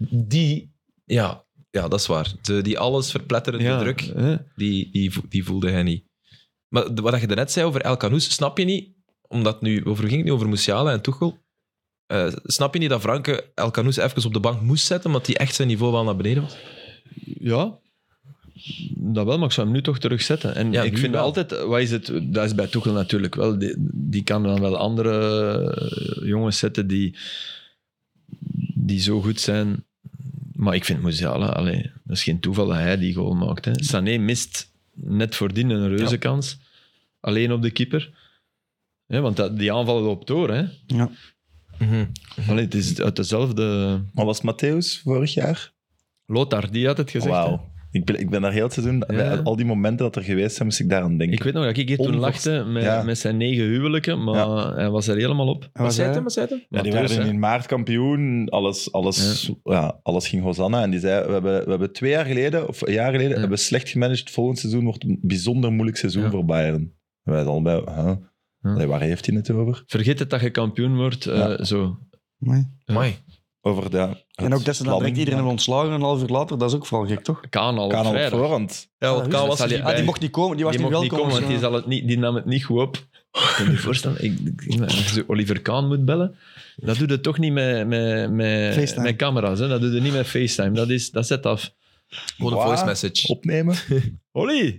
S1: Die... Ja, ja, dat is waar. De, die alles verpletterende
S4: Ja,
S1: druk,
S4: hè?
S1: die, die, vo- die voelde hij niet. Maar de- wat je daarnet zei over El Canoes, snap je niet, omdat nu, over ging het nu over Musiala en Tuchel, Eh, snap je niet dat Franke El Canoes even op de bank moest zetten, omdat hij echt zijn niveau wel naar beneden was?
S4: Ja. Dat wel, maar ik zou hem nu toch terugzetten. En
S1: Ja,
S4: ik
S1: nu
S4: vind
S1: wel.
S4: altijd, wat is het, dat is bij Tuchel natuurlijk wel, die, die kan dan wel andere eh, jongens zetten die, die zo goed zijn. Maar ik vind Musiala, allee, dat is geen toeval dat hij die goal maakt. Hè. Sané mist net voordien een reuze kans. Alleen op de keeper. Ja, want dat, die aanval loopt door. Hè.
S3: Ja. Mhm.
S4: Allee, het is uit dezelfde...
S2: Maar was Matthäus vorig jaar?
S4: Lothar, die had het gezegd. hè.
S2: Wauw. Ik ben, ik ben daar heel het seizoen, bij al die momenten dat er geweest zijn, moest ik daaraan denken.
S4: Ik weet nog dat ik hier toen
S2: Onverst-
S4: lachte met,
S2: Ja.
S4: met zijn negen huwelijken, maar hij was er helemaal op.
S3: En was eh,
S1: Wat zei
S3: hij?
S1: hij? Wat zei hij?
S2: Ja, die
S4: Matthäus,
S2: werden
S4: hè.
S2: in maart kampioen. Alles, alles, ja. alles ging Hosanna. En die zei: we hebben, we hebben twee jaar geleden, of een jaar geleden,
S4: Ja.
S2: hebben we slecht gemanaged. Volgend seizoen wordt een bijzonder moeilijk seizoen
S4: Ja.
S2: voor Bayern. En wij al bij. huh? Allee, waar heeft hij het over?
S4: Vergeet het dat je kampioen wordt, eh,
S2: Ja.
S4: zo.
S3: Amai.
S1: Amai.
S2: Over de, het
S3: En ook dat ze dan
S2: planning.
S3: direct iedereen hebben ontslagen een half uur later, dat is ook vooral gek, toch?
S4: Kaan al op
S2: Kan al op
S4: vrijdag.
S2: voorhand.
S1: Ja, want
S4: Ah,
S1: Kaan
S4: dus
S1: was er
S4: dat
S1: niet
S4: zal
S1: bij.
S4: hij-
S3: Ah, die mocht niet komen, die was
S4: Die
S3: niet
S4: mocht niet
S3: welkom. eh. dus,
S4: komen,
S3: zo.
S4: want die, zal het niet, die nam het niet goed op. Kun je je voorstellen? Ik, ik, als je Oliver Kaan moet bellen, dat doe je toch niet met, met, met,
S3: FaceTime.
S4: met camera's. Hè? Dat doe je niet met FaceTime. Dat, is, dat zet af.
S1: Gewoon een
S2: Waar?
S1: voice message.
S2: Opnemen.
S4: Olly!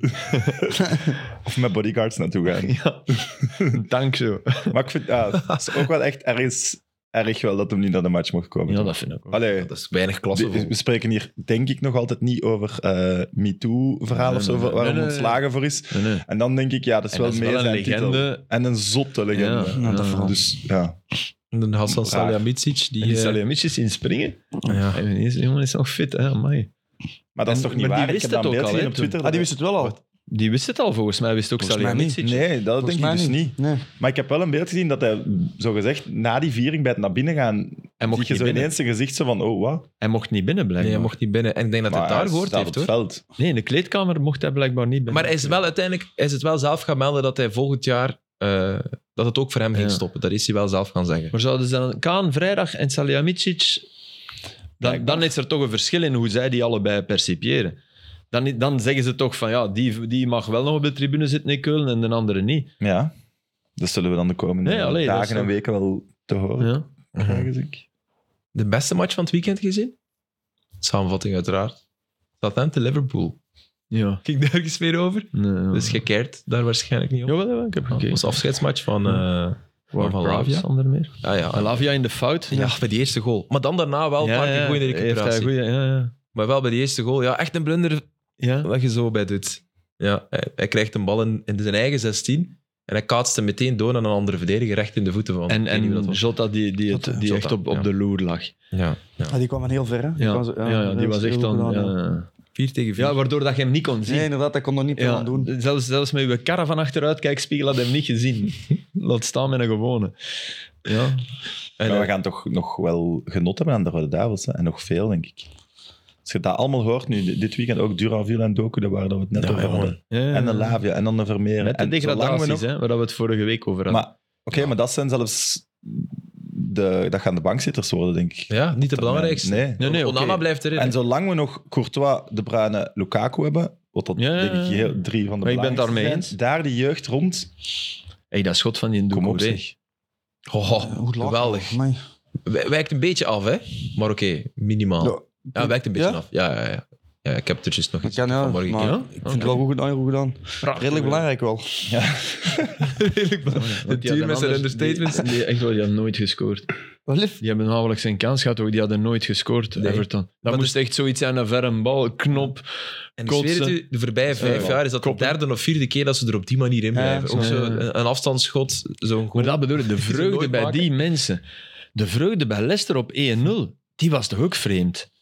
S2: Of met bodyguards naartoe gaan.
S4: Ja, dank zo.
S2: Maar ik vind ja, het is ook wel echt ergens erg wel dat hem niet naar de match mocht komen.
S4: Ja, dat vind ik ook.
S2: Allee,
S1: Dat is weinig klasse
S2: we,
S1: voor.
S2: we spreken hier denk ik nog altijd niet over eh MeToo-verhaal
S4: Nee,
S2: of zo,
S4: nee, nee.
S2: waar
S4: Nee,
S2: hem
S4: nee,
S2: ontslagen voor is.
S4: Nee, nee.
S2: En dan denk ik, ja, dat is
S4: En
S2: wel
S4: dat is
S2: meer
S4: wel een
S2: zijn titel.
S4: legende.
S2: En een zotte legende.
S4: Ja,
S3: Ja, dat vooral.
S2: Dus ja,
S1: En dan Hassan
S2: Raar.
S1: Salihamidzic, die...
S4: En die
S1: eh,
S4: Salihamidzic in springen.
S1: ja.
S4: Hij is- jongen is nog fit, hè? Amai.
S2: maar dat is
S4: En-
S2: toch niet
S4: maar die
S2: waar? Ik
S4: wist
S2: heb dat
S4: het ook
S2: beeld
S4: al,
S2: gezien
S4: hè,
S2: op Twitter.
S3: Ah, die wist het wel al.
S4: Die wist het al volgens mij, wist ook
S3: Volgens mij
S4: Salihamidzic.
S2: Nee, dat
S3: Volgens
S2: denk ik dus
S3: mij
S2: niet.
S3: Nee.
S2: Maar ik heb wel een beeld gezien dat hij, zogezegd, na die viering bij het naar binnen gaan,
S4: Hij
S2: mocht
S4: mocht,
S2: je
S4: niet
S2: zo
S4: binnen.
S2: ineens zijn gezicht zo van, oh, wat?
S4: hij mocht niet binnen,
S1: Nee, hij
S4: blijkbaar.
S1: mocht niet binnen. En ik denk dat hij
S2: Maar
S1: het daar
S2: hij
S1: gehoord
S2: staat
S1: heeft,
S2: op
S1: hoor.
S2: het veld.
S4: Nee, in de kleedkamer mocht hij blijkbaar niet binnen.
S1: Maar hij is wel uiteindelijk hij is het wel zelf gaan melden dat hij volgend jaar eh, dat het ook voor hem ging
S4: Ja.
S1: stoppen. Dat is hij wel zelf gaan zeggen.
S4: Maar zouden ze dan Kaan vrijdag en Salihamidzic... Dan,
S2: Blijkbaar.
S4: dan is er toch een verschil in hoe zij die allebei percipiëren. Dan, dan zeggen ze toch van, ja, die, die mag wel nog op de tribune zitten in Keulen en de andere niet.
S2: Ja, dat zullen we dan de komende
S4: Nee, allee, dat
S2: dagen
S4: is
S2: en
S4: dan-
S2: weken wel te horen
S4: Ja.
S3: Mhm.
S2: krijgen, denk ik.
S1: de beste match van het weekend gezien? Samenvatting uiteraard. Southampton-Liverpool.
S4: Ja.
S1: Ging daar iets meer over?
S4: Nee, ja.
S1: Dus gekeerd daar waarschijnlijk niet op.
S4: Jawel, jawel, ik heb
S1: Dat
S4: gekeken.
S1: Oh, was afscheidsmatch van, eh
S4: Ward
S1: van
S4: Prowse,
S1: Lavia.
S4: onder meer.
S1: Ah, ja,
S4: Lavia in de fout.
S1: ja, bij die eerste goal. Maar dan daarna wel een paar keer goede
S4: Heeft hij
S1: recuperatie.
S4: goeie, ja, ja.
S1: Maar wel bij die eerste goal. Ja, echt een blunder
S4: ja.
S1: wat je zo bij doet. Ja, hij, hij krijgt een bal in, in zijn eigen 16 en hij kaatst hem meteen door aan een andere verdediger recht in de voeten van.
S4: En,
S1: Ik weet niet wie
S4: en
S1: dat was.
S4: Jota die, die, het-
S3: Jota,
S4: die echt
S1: Jota,
S4: op, op
S1: ja.
S4: de loer lag.
S1: ja, ja.
S3: Ja, Ah, die kwam van heel ver, hè?
S4: Ja,
S3: kwam zo-
S2: eh,
S4: ja, ja, die
S3: dat
S4: was
S3: heel
S4: echt eh,
S3: goed
S4: dan...
S3: gedaan, ja.
S4: ja.
S1: Vier tegen vier.
S4: ja, waardoor dat je hem niet kon zien.
S3: Nee, inderdaad, dat kon er niet veel
S4: ja, dus-
S3: aan doen.
S4: Zelfs, zelfs met uw karren van achteruit, kijk, Spiegel had hem niet gezien. Laat staan met een gewone. Ja,
S1: en,
S2: maar
S1: eh,
S2: we gaan toch nog wel genot hebben aan de Rode Duivels. hè? En nog veel, denk ik. Als je dat allemaal hoort nu, di- dit weekend ook Duraville en Doku, daar waren we het net
S1: Ja,
S2: over
S1: ja, man.
S2: hadden.
S4: ja, ja.
S2: En de Lavia, en dan de Vermeer.
S4: Met de
S2: en zolang we
S4: degradaties,
S2: nog-
S4: hè, waar we het vorige week over hadden.
S2: Maar oké, maar dat zijn zelfs... De, dat gaan de bankzitters worden, denk ik.
S1: ja, niet het belangrijkste.
S2: Nee.
S4: Nee, nee, oké.
S1: Onana blijft erin.
S2: En zolang we nog Courtois, De Bruyne, Lukaku hebben, wat dat
S4: Ja, ja, ja.
S2: denk ik heel, drie van de
S4: Maar ik ben het
S2: belangrijkste
S4: daarmee
S2: zijn,
S4: eens.
S2: Daar die jeugd rond,
S4: Hey, dat schot van die
S2: kom
S4: Ndoku,
S2: op
S4: hè.
S2: zeg.
S1: Oh, oh,
S3: Goed laag.
S1: geweldig.
S3: Amai.
S1: Wij- Wijkt een beetje af, hè? Maar oké, minimaal. Ja,
S3: Ja.
S1: wijkt een beetje
S3: Ja?
S1: af. Ja, ja, ja. ja ik heb het er juist nog
S3: Dat
S1: iets
S3: kan, ja. Maar
S1: vanmorgen.
S4: ja?
S3: ik vind het wel goed gedaan. Goed gedaan. Redelijk belangrijk wel.
S1: De team is er understatement.
S4: Die, die, echt wel, die had nooit gescoord.
S3: Wel lief.
S4: Die hebben namelijk zijn kans gehad, ook. die hadden nooit gescoord,
S1: Nee.
S4: Everton. Dat
S1: Maar dus-
S4: moest echt zoiets zijn, een verre bal, knop.
S1: En ik zweer het u, de voorbije vijf
S4: Eh,
S1: jaar is dat de derde of vierde keer dat ze er op die manier in blijven.
S3: Ja,
S1: Ook
S4: zo.
S1: zo
S4: Ja, ja.
S1: een, een afstandsschot, zo'n goal.
S4: Maar dat bedoel ik, de
S1: ze
S4: vreugde
S1: nooit
S4: bij
S1: maken.
S4: die mensen. De vreugde bij Leicester op 1-0, die was toch ook vreemd.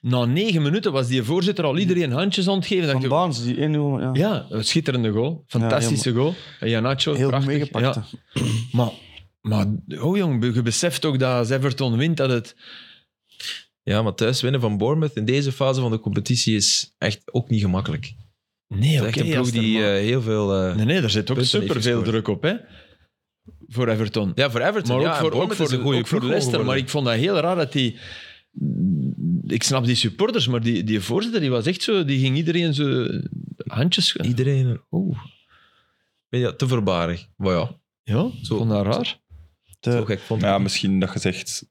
S4: Na negen minuten was die voorzitter al iedereen handjes aan het geven. Dacht
S3: Van
S4: je,
S3: Baans, die 1-0. Ja.
S4: Ja, een schitterende goal. Fantastistige goal. En Janacho,
S3: heel goed
S4: prachtig.
S3: meegepakt.
S4: Ja,
S3: hè.
S4: maar, maar oh jong, je beseft ook dat als Everton wint, dat het...
S1: Ja, maar thuis winnen van Bournemouth in deze fase van de competitie is echt ook niet gemakkelijk. Het
S4: Nee,
S1: is
S4: oké.
S1: echt een ploeg
S4: als er
S1: die
S4: maar-
S1: eh, heel veel... eh,
S4: nee, nee, daar zit ook
S1: punten heeft
S4: superveel
S1: gescoord.
S4: druk op, hè. Voor Everton.
S1: Ja, voor Everton.
S4: maar ook
S1: ja, en
S4: voor, ook
S1: Bournemouth
S4: voor,
S1: is een
S4: de-
S1: goede
S4: ook voor
S1: ploeg
S4: Leicester. Maar
S1: geworden.
S4: ik vond dat heel raar dat die... Ik snap die supporters, maar die, die voorzitter die was echt zo... Die ging iedereen zo handjes...
S1: Iedereen...
S4: Oeh.
S1: Weet je, te voorbarig. Maar ja,
S4: Ja, ik
S1: Zo.
S4: vond dat raar.
S3: Te-
S4: Eh,
S1: zo gek vond ik.
S2: Ja, misschien dat je zegt,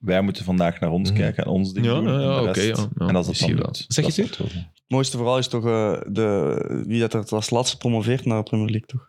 S2: wij moeten vandaag naar ons
S1: Mhm.
S2: kijken en ons ding
S4: Ja,
S2: doen.
S4: ja,
S2: en de
S4: ja,
S2: rest.
S4: oké, ja, ja,
S2: en als het dan
S4: misschien wel.
S2: doet,
S1: Zeg
S2: dat
S1: je
S2: is wel tof.
S3: Het mooiste verhaal is toch eh, de, wie dat er als laatste promoveert naar de Premier League, toch?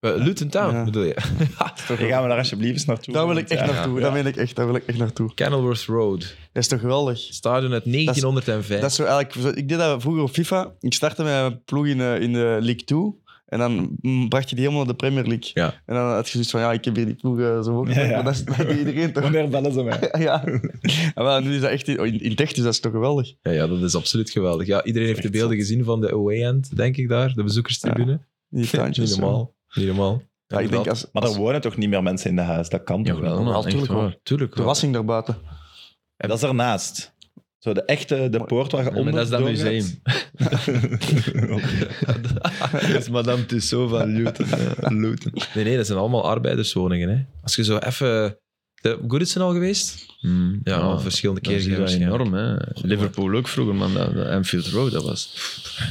S1: Eh, Luton Town,
S3: Ja.
S1: bedoel je?
S3: Dat is toch
S2: Hey, gaan we daar alsjeblieft eens naartoe.
S3: daar wil ik echt
S2: Ja.
S3: naartoe. Daar wil ik echt, daar wil ik echt naartoe.
S1: Kenilworth Road.
S3: Dat is toch geweldig?
S1: Stadion uit 1905.
S3: Dat is zo eigenlijk, ik deed dat vroeger op FIFA. Ik startte met een ploeg in, eh, in de League 2. En dan mm, bracht je die helemaal naar de Premier League.
S1: Ja.
S3: En dan had je zoiets van, ja, ik heb hier die ploeg eh, zo hoog.
S2: Ja, ja.
S3: Maar dat is dat deed iedereen toch.
S2: Wanneer bellen ze mij?
S3: ja. En wel, nu is dat echt in, oh, in, in het echt is dat toch geweldig.
S1: Ja, ja, dat is absoluut geweldig. Ja, iedereen heeft de
S2: Echt
S1: beelden gezien van de away end, denk ik daar. De bezoekerstribune.
S3: Die tuintjes.
S1: Niet normaal. Niet normaal.
S3: Ja, ik denk als,
S2: Maar
S3: als
S2: er wonen toch niet meer mensen in de huis? Dat kan toch
S4: Jawel,
S2: wel?
S4: man, echt
S3: tuurlijk wel.
S4: waar.
S1: Tuurlijk wel.
S3: verrassing daarbuiten.
S2: En dat is ernaast. Zo de echte, de poort waar je
S4: Ja, maar
S2: onder
S4: dat is dat
S2: doorgaat.
S4: museum. dat is Madame Tussaud van Hmm. Luton. ja, Luton.
S1: Nee, nee, dat zijn allemaal arbeiderswoningen. Hè. Als je zo even... De Goodison al geweest?
S4: Mm,
S1: Ja, al verschillende
S4: dat is
S1: keren.
S4: hier wel
S1: waarschijnlijk.
S4: enorm. Hè. Liverpool ook vroeger, man. Dat, dat Anfield Road, dat was...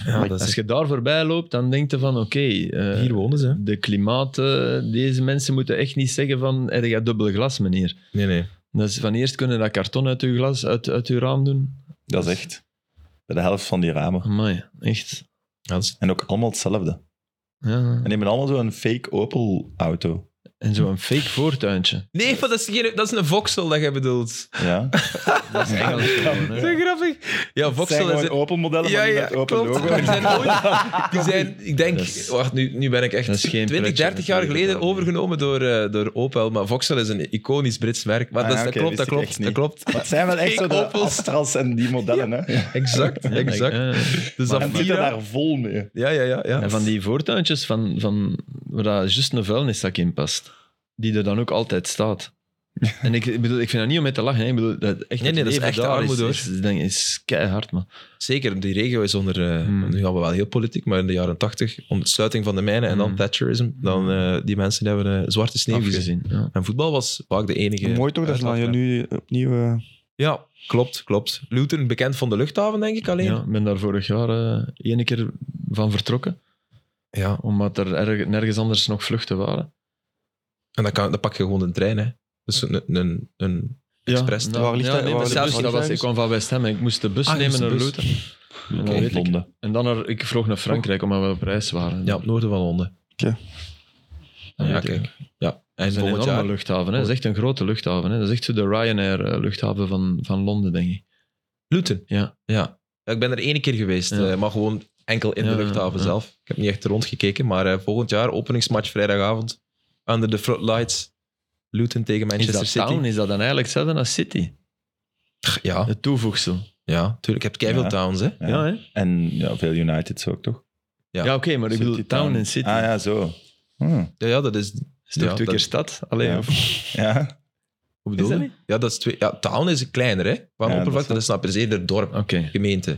S1: Ja, dat
S4: Als
S1: is,
S4: je daar voorbij loopt, dan denk je van, oké... eh,
S1: hier wonen ze. hè.
S4: de klimaat... eh, deze mensen moeten echt niet zeggen van... Er gaat dubbele glas, meneer.
S1: Nee, nee.
S4: Dat is, van eerst kunnen dat karton uit uw, glas, uit, uit uw raam doen.
S2: Dat is echt. Bij de helft van die ramen.
S4: Amai, echt.
S1: Ja, dat is-
S2: En ook allemaal hetzelfde.
S4: Ja.
S2: En die hebben allemaal zo'n fake Opel-auto.
S4: En zo'n fake voortuintje.
S1: Nee, maar dat is, geen, dat is een voxel dat je bedoelt.
S2: Ja.
S4: Dat is Engels gewoon, hè.
S1: Zo grappig. Ja,
S2: Het
S1: voxel
S2: zijn
S1: is...
S2: gewoon Opel-modellen, maar niet met Opel
S1: klopt.
S2: logo.
S1: Die zijn ooit- die zijn, ik denk,
S4: Dat is-
S1: wacht, nu, nu ben ik echt
S4: Dat is geen
S1: 20,
S4: pretje,
S1: 30 jaar
S4: natuurlijk,
S1: geleden
S4: wel.
S1: overgenomen door, eh, door Opel. Maar Vauxhall is een iconisch Brits merk. Maar
S2: Ah,
S1: dat, is-
S2: ja, oké,
S1: dat
S2: wist ik
S1: klopt,
S2: echt
S1: dat
S2: niet.
S1: klopt, dat
S2: Maar het zijn wel echt zo
S1: Fake
S2: de
S1: Opels.
S2: Astras en die modellen, hè.
S1: klopt. Exact,
S4: Ja, dat-
S1: exact.
S4: ja.
S1: Dus
S2: En die zitten daar vol mee.
S1: Ja, ja, ja. ja.
S4: En van die voortuintjes van, van waar dat juist een vuilniszak in past, die er dan ook altijd staat. En ik, ik bedoel, ik vind dat niet om mee te lachen. Hè. Ik bedoel, dat echt
S1: Nee, nee, dat is echt de armoede, hoor.
S4: hoor. Is, is, denk- is keihard, man.
S1: Zeker, die regio is onder... eh,
S4: Hmm.
S1: Nu gaan we wel heel politiek, maar in de jaren 80, om de sluiting van de mijnen en dan
S4: Hmm.
S1: Thatcherism, dan eh, die mensen hebben eh, zwarte sneeuw gezien.
S4: Afgezien. Ja.
S1: En voetbal was vaak de enige...
S3: Mooi toch dat ze dan
S1: uitlaatklep.
S3: nu opnieuw... eh,
S1: Ja, klopt, klopt. Luton, bekend van de luchthaven, denk ik alleen.
S4: Ja, ik ben daar vorig jaar eh één keer van vertrokken,
S1: ja.
S4: omdat er erg- nergens anders nog vluchten waren.
S1: En dan, kan, dan pak je gewoon een trein, hè. Dus een, een, een Express.
S4: nou,
S3: Waar ligt
S4: ja,
S3: dat-
S4: nee,
S3: waar
S4: maar
S3: ligt
S4: zelfs
S3: dat
S4: niet, dat was,
S3: ergens?
S4: ik kwam van West Ham. en Ik moest de bus
S1: Ah, je
S4: nemen
S1: moest
S4: naar
S1: de bus.
S4: Luton. En dan
S1: Oké.
S4: weet ik-
S2: Londen.
S4: En dan naar, ik vloog naar Frankrijk omdat we op reis waren.
S1: Ja, het noorden van Londen.
S3: Oké.
S1: Ja,
S4: Ja,
S1: kijk. Ja, en
S4: Dat is een
S1: volgend
S4: enorme
S1: jaar.
S4: luchthaven. Hè. Dat is echt een grote luchthaven. Hè. Dat is echt zo de Ryanair eh, luchthaven van, van Londen, denk ik.
S1: Luton?
S4: Ja.
S1: ja. Ja, Ik ben er één keer geweest,
S4: Ja.
S1: eh, maar gewoon enkel in
S4: Ja,
S1: de luchthaven
S4: ja.
S1: zelf. Ik heb niet echt rondgekeken, maar eh, volgend jaar, openingsmatch vrijdagavond, under the floodlights, Luton tegen
S4: Is
S1: Manchester
S4: dat
S1: City.
S4: town? Is dat dan eigenlijk hetzelfde als City?
S1: Ja,
S4: Het toevoegsel.
S1: ja, tuurlijk. Je hebt keiveel
S2: Ja.
S1: towns, hè.
S2: Ja.
S4: Ja, hè?
S2: En ja, veel Uniteds ook, toch?
S1: Ja.
S4: Ja, oké, maar ik bedoel
S2: City
S4: town en city.
S2: Ah ja, zo. Hm.
S1: Ja, ja dat is...
S4: Is toch
S1: ja,
S4: twee
S1: dat-
S4: keer stad? Alleen,
S2: Ja.
S4: of-
S2: Ja.
S1: Hoe bedoel
S4: Is dat
S1: je? Ja, dat is twee... Ja, town is kleiner, hè. Van
S2: Ja,
S1: oppervlakte,
S2: dat
S1: dat snap je. Dat is eerder dorp,
S4: Oké.
S1: gemeente.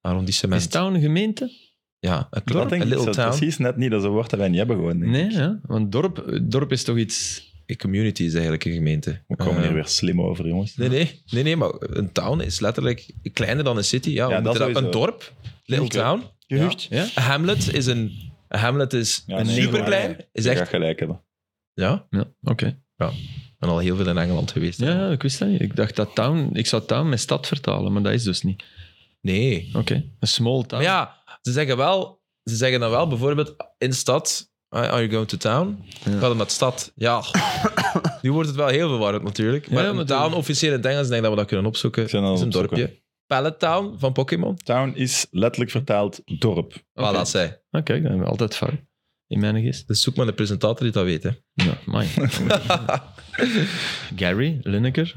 S1: Arrondissement.
S4: Is town een gemeente?
S1: Ja, een,
S2: Dat
S1: dorp,
S2: denk
S1: een
S2: ik
S1: little
S2: zo
S1: town.
S2: precies net niet. Dat is een woord dat wij niet hebben gewoon. denk ik.
S4: Nee, ja. Want dorp, dorp is toch iets...
S1: Een community is eigenlijk een gemeente.
S2: We komen
S4: Ah,
S1: Eh,
S2: hier weer slim over, jongens.
S1: Nee, nee, nee, nee, maar een town is letterlijk kleiner dan een city. Ja, we
S2: dat
S1: moeten dat een
S2: sowieso.
S1: dorp, little
S2: Tuurlijk,
S1: town.
S3: Gehucht.
S4: Ja?
S1: Een Hamlet is een... een Hamlet is
S2: Ja,
S1: een
S2: nee,
S1: superklein.
S2: maar-
S1: Is
S2: Je gaat
S1: echt...
S2: gelijk hebben.
S1: Ja,
S4: Ja, oké.
S1: ik ben al heel veel in Engeland geweest.
S4: Ja, ja, ik wist dat niet. Ik dacht dat town... Ik zou town met stad vertalen, maar dat is dus niet.
S1: Nee.
S4: Oké. Een small town.
S1: Maar ja, ze zeggen, wel, ze zeggen dan wel bijvoorbeeld in stad... "Ah, Are you going to town?
S4: Ja.
S1: Ik had hem met stad. Ja, nu wordt het wel heel verwarrend natuurlijk. Maar,
S4: Ja, maar
S1: een
S4: dat-
S1: town officieel in het Engels, ik denk dat we dat kunnen opzoeken.
S2: zijn aan
S1: is een
S2: het opzoeken.
S1: dorpje. Pallet Town van Pokémon.
S2: Town is letterlijk vertaald dorp.
S1: Voilà,
S4: Oké.
S1: zij.
S4: Ah, kijk, dan hebben we altijd fout. In mijn geest.
S1: Dus zoek maar een presentator die dat weet. Hè.
S4: Ja, man. Gary Lineker.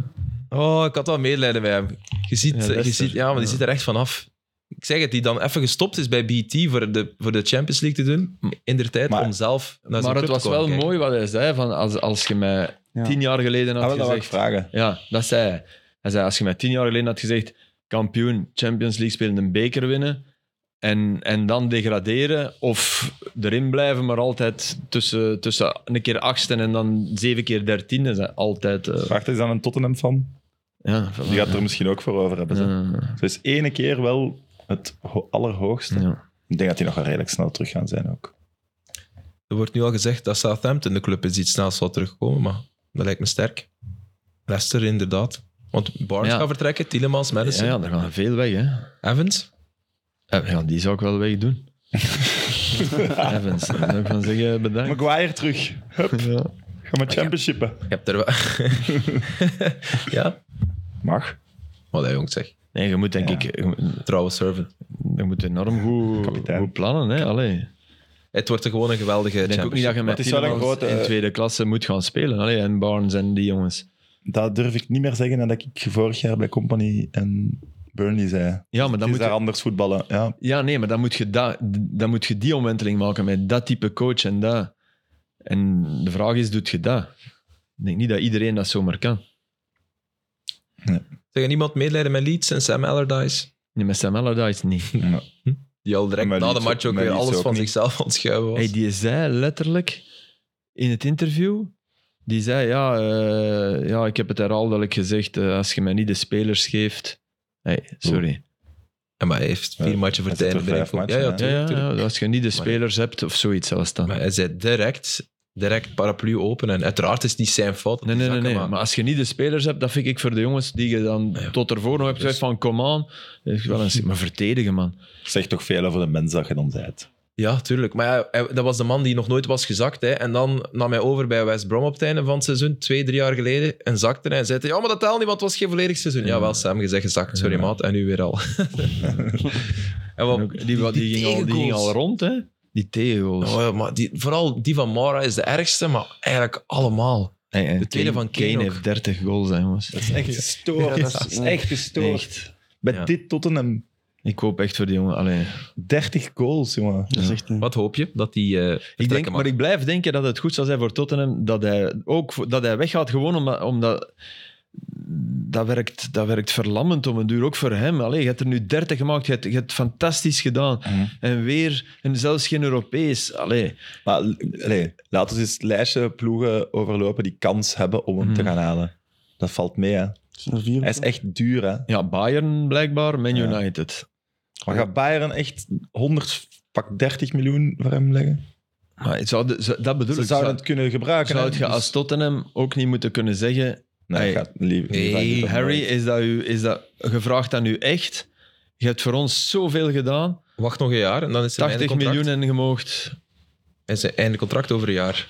S1: Oh, ik had wel medelijden bij hem. Je ziet,
S4: Ja,
S1: ja, je
S4: Leicester.
S1: ziet, ja maar die
S4: Ja.
S1: ziet er echt vanaf. Ik zeg het, die dan even gestopt is bij BT voor de, voor de Champions League te doen. In der tijd
S2: Maar-
S1: om zelf naar zijn
S4: Maar het
S1: club
S4: was
S1: te komen
S4: wel
S1: kijken.
S4: mooi wat hij zei. Van als, als je mij
S3: Ja.
S4: tien jaar geleden had
S2: Ah, wel, dat wil ik
S4: gezegd...
S2: vragen.
S4: Ja, dat zei hij. Hij zei, als je mij tien jaar geleden had gezegd, kampioen, Champions League spelen, een beker winnen en, en dan degraderen of erin blijven, maar altijd tussen, tussen een keer achtste en dan zeven keer dertiende, zijn altijd... eh,
S2: Wacht, is dan een Tottenham-fan?
S4: ja, voilà.
S2: Die gaat er misschien ook voor over hebben. zo.
S4: Ja,
S2: Zo is ene keer wel het ho- allerhoogste.
S4: ja.
S2: Ik denk dat die nog wel redelijk snel terug gaan zijn ook.
S1: Er wordt nu al gezegd dat Southampton de club is die het snel zal terugkomen, maar dat lijkt me sterk. Leicester inderdaad. Want Barnes
S4: Ja.
S1: gaat vertrekken, Tielemans, Madison,
S4: Ja, ja, er gaan veel weg, hè.
S1: Evans.
S4: Eh, Ja, die zou ik wel weg doen. Evans, dan zou ik van zeggen bedankt.
S2: Maguire terug. Hup,
S4: Ja.
S2: ga maar championshipen.
S1: Je hebt er wel... ja?
S2: Mag.
S1: Wat hij jong zeg.
S4: Nee, je moet denk
S2: Ja.
S4: ik... Je moet-
S1: Trouwe servant.
S4: je moet enorm goed,
S2: Kapitein.
S4: goed plannen, hè. Allee.
S1: Het wordt er gewoon een geweldige
S4: Ik denk ook niet dat je met
S2: het is wel een
S4: Tielemans
S2: grote-
S4: in tweede klasse moet gaan spelen. Allee, en Barnes en die jongens.
S2: Dat durf ik niet meer zeggen nadat ik vorig jaar bij Company en Burnley zei.
S4: Ja, maar
S2: Dan
S4: dan
S2: is
S4: moet
S2: daar
S4: je,
S2: anders voetballen. Ja.
S4: ja, nee, maar dan moet, je da- dan moet je die omwenteling maken met dat type coach en dat. En de vraag is, doet je dat? Ik denk niet dat iedereen dat zomaar kan.
S1: Zeg, niemand medelijden met Leeds en Sam Allardyce?
S4: Nee, met Sam Allardyce niet.
S2: Ja.
S1: Die al direct
S2: Maar
S1: na de
S2: Leeds
S1: match
S2: ook-
S1: ook
S2: maar
S1: weer
S2: Leeds
S1: alles
S2: ook
S1: van
S2: niet.
S1: zichzelf aan het schuiven was.
S4: Hey, die zei letterlijk in het interview... Die zei, ja, eh, ja ik heb het herhaaldelijk gezegd, eh, als je mij niet de spelers geeft... Hey, sorry.
S1: Oh. Ja, maar hij heeft vier
S2: Ja,
S1: matchen voor
S2: hij
S1: het einde
S2: zit er vijf
S1: binnengekomen. Ja,
S2: matchen,
S1: ja,
S2: hè?
S4: Ja,
S1: tuurlijk,
S4: ja,
S1: tuurlijk.
S4: ja, als je niet de spelers hebt of zoiets zelfs dan.
S1: Maar hij zei direct, direct paraplu open. En uiteraard is het niet zijn fout.
S4: Nee,
S1: Die
S4: nee, nee,
S1: zakken,
S4: nee. Maar als je niet de spelers hebt, dat vind ik voor de jongens die je dan
S1: Ja.
S4: tot ervoor nog hebt gezegd van kom aan. Dat is wel een- Maar verdedigen, man.
S2: Zegt toch veel over de mens dat je dan zijt.
S1: Ja, tuurlijk. Maar ja, hij- dat was de man die nog nooit was gezakt. Hè. En dan nam hij over bij West Brom op het einde van het seizoen, twee, drie jaar geleden. En zakte hij en zei hij, ja, maar dat telt niet, want het was geen volledig seizoen. Ja, wel, Sam, gezegd gezakt. Sorry,
S4: Ja.
S1: maat. En nu weer al. en wat,
S4: En ook- Oh, die, die, ging al, die ging
S1: tegengoals.
S4: al rond, hè? Die tegengoals.
S1: Oh ja, maar die, vooral die van Mara is de ergste, maar eigenlijk allemaal.
S4: En- en
S1: de tweede
S4: Kane-
S1: van Kane ook.
S4: heeft 30 goals, hè, jongens.
S2: Dat is echt gestoord.
S3: Ja, dat is-
S2: echt gestoord.
S4: Echt.
S2: Met
S1: Ja.
S2: dit Tottenham.
S4: Ik hoop echt voor die jongen. Allee.
S2: 30 goals, jongen.
S3: Dat is echt een...
S1: Wat hoop je? Dat die eh
S4: Ik denk,
S1: vertrekken mag?
S4: maar ik blijf denken dat het goed zou zijn voor Tottenham dat hij, ook, voor- dat hij weggaat gewoon omdat... omdat dat werkt, dat werkt verlammend om een duur, ook voor hem. Allee, je hebt er nu 30 gemaakt, je hebt, je hebt het fantastisch gedaan.
S2: Mhm.
S4: En weer, en zelfs geen Europees. Allee.
S2: Maar l- allee, laten we eens het lijstje ploegen overlopen die kans hebben om hem te
S4: Hmm.
S2: gaan halen. Dat valt mee, hè.
S3: Vier,
S2: Hij is echt duur, hè.
S4: Ja, Bayern blijkbaar, Man
S2: Ja.
S4: United.
S2: Maar gaat Bayern echt 100, pak 30 miljoen voor hem leggen?
S4: Maar het zou, de- zou- dat bedoel
S2: Ze
S4: ik.
S2: zouden
S4: zou,
S2: het kunnen gebruiken.
S4: zou
S2: hè.
S4: het je
S2: Dus-
S4: als Tottenham ook niet moeten kunnen zeggen...
S2: Nee,
S4: Hey.
S2: gaat liever.
S1: Nee,
S4: Harry, is dat, u, is dat gevraagd aan u echt? Je hebt voor ons zoveel gedaan.
S1: Wacht nog een jaar en dan is zijn
S4: 80
S1: einde contract.
S4: miljoen en gemoogd.
S1: En zijn einde contract over een jaar.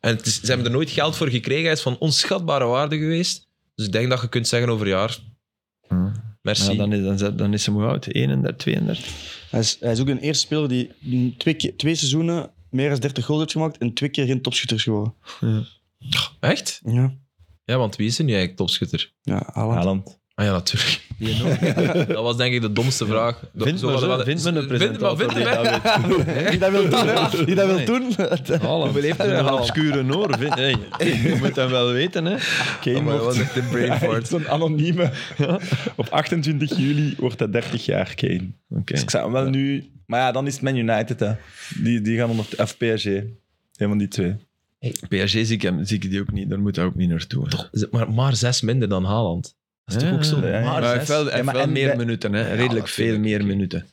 S1: En het is- ze hebben er nooit geld voor gekregen. Hij is van onschatbare waarde geweest. Dus ik denk dat je kunt zeggen over een jaar. Merci.
S4: Ja, dan, is, dan, is- dan is ze mooi oud. 31, 32.
S3: Hij is, hij is ook een eerste speler die in twee, keer- twee seizoenen meer dan 30 goals heeft gemaakt en twee keer geen topschutter is geworden.
S1: Echt?
S3: Ja,
S1: Ja, want wie is er nu eigenlijk topschutter?
S3: ja Haaland.
S2: Haaland.
S1: Ah ja, natuurlijk. dat was denk ik de domste vraag.
S4: Vindt men, zo, vindt men een presentator
S1: Vind,
S4: die dat weet?
S3: Die dat wil doen, hè? Die dat wil
S4: Nee.
S3: doen.
S4: Haaland.
S1: Hoeveel heeft hij,
S4: Een
S1: Haaland?
S4: obscure Noor. Vind, hey, je moet hem wel weten, hè.
S2: Kane
S1: maar dat was
S2: wordt-
S1: Oh echt een brain
S2: Ja,
S1: fart.
S2: Zo'n anonieme. Op 28 juli wordt hij 30 jaar Kane.
S4: Oké.
S2: Dus ik zou hem wel nu... Maar ja, dan is het Man United, hè. Die, die gaan onder... Of PSG. Een van die twee.
S4: PSG zie ik, hem, zie ik die ook niet. Daar moet hij ook niet naartoe. hè.
S1: Maar, maar zes minder dan Haaland. Dat is
S4: Ja,
S1: toch ook zo?
S4: ja,
S2: ja.
S1: Maar
S4: Maar hij heeft
S1: zes.
S4: wel, hij heeft
S2: maar
S4: wel
S2: en
S4: meer
S2: bij-
S4: minuten, hè. redelijk veel
S1: natuurlijk.
S4: meer minuten.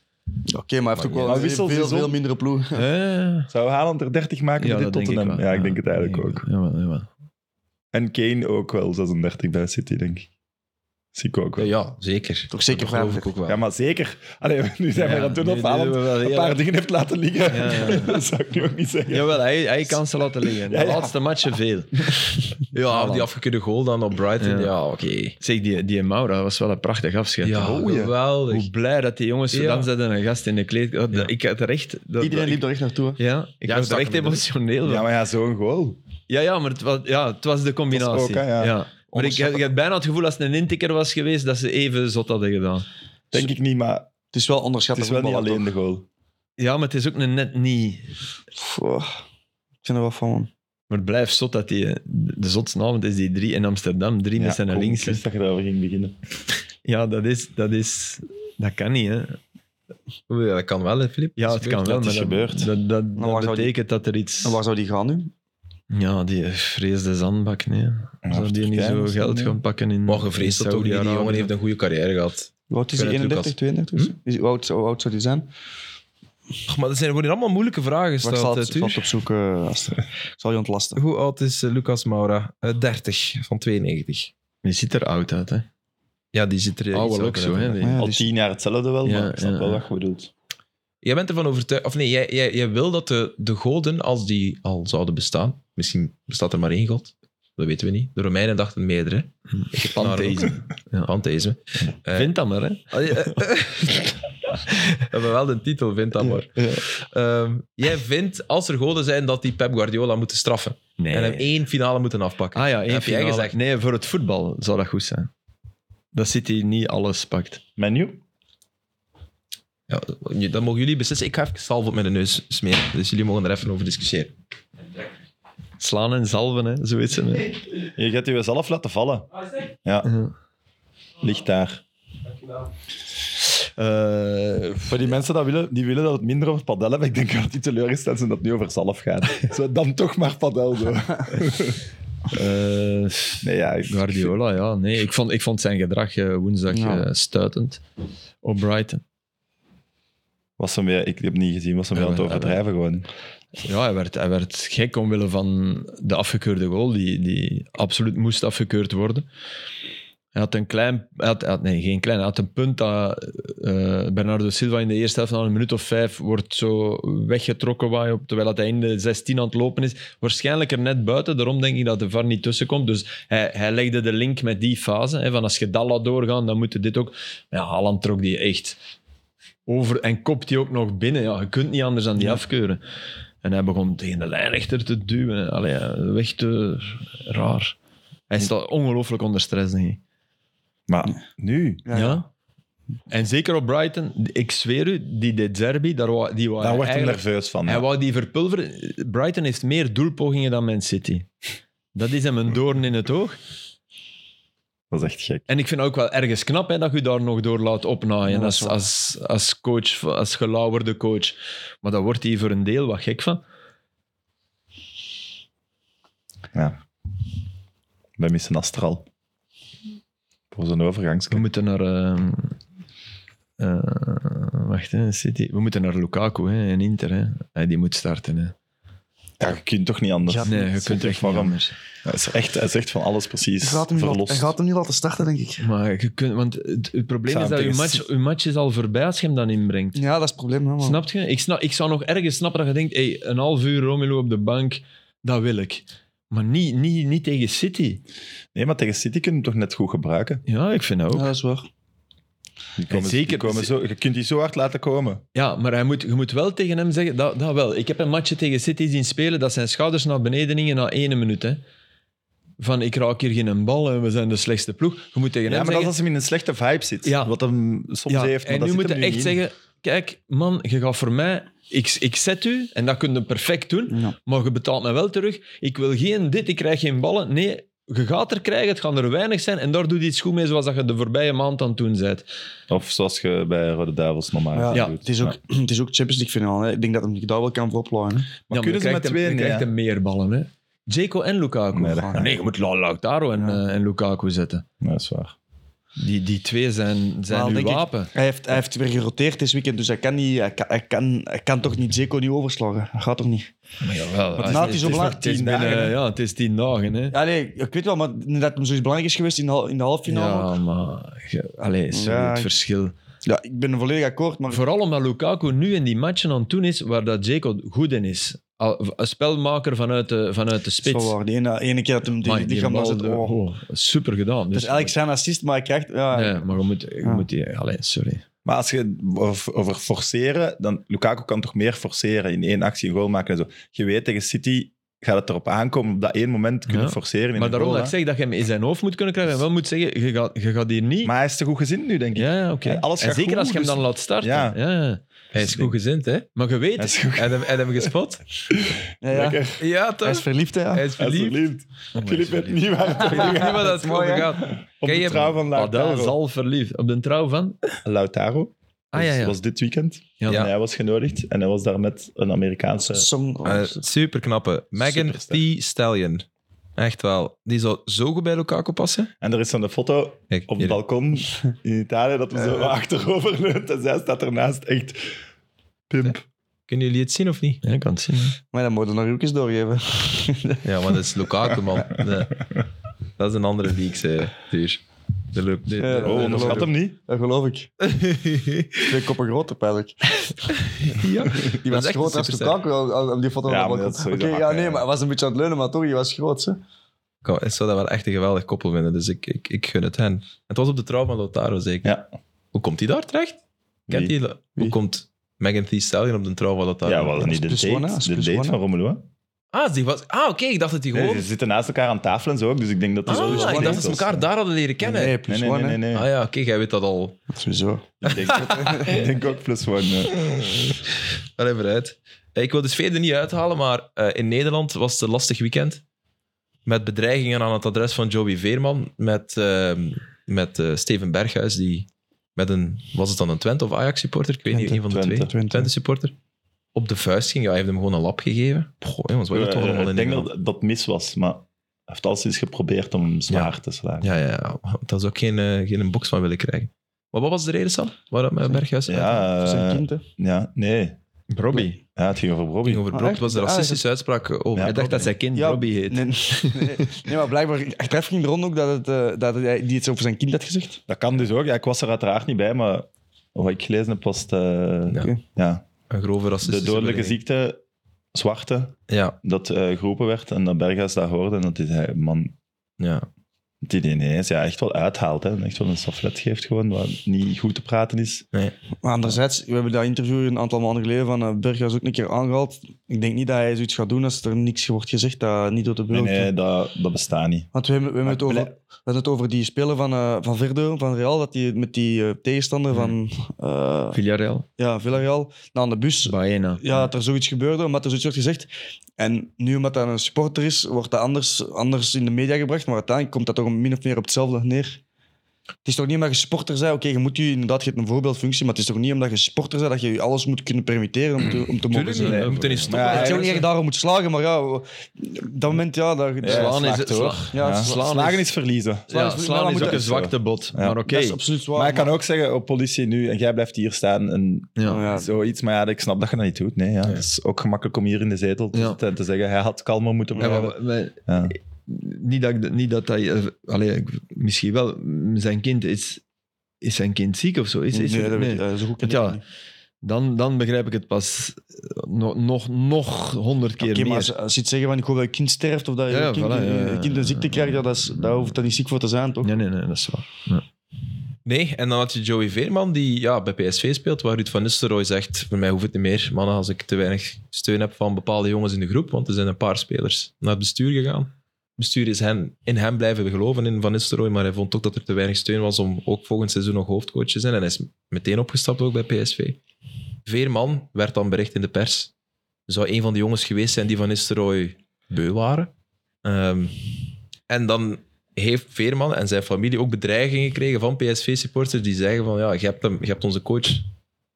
S3: Oké, maar hij heeft ook
S1: Maar
S3: wel een
S2: wissel
S3: veel, veel,
S2: seizoen-
S3: mindere ploeg.
S4: Eh,
S2: Zou Haaland er 30 maken
S4: ja,
S2: voor dit
S4: dat denk ik
S2: Tottenham?
S4: wel.
S2: ja, ik denk het eigenlijk
S4: denk
S2: ook.
S4: ik wel. Jawel, jawel.
S2: En Kane ook wel 36 bij City, denk ik. Zie ik ook
S1: Ja,
S2: wel.
S1: ja, zeker.
S3: Toch zeker
S1: Dat geloof ik ook wel.
S2: Ja, maar zeker. Allee, nu zijn we
S4: Ja,
S2: aan het doen
S4: nu
S2: of Haaland
S4: doen we wel
S2: een
S4: heel
S2: paar
S4: erg-
S2: dingen heeft laten liggen.
S4: Ja, ja.
S2: dat zou ik nu ook niet zeggen.
S4: Jawel, hij, hij kan ze laten liggen. De
S2: Ja, ja.
S4: laatste matchen veel.
S1: Ja, of die afgekeurde goal dan op Brighton. Ja,
S4: Ja.
S1: oké.
S4: Zeg, die, die Maura was wel een prachtig afscheid.
S1: Ja,
S4: Hoe-
S1: geweldig.
S4: Hoe blij dat die jongens
S1: Ja.
S4: gedaan zetten een gast in de kleedkamer. Dat-
S1: Ja.
S4: Ik had er echt... dat-
S3: Iedereen
S4: dat-
S3: liep er echt naartoe. hè.
S4: Ja, ik
S1: Ja,
S4: was er
S1: stak
S4: echt
S1: hem in.
S4: emotioneel
S2: Ja,
S4: van.
S2: maar ja, zo'n goal.
S4: Ja, ja, maar het was, ja, het was de combinatie.
S2: Dat was ook, hè, ja.
S4: Maar ik, ik had bijna het gevoel als het een intikker was geweest, dat ze even zot hadden gedaan.
S2: Denk ik niet, maar
S3: Het is wel onderschat.
S2: het is wel niet alleen de goal.
S4: Ja, maar het is ook een net niet.
S3: ik vind er wel van, man.
S4: Maar het blijft zot dat die... eh, De zotste avond is die drie in Amsterdam, drie met zijn
S2: kom,
S4: links.
S2: Ik wist dat je daarover ging beginnen.
S4: Ja, dat is, dat is... Dat kan niet, hè.
S1: Ja, dat kan wel, hè, Filip.
S4: Ja, het kan wel,
S2: het
S4: maar
S2: is
S4: dat,
S2: gebeurd.
S4: dat, dat,
S3: Maar waar
S4: dat
S3: zou die-
S4: betekent dat er iets...
S3: En waar zou die gaan nu?
S4: Ja, die eh, vreesde zandbak, nee. Zou die niet
S2: Turkije
S4: zo
S2: misschien,
S4: geld
S2: ja.
S4: gaan pakken in
S1: Maar gevreesd
S4: in
S1: dat toch niet. Die
S4: Saudi-Arabië?
S1: jongen heeft een goede carrière gehad.
S3: Hoe oud is hij?
S1: Ik weet het ook
S3: 31, 32? Is- Hoe, oud, hoe oud zou die zijn?
S1: Ach, maar dat zijn, worden allemaal moeilijke vragen
S3: Maar ik zal
S1: gesteld,
S3: het,
S1: eh,
S3: ik
S1: Tuur.
S3: zal het opzoeken, Aster. Ik zal je ontlasten.
S1: Hoe oud is eh, Lucas Moura? Eh, 30, van 92.
S4: Die ziet er oud uit, hè.
S1: Ja, die zit er...
S4: Oude
S1: iets
S4: ook
S1: ouder
S4: zo,
S1: uit
S4: hè,
S1: dan
S4: die-
S1: mij.
S3: Ja, dus-
S2: Al
S3: die is-
S2: tien jaar hetzelfde wel,
S4: dus- Ja,
S2: maar ik snap
S4: ja,
S2: wel
S4: ja.
S2: wat je bedoeld.
S1: Jij bent ervan overtuigd... Of nee, jij, jij, jij wil dat de, de goden, als die al zouden bestaan... Misschien bestaat er maar één god. Dat weten we niet. De Romeinen dachten meerdere.
S4: Hm.
S1: Pantheïsme.
S4: Ja.
S1: Pantheïsme. Eh,
S4: Vind dat maar, hè.
S1: Oh, ja. We hebben wel de titel, vind dat maar. Ehm, jij vindt, als er goden zijn, dat die Pep Guardiola moeten straffen.
S4: Nee.
S1: En hem één finale moeten afpakken.
S4: Ah ja,
S1: heb
S4: één
S1: jij
S4: finale.
S1: gezegd.
S4: Nee, voor het voetbal zou dat goed zijn. Dat City niet alles pakt.
S2: Menu?
S1: Ja, nu, dat mogen jullie beslissen. Ik ga even salf op mijn neus smeren. Dus jullie mogen er even over discussiëren.
S4: Slaan en zalven, hè. Zoiets. hè.
S2: Je gaat je zelf laten vallen.
S4: Ja.
S2: Ligt daar.
S4: Eh,
S2: Voor die mensen dat willen, die willen dat het minder over padel hebben. Ik denk dat die teleurgesteld zijn dat het nu over zelf gaat. Zo, dan toch maar padel. Zo.
S4: eh,
S2: Nee, ja, ik-
S4: Guardiola, ja. Nee, ik vond, ik vond zijn gedrag eh, woensdag
S3: Ja.
S4: eh, stuitend op Brighton.
S2: Was hem weer, ik heb niet gezien, was hem weer aan het
S4: Ja, maar-
S2: overdrijven gewoon.
S4: Ja, hij werd, hij werd gek omwille van de afgekeurde goal, die, die absoluut moest afgekeurd worden. Hij had een klein, hij had, hij had- nee, geen klein, hij had een punt dat eh, Bernardo Silva in de eerste helft, na een minuut of vijf, wordt zo weggetrokken, waar je op, terwijl dat hij in de 16 aan het lopen is. Waarschijnlijk er net buiten, daarom denk ik dat de VAR niet tussenkomt. Dus hij, hij legde de link met die fase, hè, van als je dat laat doorgaan, dan moet je dit ook. Maar ja, Haaland trok die echt over en kopt die ook nog binnen. Ja, je kunt niet anders dan die afkeuren. En hij begon tegen de lijnrechter te duwen. Allee, ja, weg te... Raar. Hij staat ongelooflijk onder stress, denk ik.
S2: Maar nu,
S3: Ja,
S4: En zeker op Brighton, ik zweer u, die De Zerbi, daar wou, die wou
S2: daar
S4: hij
S2: wordt hij
S4: eigenlijk-
S2: nerveus van.
S4: Hij
S2: ja.
S4: wou die verpulveren. Brighton heeft meer doelpogingen dan Man City. Dat is hem een doorn in het oog.
S2: Dat is echt gek.
S4: En ik vind ook wel ergens knap hè, dat je daar nog door laat opnaaien
S3: Ja, dat is
S4: als,
S3: waar.
S4: als, als coach, als gelauwerde coach. Maar daar wordt hij voor een deel wat gek van.
S2: Ja. Wij missen Astral. Voor zo'n overgangs.
S4: We moeten naar. ehm, eh, wacht, hè, City. We moeten naar Lukaku hè, in Inter. Hè. Hey, die moet starten. Hè.
S2: Ja, je kunt toch niet anders.
S3: Ja,
S2: Dat
S4: Nee, je
S2: is
S4: kunt
S2: toch
S4: echt niet
S2: waarom?
S4: anders.
S2: Hij is echt, hij is echt van alles precies
S3: Hij gaat hem, niet laten-
S2: verlost.
S3: hij gaat hem niet laten starten, denk ik.
S4: Maar je kunt, want het, het probleem
S2: Ik zou
S4: is dat je
S2: hem tegen-
S4: match, je match is al voorbij als je hem dan inbrengt.
S3: Ja, dat is het probleem. Hè, man.
S4: Snap je? Ik, snap, ik zou nog ergens snappen dat je denkt, hey, een half uur Romelu op de bank, dat wil ik. Maar niet, niet, niet tegen City.
S2: Nee, maar tegen City kun je hem toch net goed gebruiken.
S4: Ja, ik vind dat ook.
S3: Ja, dat is waar.
S2: Die komen,
S4: zeker-
S2: die komen zo, je kunt die zo hard laten komen.
S4: Ja, maar hij moet, je moet wel tegen hem zeggen, dat, dat wel. Ik heb een matchje tegen City zien spelen, dat zijn schouders naar beneden gingen na één minuut. Hè. Van, ik raak hier geen bal en we zijn de slechtste ploeg. Je moet tegen
S2: Ja, maar
S4: hem
S2: dat is
S4: zeggen...
S2: als hij in een slechte vibe zit.
S4: Ja.
S2: Wat hem soms
S4: ja,
S2: heeft. Maar
S4: en
S2: dat
S4: nu
S2: zit
S4: moet je
S2: hem
S4: echt
S2: niet in.
S4: zeggen, kijk, man, je gaat voor mij... Ik, ik zet u, en dat kun je perfect doen,
S3: Ja.
S4: maar je betaalt mij wel terug. Ik wil geen dit, ik krijg geen ballen. Nee, je gaat er krijgen, het gaan er weinig zijn. En daar doe je iets goed mee, zoals dat je de voorbije maand aan het doen bent.
S2: Of zoals je bij Rode Duivels normaal
S3: Ja,
S2: doet.
S3: Het, is ook, het is ook Champions League finale. hè. Ik denk dat hem daar wel kan voor opladen. hè.
S2: Maar
S4: Ja,
S2: kunnen ze
S4: je
S2: met
S4: krijgt hem-
S2: twee?
S4: Je
S2: Nee,
S4: krijgt
S2: hè?
S4: hem meer ballen, hè. Jaco en Lukaku.
S2: Nee, dat
S3: gaan.
S4: Ah, nee, je moet La- Lautaro en, eh, en Lukaku zetten.
S2: Nee, dat is waar.
S4: Die, die twee zijn, zijn
S3: Wel,
S4: uw
S3: denk ik-
S4: wapen.
S3: Hij heeft, hij heeft weer geroteerd dit weekend, dus hij kan, niet, hij kan, hij kan, hij kan toch niet Zeko niet overslagen. Dat gaat toch niet?
S4: Maar jawel,
S3: Maar
S4: als-
S3: na het is zo
S4: nog
S3: belangrijk-
S4: tien
S2: tien
S4: binnen-
S2: dagen, hè.
S4: ja, het is tien dagen. Hè.
S3: Ja, nee, ik weet wel, maar dat hem zoiets belangrijk is geweest in de, hal- in de halve finale. Ja.
S4: Ja, maar je- allee, sorry,
S3: Ja,
S4: het
S3: ik-
S4: verschil.
S3: ik ben er volledig akkoord, maar
S4: Vooral omdat Lukaku nu in die matchen aan het doen is waar dat Jacob goed in is. Al- Een spelmaker vanuit de, vanuit de
S3: het is wel
S4: spits.
S3: waar. Die ene, ene keer dat hem die,
S4: Maar
S3: die
S4: die
S3: lichaam
S4: bal
S3: was het...
S4: de-
S3: Oh.
S4: oh, super gedaan.
S3: Het
S4: Dus,
S3: is eigenlijk zijn assist, maar hij krijgt... Ja,
S4: nee, maar je moet, je
S3: Ja.
S4: moet die... Allee, sorry.
S2: Maar als je over, over forceren, dan Lukaku kan toch meer forceren in één actie een goal maken en zo. Je weet, tegen City gaat het erop aankomen op dat één moment kunnen
S4: Ja.
S2: forceren in
S4: Maar
S2: een
S4: daarom
S2: goal,
S4: dat ik
S2: hè.
S4: zeg dat je hem in zijn hoofd moet kunnen krijgen. En wel moet zeggen, je gaat, je gaat hier niet...
S2: Maar hij is te goed gezien nu, denk ik.
S4: ja, ja, oké.
S2: Ja, alles
S4: En
S2: gaat
S4: zeker
S2: goed,
S4: als je hem
S2: dus-
S4: dan laat starten.
S2: Ja.
S4: ja. Dus
S1: Hij is goed gezind, hè?
S4: Maar je weet,
S2: Hij is goed.
S1: En hem, en hem gespot?
S3: ja, ja.
S2: Lekker.
S1: Ja,
S3: Hij is
S1: toch?
S3: verliefd, hè, ja.
S1: Hij is
S2: Hij is
S1: verliefd.
S2: verliefd. Filip weet niet waar het
S1: Ik weet niet
S2: over
S1: wat
S2: gaat.
S1: dat is
S3: mooi, hè?
S1: gaat.
S2: Op
S1: Ken
S2: de
S1: je-
S2: trouw
S4: Oh,
S2: van
S4: Adel
S2: Lautaro.
S4: zal verliefd. Op de trouw van?
S2: Lautaro
S4: Ah ja,
S2: was-
S4: ja.
S2: was dit weekend.
S4: Ja.
S2: En hij was genodigd en hij was daar met een Amerikaanse...
S3: Som- oh,
S1: super knappe. Eh, Megan
S2: Superster.
S1: Thee Stallion. Echt wel. Die zou zo goed bij Lukaku passen.
S2: En er is zo'n foto
S1: Kijk,
S2: op het
S1: hier.
S2: balkon in Italië dat hij zo achterover leunt en zij staat ernaast echt pimp.
S1: Kunnen jullie het zien of niet?
S4: Ja, ik kan het zien. hè.
S3: Maar dan moet je nog ook eens doorgeven.
S1: Ja, maar dat is Lukaku, man. Nee. Dat is een andere die ik zei, Tuur. De loop. De,
S3: Ja,
S2: Oh, onderschat hem niet.
S3: Dat geloof ik. Twee koppen groter, pijnlijk.
S1: Ja.
S3: Die was groot als Lukaku al- al- op die foto.
S2: Ja,
S3: van
S2: maar
S3: de
S2: dat is
S3: balkon. Oké,
S2: sowieso
S3: ja,
S2: hard,
S3: nee,
S2: hè.
S3: maar hij was een beetje aan het leunen, maar toch, hij was groot, hè.
S1: Ik zou dat wel echt een geweldig koppel vinden, dus ik, ik, ik gun het hen. Het was op de trouw van Lautaro, zeker.
S2: Ja.
S1: Hoe komt hij daar terecht? Kent
S2: Wie?
S1: hij? Hoe komt Megan Thee Stallion op de trouw van Lautaro?
S2: Ja, was dat niet de
S3: plus
S2: date,
S3: one, hè? Dat is
S2: de
S3: plus
S2: date
S3: one, hè?
S2: van Romelu? hè?
S1: Ah, die was... ah oké, ik dacht dat hij
S2: Nee,
S1: gewoon...
S2: ze zitten naast elkaar aan tafel en zo ook, dus ik denk dat dat
S1: ah,
S2: wel eens
S1: ik
S2: een
S1: dacht
S2: date
S1: dat ze
S2: was.
S1: elkaar daar hadden leren kennen.
S3: Nee,
S2: Nee,
S3: plus
S2: nee,
S3: one,
S2: nee, nee.
S3: hè.
S2: nee.
S1: Ah ja, oké, jij weet dat al.
S3: Sowieso.
S2: Ik, denk, ik denk ook plus one. hè.
S1: Wel even uit. Eh, Ik wil de sfeer er niet uithalen, maar eh, in Nederland was het een lastig weekend. Met bedreigingen aan het adres van Joby Veerman. Met, ehm, met eh, Steven Berghuis, die met een... Was het dan een Twente of Ajax supporter? Ik weet niet,
S3: Twente,
S1: een van de
S2: Twente.
S1: twee.
S3: Twente.
S1: Twente supporter. Op de vuist ging. Ja, hij heeft hem gewoon een lap gegeven. Goh, jongens, wat is dat toch allemaal in
S2: Eh, Ik denk
S1: Nederland?
S2: dat dat mis was, maar hij heeft al sinds geprobeerd om hem zwaar te slaan.
S1: Ja, ja, ja. Daar zou ik geen, eh, geen box van willen krijgen. Maar wat was de reden, Sam? Waarom eh, Berghuis uit-
S2: Ja,
S3: Voor zijn
S2: eh,
S3: kind, hè.
S2: ja, nee.
S4: Robbie.
S2: Ja, het ging over Robbie.
S1: ging over
S3: Ah,
S1: Brok?
S3: echt?
S1: Het was een
S3: Ah,
S1: racistische uitspraak over.
S2: Ja,
S4: Hij dacht dat zijn kind
S3: Ja,
S4: Robbie heet.
S3: Nee, nee, nee, maar blijkbaar, achteraf ging er rond ook dat, het, eh, dat hij die het over zijn kind had gezegd.
S2: Dat kan dus ook. Ja, ik was er uiteraard niet bij, maar wat ik gelezen heb was de,
S1: Ja.
S2: Oké. ja, Dus
S1: Een grove
S2: de
S1: racistische
S2: dodelijke
S1: beweging.
S2: ziekte, zwarte,
S1: Ja,
S2: dat eh, geroepen werd en dat Berghuis dat hoorde en dat hij zei, man,
S1: ja.
S2: die die ineens ja, echt wel uithaalt. Hè, en echt wel een saflet geeft gewoon, wat niet goed te praten is.
S3: Maar anderzijds, we hebben dat interview een aantal maanden geleden van eh, Berghuis ook een keer aangehaald. Ik denk niet dat hij zoiets gaat doen als er niks wordt gezegd dat niet door de
S2: Nee,
S3: beugel
S2: nee, dat, dat bestaat niet.
S3: Want we hebben, we hebben het,
S2: Maar
S3: over,
S2: blij-
S3: we hadden het over die speler van, eh van Verdo, van Real, dat die met die eh, tegenstander van eh,
S4: Villarreal.
S3: ja, Villarreal naar aan de bus.
S4: Baena.
S3: Ja, dat er zoiets gebeurde, omdat er zoiets werd gezegd. En nu, omdat dat een supporter is, wordt dat anders, anders in de media gebracht. Maar uiteindelijk komt dat toch min of meer op hetzelfde neer. Het is toch niet omdat je sporter bent, oké, je moet je inderdaad, je hebt een voorbeeldfunctie, maar het is toch niet omdat je sporter bent dat je je alles moet kunnen permitteren om te, om te mogen
S1: Tuurlijk niet.
S3: zijn.
S1: We moeten niet stoppen.
S2: Maar
S3: Het is ook
S2: eigenlijk-
S3: niet dat je daarom moet slagen, maar ja, op dat moment, ja, daar...
S2: Ja,
S4: Slaan is,
S2: slaagt
S4: het,
S2: hoor.
S4: sla-
S3: Ja,
S2: Ja.
S4: slaan
S2: Slagen
S4: is-
S2: is verliezen.
S4: ja,
S3: Slaan is-
S4: slaan
S3: maar
S4: is
S3: moet
S4: ook
S3: dat-
S4: een zwakte bot.
S2: Ja.
S4: Maar oké.
S3: Dat is absoluut zwaar.
S2: Maar ik kan ook zeggen, oh, politie nu, en jij blijft hier staan en
S4: Ja.
S3: Ja.
S2: zoiets. Maar ja, ik snap dat je dat niet doet. Nee, ja. Het is ook gemakkelijk om hier in de zetel te
S4: Ja.
S2: zitten en te zeggen, hij had kalmer moeten
S4: Ja,
S2: blijven.
S4: maar- maar-
S2: Ja.
S4: niet dat, ik dat- niet dat hij... eh, allee, ik- misschien wel. Zijn kind is... Is zijn kind ziek of zo? Is, is
S3: nee,
S4: er-
S3: dat weet
S4: nee.
S3: ik, eh, zo goed ken
S4: Want ja,
S3: ik niet.
S4: dan, dan begrijp ik het pas eh, nog- nog nog honderd keer
S3: Oké, maar
S4: meer.
S3: als, als je iets zeggen van ik hoop dat je kind sterft of dat je
S4: Ja, ja,
S3: kind,
S4: voilà, ja, ja,
S3: je kind een ziekte
S4: ja.
S3: krijgt, ja, dat is, daar hoeft dat niet ziek voor te zijn, toch?
S4: Nee, nee, nee, dat is waar.
S1: Nee, en dan had je Joey Veerman, die ja, bij PSV speelt, waar Ruud van Nistelrooy zegt, voor mij hoeft het niet meer, mannen, als ik te weinig steun heb van bepaalde jongens in de groep, want er zijn een paar spelers naar het bestuur gegaan. Het bestuur is hen, in hem blijven geloven, in Van Nistelrooy, maar hij vond toch dat er te weinig steun was om ook volgend seizoen nog hoofdcoach te zijn. En hij is meteen opgestapt ook bij PSV. Veerman werd dan bericht in de pers. Zou een van de jongens geweest zijn die Van Nistelrooy beu waren. Ehm, en dan heeft Veerman en zijn familie ook bedreigingen gekregen van PSV-supporters die zeggen van ja, je hebt, hem, je hebt onze coach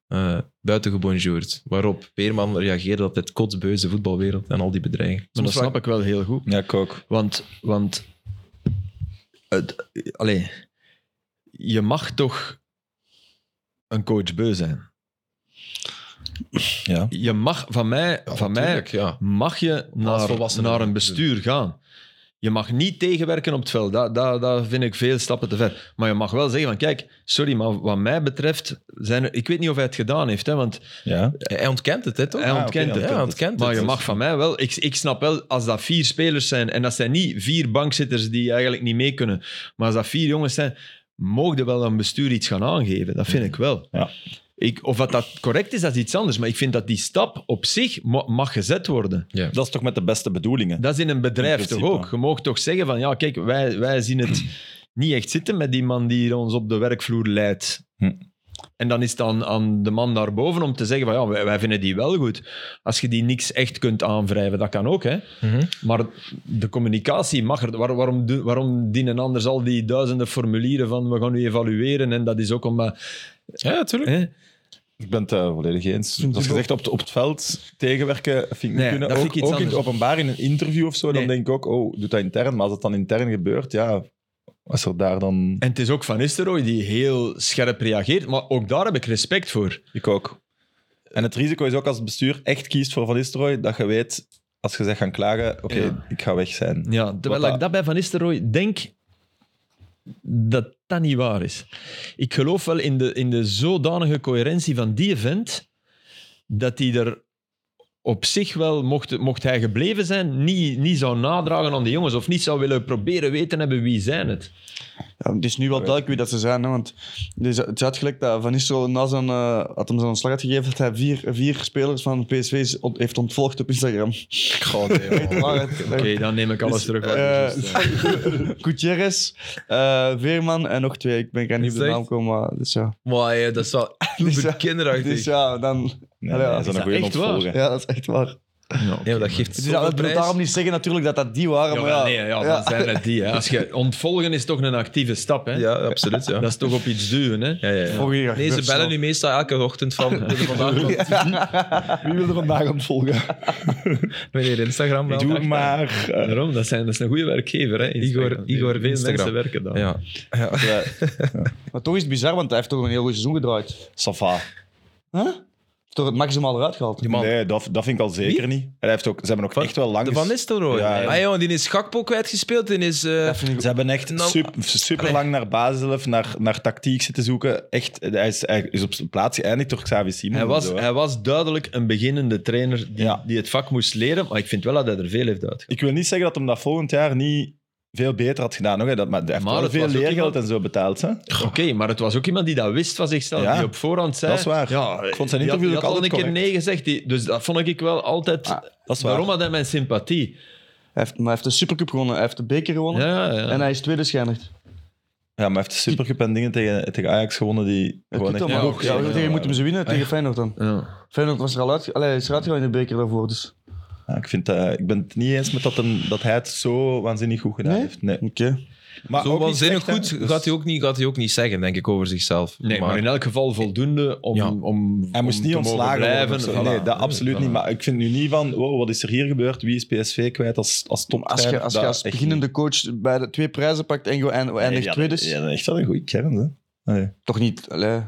S1: eh buiten gebonjourd. Waarop Veerman reageerde dat dit kotsbeu is, de voetbalwereld en al die bedreigingen.
S4: Maar dat
S1: Soms
S4: snap ik wel heel goed.
S2: Ja, ik ook.
S4: Want, want het, allee, je mag toch een coach beu zijn.
S2: Ja.
S4: Je mag van mij,
S1: vraag-
S4: van mij
S1: Tuurlijk, ja.
S4: mag je naar,
S1: volwassene
S4: naar een
S1: doen.
S4: bestuur gaan. Je mag niet tegenwerken op het veld. Dat, dat, dat vind ik veel stappen te ver. Maar je mag wel zeggen van kijk, sorry, maar wat mij betreft zijn er, ik weet niet of hij het gedaan heeft, hè, want
S2: Ja.
S1: Hij ontkent het, hè, toch?
S4: hij
S2: Ah, oké,
S4: ontkent
S2: ja,
S4: het.
S1: ja, hij ontkent
S4: Maar
S1: het. dus.
S4: je mag van mij wel. Ik, ik snap wel, als dat vier spelers zijn, en dat zijn niet vier bankzitters die eigenlijk niet mee kunnen, maar als dat vier jongens zijn, mogen er wel een bestuur iets gaan aangeven. Dat vind ik wel.
S2: Ja.
S4: Ik, of dat, dat correct is, dat is iets anders. Maar ik vind dat die stap op zich ma- mag gezet worden.
S2: Dat is toch met de beste bedoelingen.
S4: Dat is in een bedrijf
S2: In
S4: toch
S2: principe.
S4: ook. Je mag toch zeggen van, ja, kijk, wij, wij zien het niet echt zitten met die man die ons op de werkvloer leidt.
S2: Hm.
S4: En dan is het aan, aan de man daarboven om te zeggen van, ja, wij, wij vinden die wel goed. Als je die niks echt kunt aanwrijven, dat kan ook, hè.
S1: Mhm.
S4: Maar de communicatie mag er... Waar, waarom, doen- waarom dienen anders al die duizenden formulieren van, we gaan u evalueren en dat is ook omdat...
S1: Ja, tuurlijk.
S4: Hè?
S2: Ik ben het eh, volledig eens. Als je zegt op, het- op het veld tegenwerken, vind ik niet
S4: Nee,
S2: kunnen.
S4: dat
S2: ook,
S4: vind ik iets
S2: ook in het
S4: anders.
S2: openbaar, in een interview of zo, dan
S4: Nee.
S2: denk ik ook, oh, doet dat intern. Maar als dat dan intern gebeurt, ja, als er daar dan...
S4: En het is ook Van Nistelrooy die heel scherp reageert, maar ook daar heb ik respect voor.
S2: Ik ook. En het risico is ook als het bestuur echt kiest voor Van Nistelrooy, dat je weet, als je zegt gaan klagen, oké,
S4: Ja.
S2: ik ga weg zijn.
S4: Ja, terwijl
S2: Wat dat-
S4: ik dat bij Van Nistelrooy denk dat dat niet waar is. Ik geloof wel in de, in de zodanige coherentie van die event dat hij er op zich wel, mocht, mocht hij gebleven zijn, niet, niet zou nadragen aan de jongens of niet zou willen proberen weten hebben wie zijn het.
S3: Ja, het is nu wel duidelijk wie dat ze zijn, hè, want het is- het is uitgelekt dat Van Nistelrooy na zijn, eh, had hem zijn ontslag had gegeven dat hij vier, vier spelers van PSV is ont- heeft ontvolgd op Instagram. Maar het-
S4: Oké, dan neem ik alles terug. wat ik
S3: eh,
S2: Dus,
S4: juist
S3: Gutierrez, eh, Veerman en nog twee. Ik ben kan niet op de
S1: Zegt-
S3: naam komen, maar dus ja.
S1: Maar ja, dat is wel
S3: Dus ja,
S1: uber kinderachtig.
S3: Dus ja, dan,
S2: Nee,
S3: Allee,
S2: nee,
S3: is
S2: zo'n
S4: dat
S2: goeie
S4: echt waar?
S2: opvolger.
S3: ja, dat is echt waar.
S4: zei. Ja, oké,
S1: nee, maar dat
S4: maar-
S1: geeft
S3: Dus ja,
S1: zoveel
S3: ik wil
S1: prijs.
S3: daarom niet zeggen natuurlijk dat dat die waren, maar ja.
S4: Jawel, nee, ja, dan zijn het die. Hè. Als je, ontvolgen is toch een actieve stap. Hè?
S1: Ja, absoluut, ja.
S4: Dat is toch op iets duwen. Hè?
S1: ja, ja, ja.
S3: Volgende keer
S1: Nee, ze
S3: gebeurt het
S1: bellen nu
S3: wel.
S1: meestal elke ochtend van willen vandaag nog
S2: Wie wil er vandaag ontvolgen?
S1: meneer Instagram wel.
S2: Doe maar. eh,
S4: Daarom, dat, zijn, dat is een goede werkgever. Hè, Instagram.
S1: Igor-
S4: Veel
S1: Igor
S4: mensen
S1: Instagram.
S4: werken daar.
S1: Ja.
S3: Maar toch is het bizar, want hij heeft toch een heel goed seizoen gedraaid.
S2: ça va.
S3: Huh? Hij heeft toch het maximaal eruit gehaald.
S1: man.
S2: Nee, dat, dat vind ik al zeker niet. En hij heeft ook, ze hebben ook echt wel lang...
S1: De Van Nistelrooy.
S2: Ja, ja.
S1: Ah, joh, die is Gakpo kwijtgespeeld. Die is, eh,
S3: Dat vind ik
S2: Ze hebben echt
S1: Nou,
S2: super, lang naar Basel, naar, naar tactiek zitten zoeken. Echt, hij is, hij is op zijn plaats geëindigd door Xavi Simon.
S4: Hij, was,
S2: Zo, hè.
S4: hij was duidelijk een beginnende trainer die,
S2: Ja.
S4: die het vak moest leren, maar ik vind wel dat hij er veel heeft uitgehaald.
S2: Ik wil niet zeggen dat hem dat volgend jaar niet veel beter had gedaan. Nog, hè. Dat, maar hij heeft
S4: Maar
S2: wel
S4: het
S2: veel
S4: was ook
S2: leergeld
S4: iemand-
S2: en zo betaald. Hè?
S4: Oké, maar het was ook iemand die dat wist van zichzelf,
S2: Ja.
S4: die op voorhand zei...
S2: Dat is waar.
S4: Ja,
S2: Ik vond zijn
S4: die had-
S2: interview
S4: die
S2: ook
S4: had al een
S2: altijd
S4: keer
S2: correct.
S4: nee gezegd, die- dus dat vond ik wel altijd...
S3: Ah,
S2: Dat is waar.
S4: Daarom had hij mijn sympathie.
S3: Hij heeft, maar hij heeft de Supercup gewonnen, hij heeft de beker gewonnen
S4: Ja, ja.
S3: en hij is tweede schijnigd.
S2: Ja, maar hij heeft de Supercup en dingen tegen, tegen Ajax gewonnen die
S3: Ja,
S2: gewoon echt...
S4: maar.
S2: Ja,
S4: oké,
S3: ja,
S4: ja,
S3: tegen
S4: ja.
S3: je moet hem ze winnen, tegen Feyenoord dan.
S4: Ja.
S3: Feyenoord was er al uit, allee, is eruit gegaan in de beker daarvoor. Dus.
S2: ik, vind, eh, ik ben het niet eens met dat, hem, dat hij het zo waanzinnig goed gedaan
S3: Nee?
S2: heeft. Nee.
S3: Oké.
S2: Maar
S1: Zo
S2: ook niet
S1: waanzinnig
S2: slecht,
S1: goed
S2: hè.
S1: gaat hij, ook niet, gaat hij ook niet zeggen, denk ik, over zichzelf.
S4: Nee, maar, in elk geval voldoende om,
S1: Ja.
S4: om,
S2: Hij moest
S4: om
S2: niet
S4: te mogen
S2: ontslagen worden. of
S4: blijven.
S2: zo.
S4: Voilà.
S2: Nee, dat
S1: Nee,
S2: absoluut
S1: voilà.
S2: niet. Maar ik vind nu niet van, wow, wat is er hier gebeurd? Wie is PSV kwijt als, als
S3: Als
S2: toptrainer?
S3: je als, je
S2: Dat
S3: als
S2: echt
S3: beginnende dus- coach bij de twee prijzen pakt en je eind-
S2: niet.
S3: eindigt
S2: Ja,
S3: tweede, is
S2: Ja, dat is echt wel een goede kern, hè.
S3: toch niet. Allee.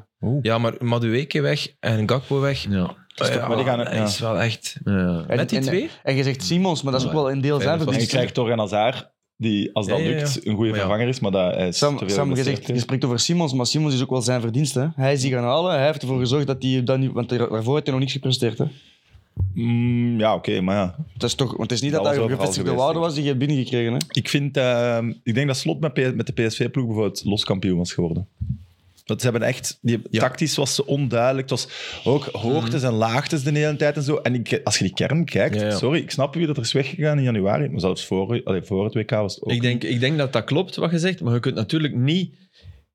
S1: Ja, maar Madueke weg en Gakpo weg.
S4: Ja.
S2: is toch-
S1: Ja,
S2: maar die gaan-
S1: dat
S2: ja.
S1: is wel echt...
S4: Ja.
S3: En-
S1: Met die
S3: en-
S1: twee?
S3: En je zegt Simons, maar dat is ook wel een deel
S1: Ja,
S3: zijn
S1: dat
S2: En je
S1: is-
S3: verdienste.
S2: krijgt toch een Hazard, die als dat
S1: Ja, ja, ja.
S2: lukt een goede
S1: Maar ja.
S2: vervanger is, maar dat hij is te
S3: Sam,
S2: veel
S3: Sam je,
S2: geblesseerd
S3: zegt, je
S2: is.
S3: spreekt over Simons, maar Simons is ook wel zijn verdienste. hè. Hij is die gaan halen, hij heeft ervoor gezorgd dat hij... Dat nu, want daarvoor heeft hij nog niks gepresteerd. Hè.
S2: Mm, ja, oké, maar ja.
S3: Dat is toch, want het is niet
S2: Dat
S3: dat dat
S2: was
S3: een
S2: overal
S3: gevestigde
S2: geweest,
S3: waarde was die je hebt binnengekregen. Hè.
S2: Ik, vind, ehm, ik denk dat Slot met, P- met de PSV-ploeg bijvoorbeeld loskampioen was geworden. Dat ze hebben echt, die,
S1: Ja.
S2: tactisch was ze onduidelijk. Het was ook hoogtes en laagtes de hele tijd en zo. En ik, als je die kern kijkt,
S1: Ja, ja.
S2: sorry, ik snap wie dat er is weggegaan in januari. Maar zelfs voor, allee, voor het WK was het ook.
S4: Ik, denk, ik denk dat dat klopt, wat je zegt. Maar je kunt natuurlijk niet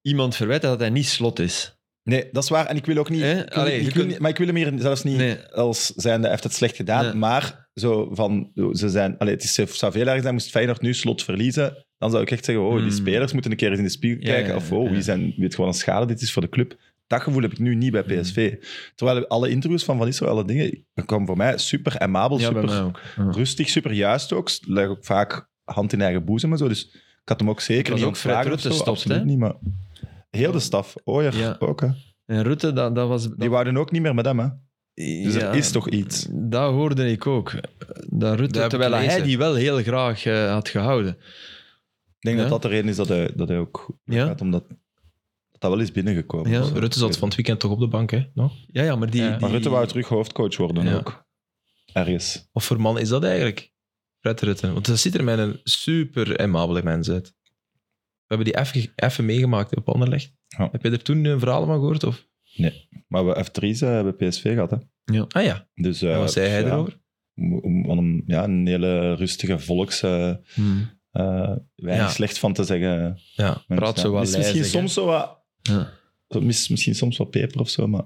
S4: iemand verwijten dat hij niet slot is.
S2: Nee, dat is waar. En ik wil ook niet.
S4: Hè?
S2: ik wil-
S4: Allee,
S2: ik
S4: je
S2: wil
S4: kunt-
S2: niet- maar ik wil hem hier zelfs niet
S4: Nee.
S2: als zijnde hij heeft het slecht gedaan.
S4: Nee.
S2: Maar zo van, ze zijn, allee, het is, het zou veel erger zijn, moest Feyenoord nu slot verliezen. Dan zou ik echt zeggen, oh, die
S4: Hmm.
S2: spelers moeten een keer eens in de spiegel
S4: Ja,
S2: kijken.
S4: ja,
S2: Of, oh,
S4: ja.
S2: wie zijn, weet gewoon een schade, dit is voor de club. Dat gevoel heb ik nu niet bij
S4: Hmm.
S2: PSV. Terwijl alle interviews van Van Nistelrooy, alle dingen, dat kwam voor mij super amabel, super
S4: ook.
S2: rustig, super juist ook. Leg ook vaak hand in eigen boezem en zo. Dus ik had hem ook zeker
S4: was
S2: niet
S4: ook
S2: ook
S4: Fred
S2: vragen of
S4: Rutte
S2: zo.
S4: stopt,
S2: absoluut
S4: hè?
S2: niet, maar heel de staf. Oh ja,
S4: Ja.
S2: ook hè.
S4: En Rutte, dat, dat was...
S2: Die wouden ook niet meer met hem, hè? Dus
S4: Ja,
S2: er is toch iets.
S4: Dat hoorde ik ook. Dat
S1: Dat
S4: Rutte,
S1: heb ik
S4: terwijl hij
S1: gelezen.
S4: die wel heel graag eh, had gehouden.
S2: Ik denk dat
S4: Ja.
S2: dat de reden is dat hij, dat hij ook
S4: Ja.
S2: gaat, omdat dat, dat wel is binnengekomen.
S4: Ja.
S2: Dus, eh,
S1: Rutte zat van het weekend toch op de bank, hè? nog?
S4: Ja, ja, maar die...
S1: Ja.
S4: die-
S2: Maar Rutte wou terug hoofdcoach worden
S1: Ja.
S2: ook. Ergens.
S1: Wat voor man is dat eigenlijk? Fred Rutten. Want dat ziet er met een super amabele mens uit. We hebben die even, even meegemaakt op Anderlecht.
S2: Ja.
S1: Heb je er toen een verhaal van gehoord? Of?
S2: Maar we F3 hebben PSV gehad, hè.
S1: Ah ja,
S2: Dus, eh,
S1: en wat zei hij
S2: ja,
S1: erover?
S2: om- om- om hem, ja, een hele rustige volks... eh,
S4: Hmm.
S2: eh, weinig
S1: Ja.
S2: slecht van te zeggen.
S1: Ja,
S2: mens,
S4: praat
S2: ja.
S4: zo wat
S2: Mis- Misschien
S4: lijzig, hè.
S2: soms zo wat...
S4: Ja.
S2: zo mis- Misschien soms wat peper of zo, maar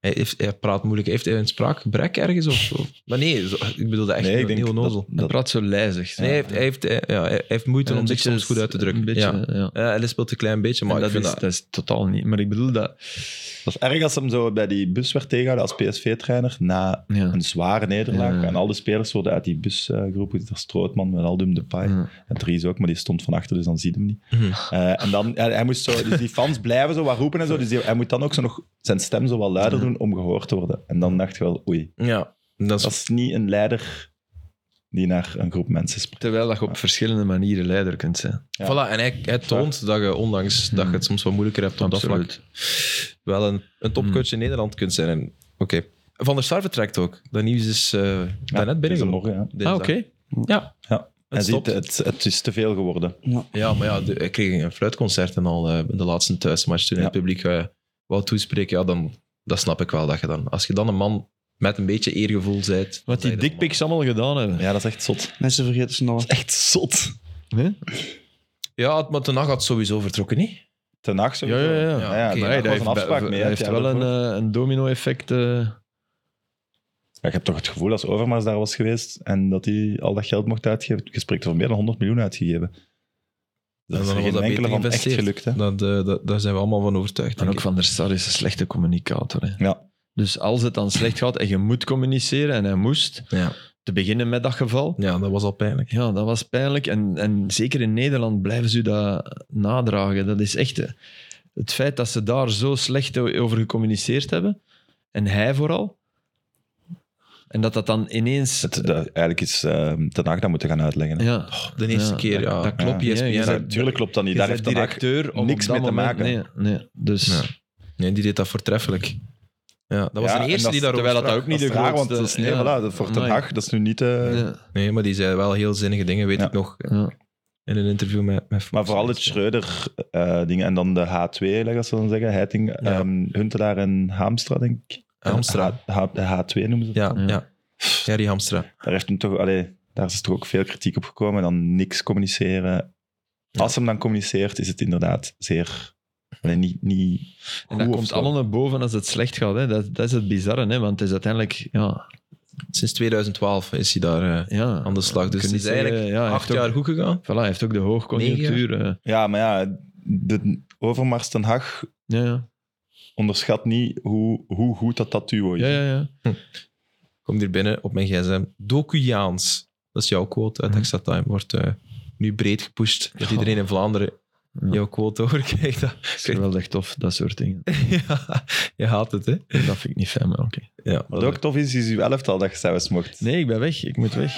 S1: Hij, heeft, hij praat moeilijk. Heeft hij een spraakgebrek ergens? Of, of? Maar nee, zo- ik bedoelde echt
S2: nee, ik
S1: heel
S2: denk dat,
S1: nozel.
S4: Hij
S2: dat
S4: praat zo lijzig.
S1: Nee, hij heeft, hij, heeft, eh, ja, hij heeft moeite
S4: En
S1: om
S4: een
S1: zich
S4: beetje-
S1: soms goed uit te drukken.
S4: Een beetje,
S1: ja.
S4: ja. En
S1: Ja, hij speelt een klein beetje, maar
S4: dat,
S1: ik vind
S4: is,
S1: dat...
S4: dat is totaal niet. Maar ik bedoel dat...
S2: Dat is erg als hem zo bij die bus werd tegengehouden als PSV-trainer na
S4: Ja.
S2: een zware nederlaag.
S4: Ja.
S2: En al de spelers worden uit die bus eh, geroepen. Dit is Strootman, Wijnaldum, Depay.
S4: Ja.
S2: En Dries ook, maar die stond van achter, dus dan ziet hem niet.
S4: Mhm.
S1: Hm.
S2: Eh, en dan, hij, hij moest zo, dus die fans blijven zo wat roepen en zo. Dus die- hij moet dan ook zo nog zijn stem zo wat luider doen om gehoord te worden. En dan dacht je wel, oei,
S1: Ja, dat is
S2: dat is niet een leider die naar een groep mensen spreekt.
S4: Terwijl dat je op verschillende manieren leider kunt zijn.
S2: Ja.
S1: Voilà, en hij, hij toont dat je, ondanks dat je het soms wat moeilijker hebt op dat
S4: Absoluut.
S1: vlak, wel een, een topcoach
S2: Hmm.
S1: in Nederland kunt zijn. En, oké. Van der Sar vertrekt ook. Dat nieuws is eh daarnet
S2: het is er
S1: binnengekomen.
S2: nog, ja.
S1: Dinsdag.
S4: Ah, oké.
S1: Ja.
S2: Ja. Hij
S1: Het
S2: ziet,
S1: stopt.
S2: het, het is te veel geworden.
S1: Ja, maar ja, de- hij kreeg een fluitconcert en al eh, in de laatste thuismatch toen hij
S2: Ja.
S1: het publiek eh, wou toespreken. Ja, dan dat snap ik wel dat je dan... Als je dan een man met een beetje eergevoel bent...
S4: Wat die dickpics allemaal gedaan hebben.
S2: Ja, dat is echt zot.
S3: Mensen vergeten snel.
S2: Dat is echt zot.
S4: Hè?
S1: Ja, maar Ten Hag had sowieso vertrokken, niet?
S2: Ten nacht
S4: Ja, ja, ja.
S1: Ja,
S2: Ja, ja,
S1: oké,
S2: daar
S1: maar
S4: dat
S2: was een afspraak mee. hè,
S4: heeft
S2: het jaar
S4: wel een,
S2: daarvoor.
S4: eh, een domino-effect. eh.
S2: Ja, je hebt toch het gevoel als Overmars daar was geweest en dat hij al dat geld mocht uitgeven. Je spreekt over meer dan 100 miljoen uitgegeven. Dat
S1: En
S2: is
S1: dan
S2: er
S1: was
S2: geen
S1: dat
S2: enkele
S1: beter
S2: van echt
S1: geïnvesteerd.
S2: gelukt. Hè?
S1: Dat, eh, dat, daar zijn we allemaal van overtuigd.
S4: En
S1: denk
S4: ook Van der Sar is een slechte communicator. Hè.
S2: Ja.
S4: Dus als het dan slecht gaat en je moet communiceren, en hij moest,
S1: ik. Ja.
S4: te beginnen met dat geval,
S1: ja, dat was al pijnlijk.
S4: ja, dat was pijnlijk. En, en zeker in Nederland blijven ze dat nadragen. Dat is echt... eh, Het feit dat ze daar zo slecht o- over gecommuniceerd hebben, en hij vooral, en dat dat dan ineens...
S2: Het, dat- eigenlijk is eh Ten Hag dat moeten gaan uitleggen. hè.
S4: ja,
S1: Oh, De eerste
S4: Ja,
S1: keer, ja.
S4: dat- dat klopt,
S1: Ja,
S4: ESPN.
S1: je
S2: Ja,
S1: zei-
S2: natuurlijk klopt dat niet.
S4: je
S2: Daar
S4: bent
S2: heeft Ten Hag-
S4: directeur om
S2: niks
S4: op dat
S2: mee te
S4: moment-
S2: maken.
S4: Nee, nee. Dus...
S1: Ja. Nee, die deed dat voortreffelijk. Ja, dat was
S2: Ja,
S1: de
S2: en
S1: eerste
S2: dat-
S1: die daarover
S4: terwijl dat
S1: sprak.
S4: ook niet
S2: dat is
S4: de
S2: raar, want
S4: grootste-
S1: eh,
S2: dat is, nee,
S4: ja.
S2: voilà, dat voor Ten
S4: Amai.
S2: Hag, dat is nu niet... eh,
S4: ja.
S1: Nee, maar die zei wel heel zinnige dingen, weet
S2: Ja.
S1: ik nog. eh,
S4: Ja.
S1: In een interview met, met Fox.
S2: Maar vooral het Schreuder-ding en dan de H2, als ze dan zeggen. Heiting,
S1: Ja.
S2: ehm, Huntelaar en Hamstra, denk ik.
S1: Eh, Hamstra.
S2: H, H- de H2 noemen ze het.
S1: Ja,
S4: Ja.
S1: ja. Ja, die Hamstra.
S2: daar, heeft hem toch, allee, daar is toch ook veel kritiek op gekomen. En dan niks communiceren. Als hem dan communiceert, is het inderdaad zeer... Allee, niet, niet
S4: En
S2: goed
S4: dat
S2: of
S4: komt
S2: zo.
S4: allemaal naar boven als het slecht gaat. Hè. Dat, dat is het bizarre, hè. want het is uiteindelijk... Ja,
S1: Sinds 2012 is hij daar eh,
S4: Ja.
S1: aan de slag. Dus
S4: Kun je
S1: het is
S4: niet zeggen,
S1: eigenlijk
S4: ja, hij
S1: acht
S4: heeft ook-
S1: jaar goed gegaan.
S4: Voilà, hij heeft ook de hoogconjunctuur. eh,
S2: Ja, maar ja, de Overmars Ten Hag
S4: ja, ja.
S2: onderschat niet hoe, hoe goed dat, dat duo is.
S4: Ja, ja, ja.
S1: Komt hier binnen op mijn gsm. Dokujaans. Dat is jouw quote uit
S4: Mhm.
S1: Extra Time. Wordt eh, nu breed gepusht. Dat iedereen in Vlaanderen
S4: Ja.
S1: jouw quote overkrijgt.
S4: Dat is wel echt tof, dat soort dingen.
S1: ja, je haat het, hè?
S4: Dat vind ik niet fijn, maar oké.
S1: Ja,
S2: Wat ook tof is, is uw elftal dat je zelfs mocht.
S4: Nee, ik ben weg. Ik moet weg.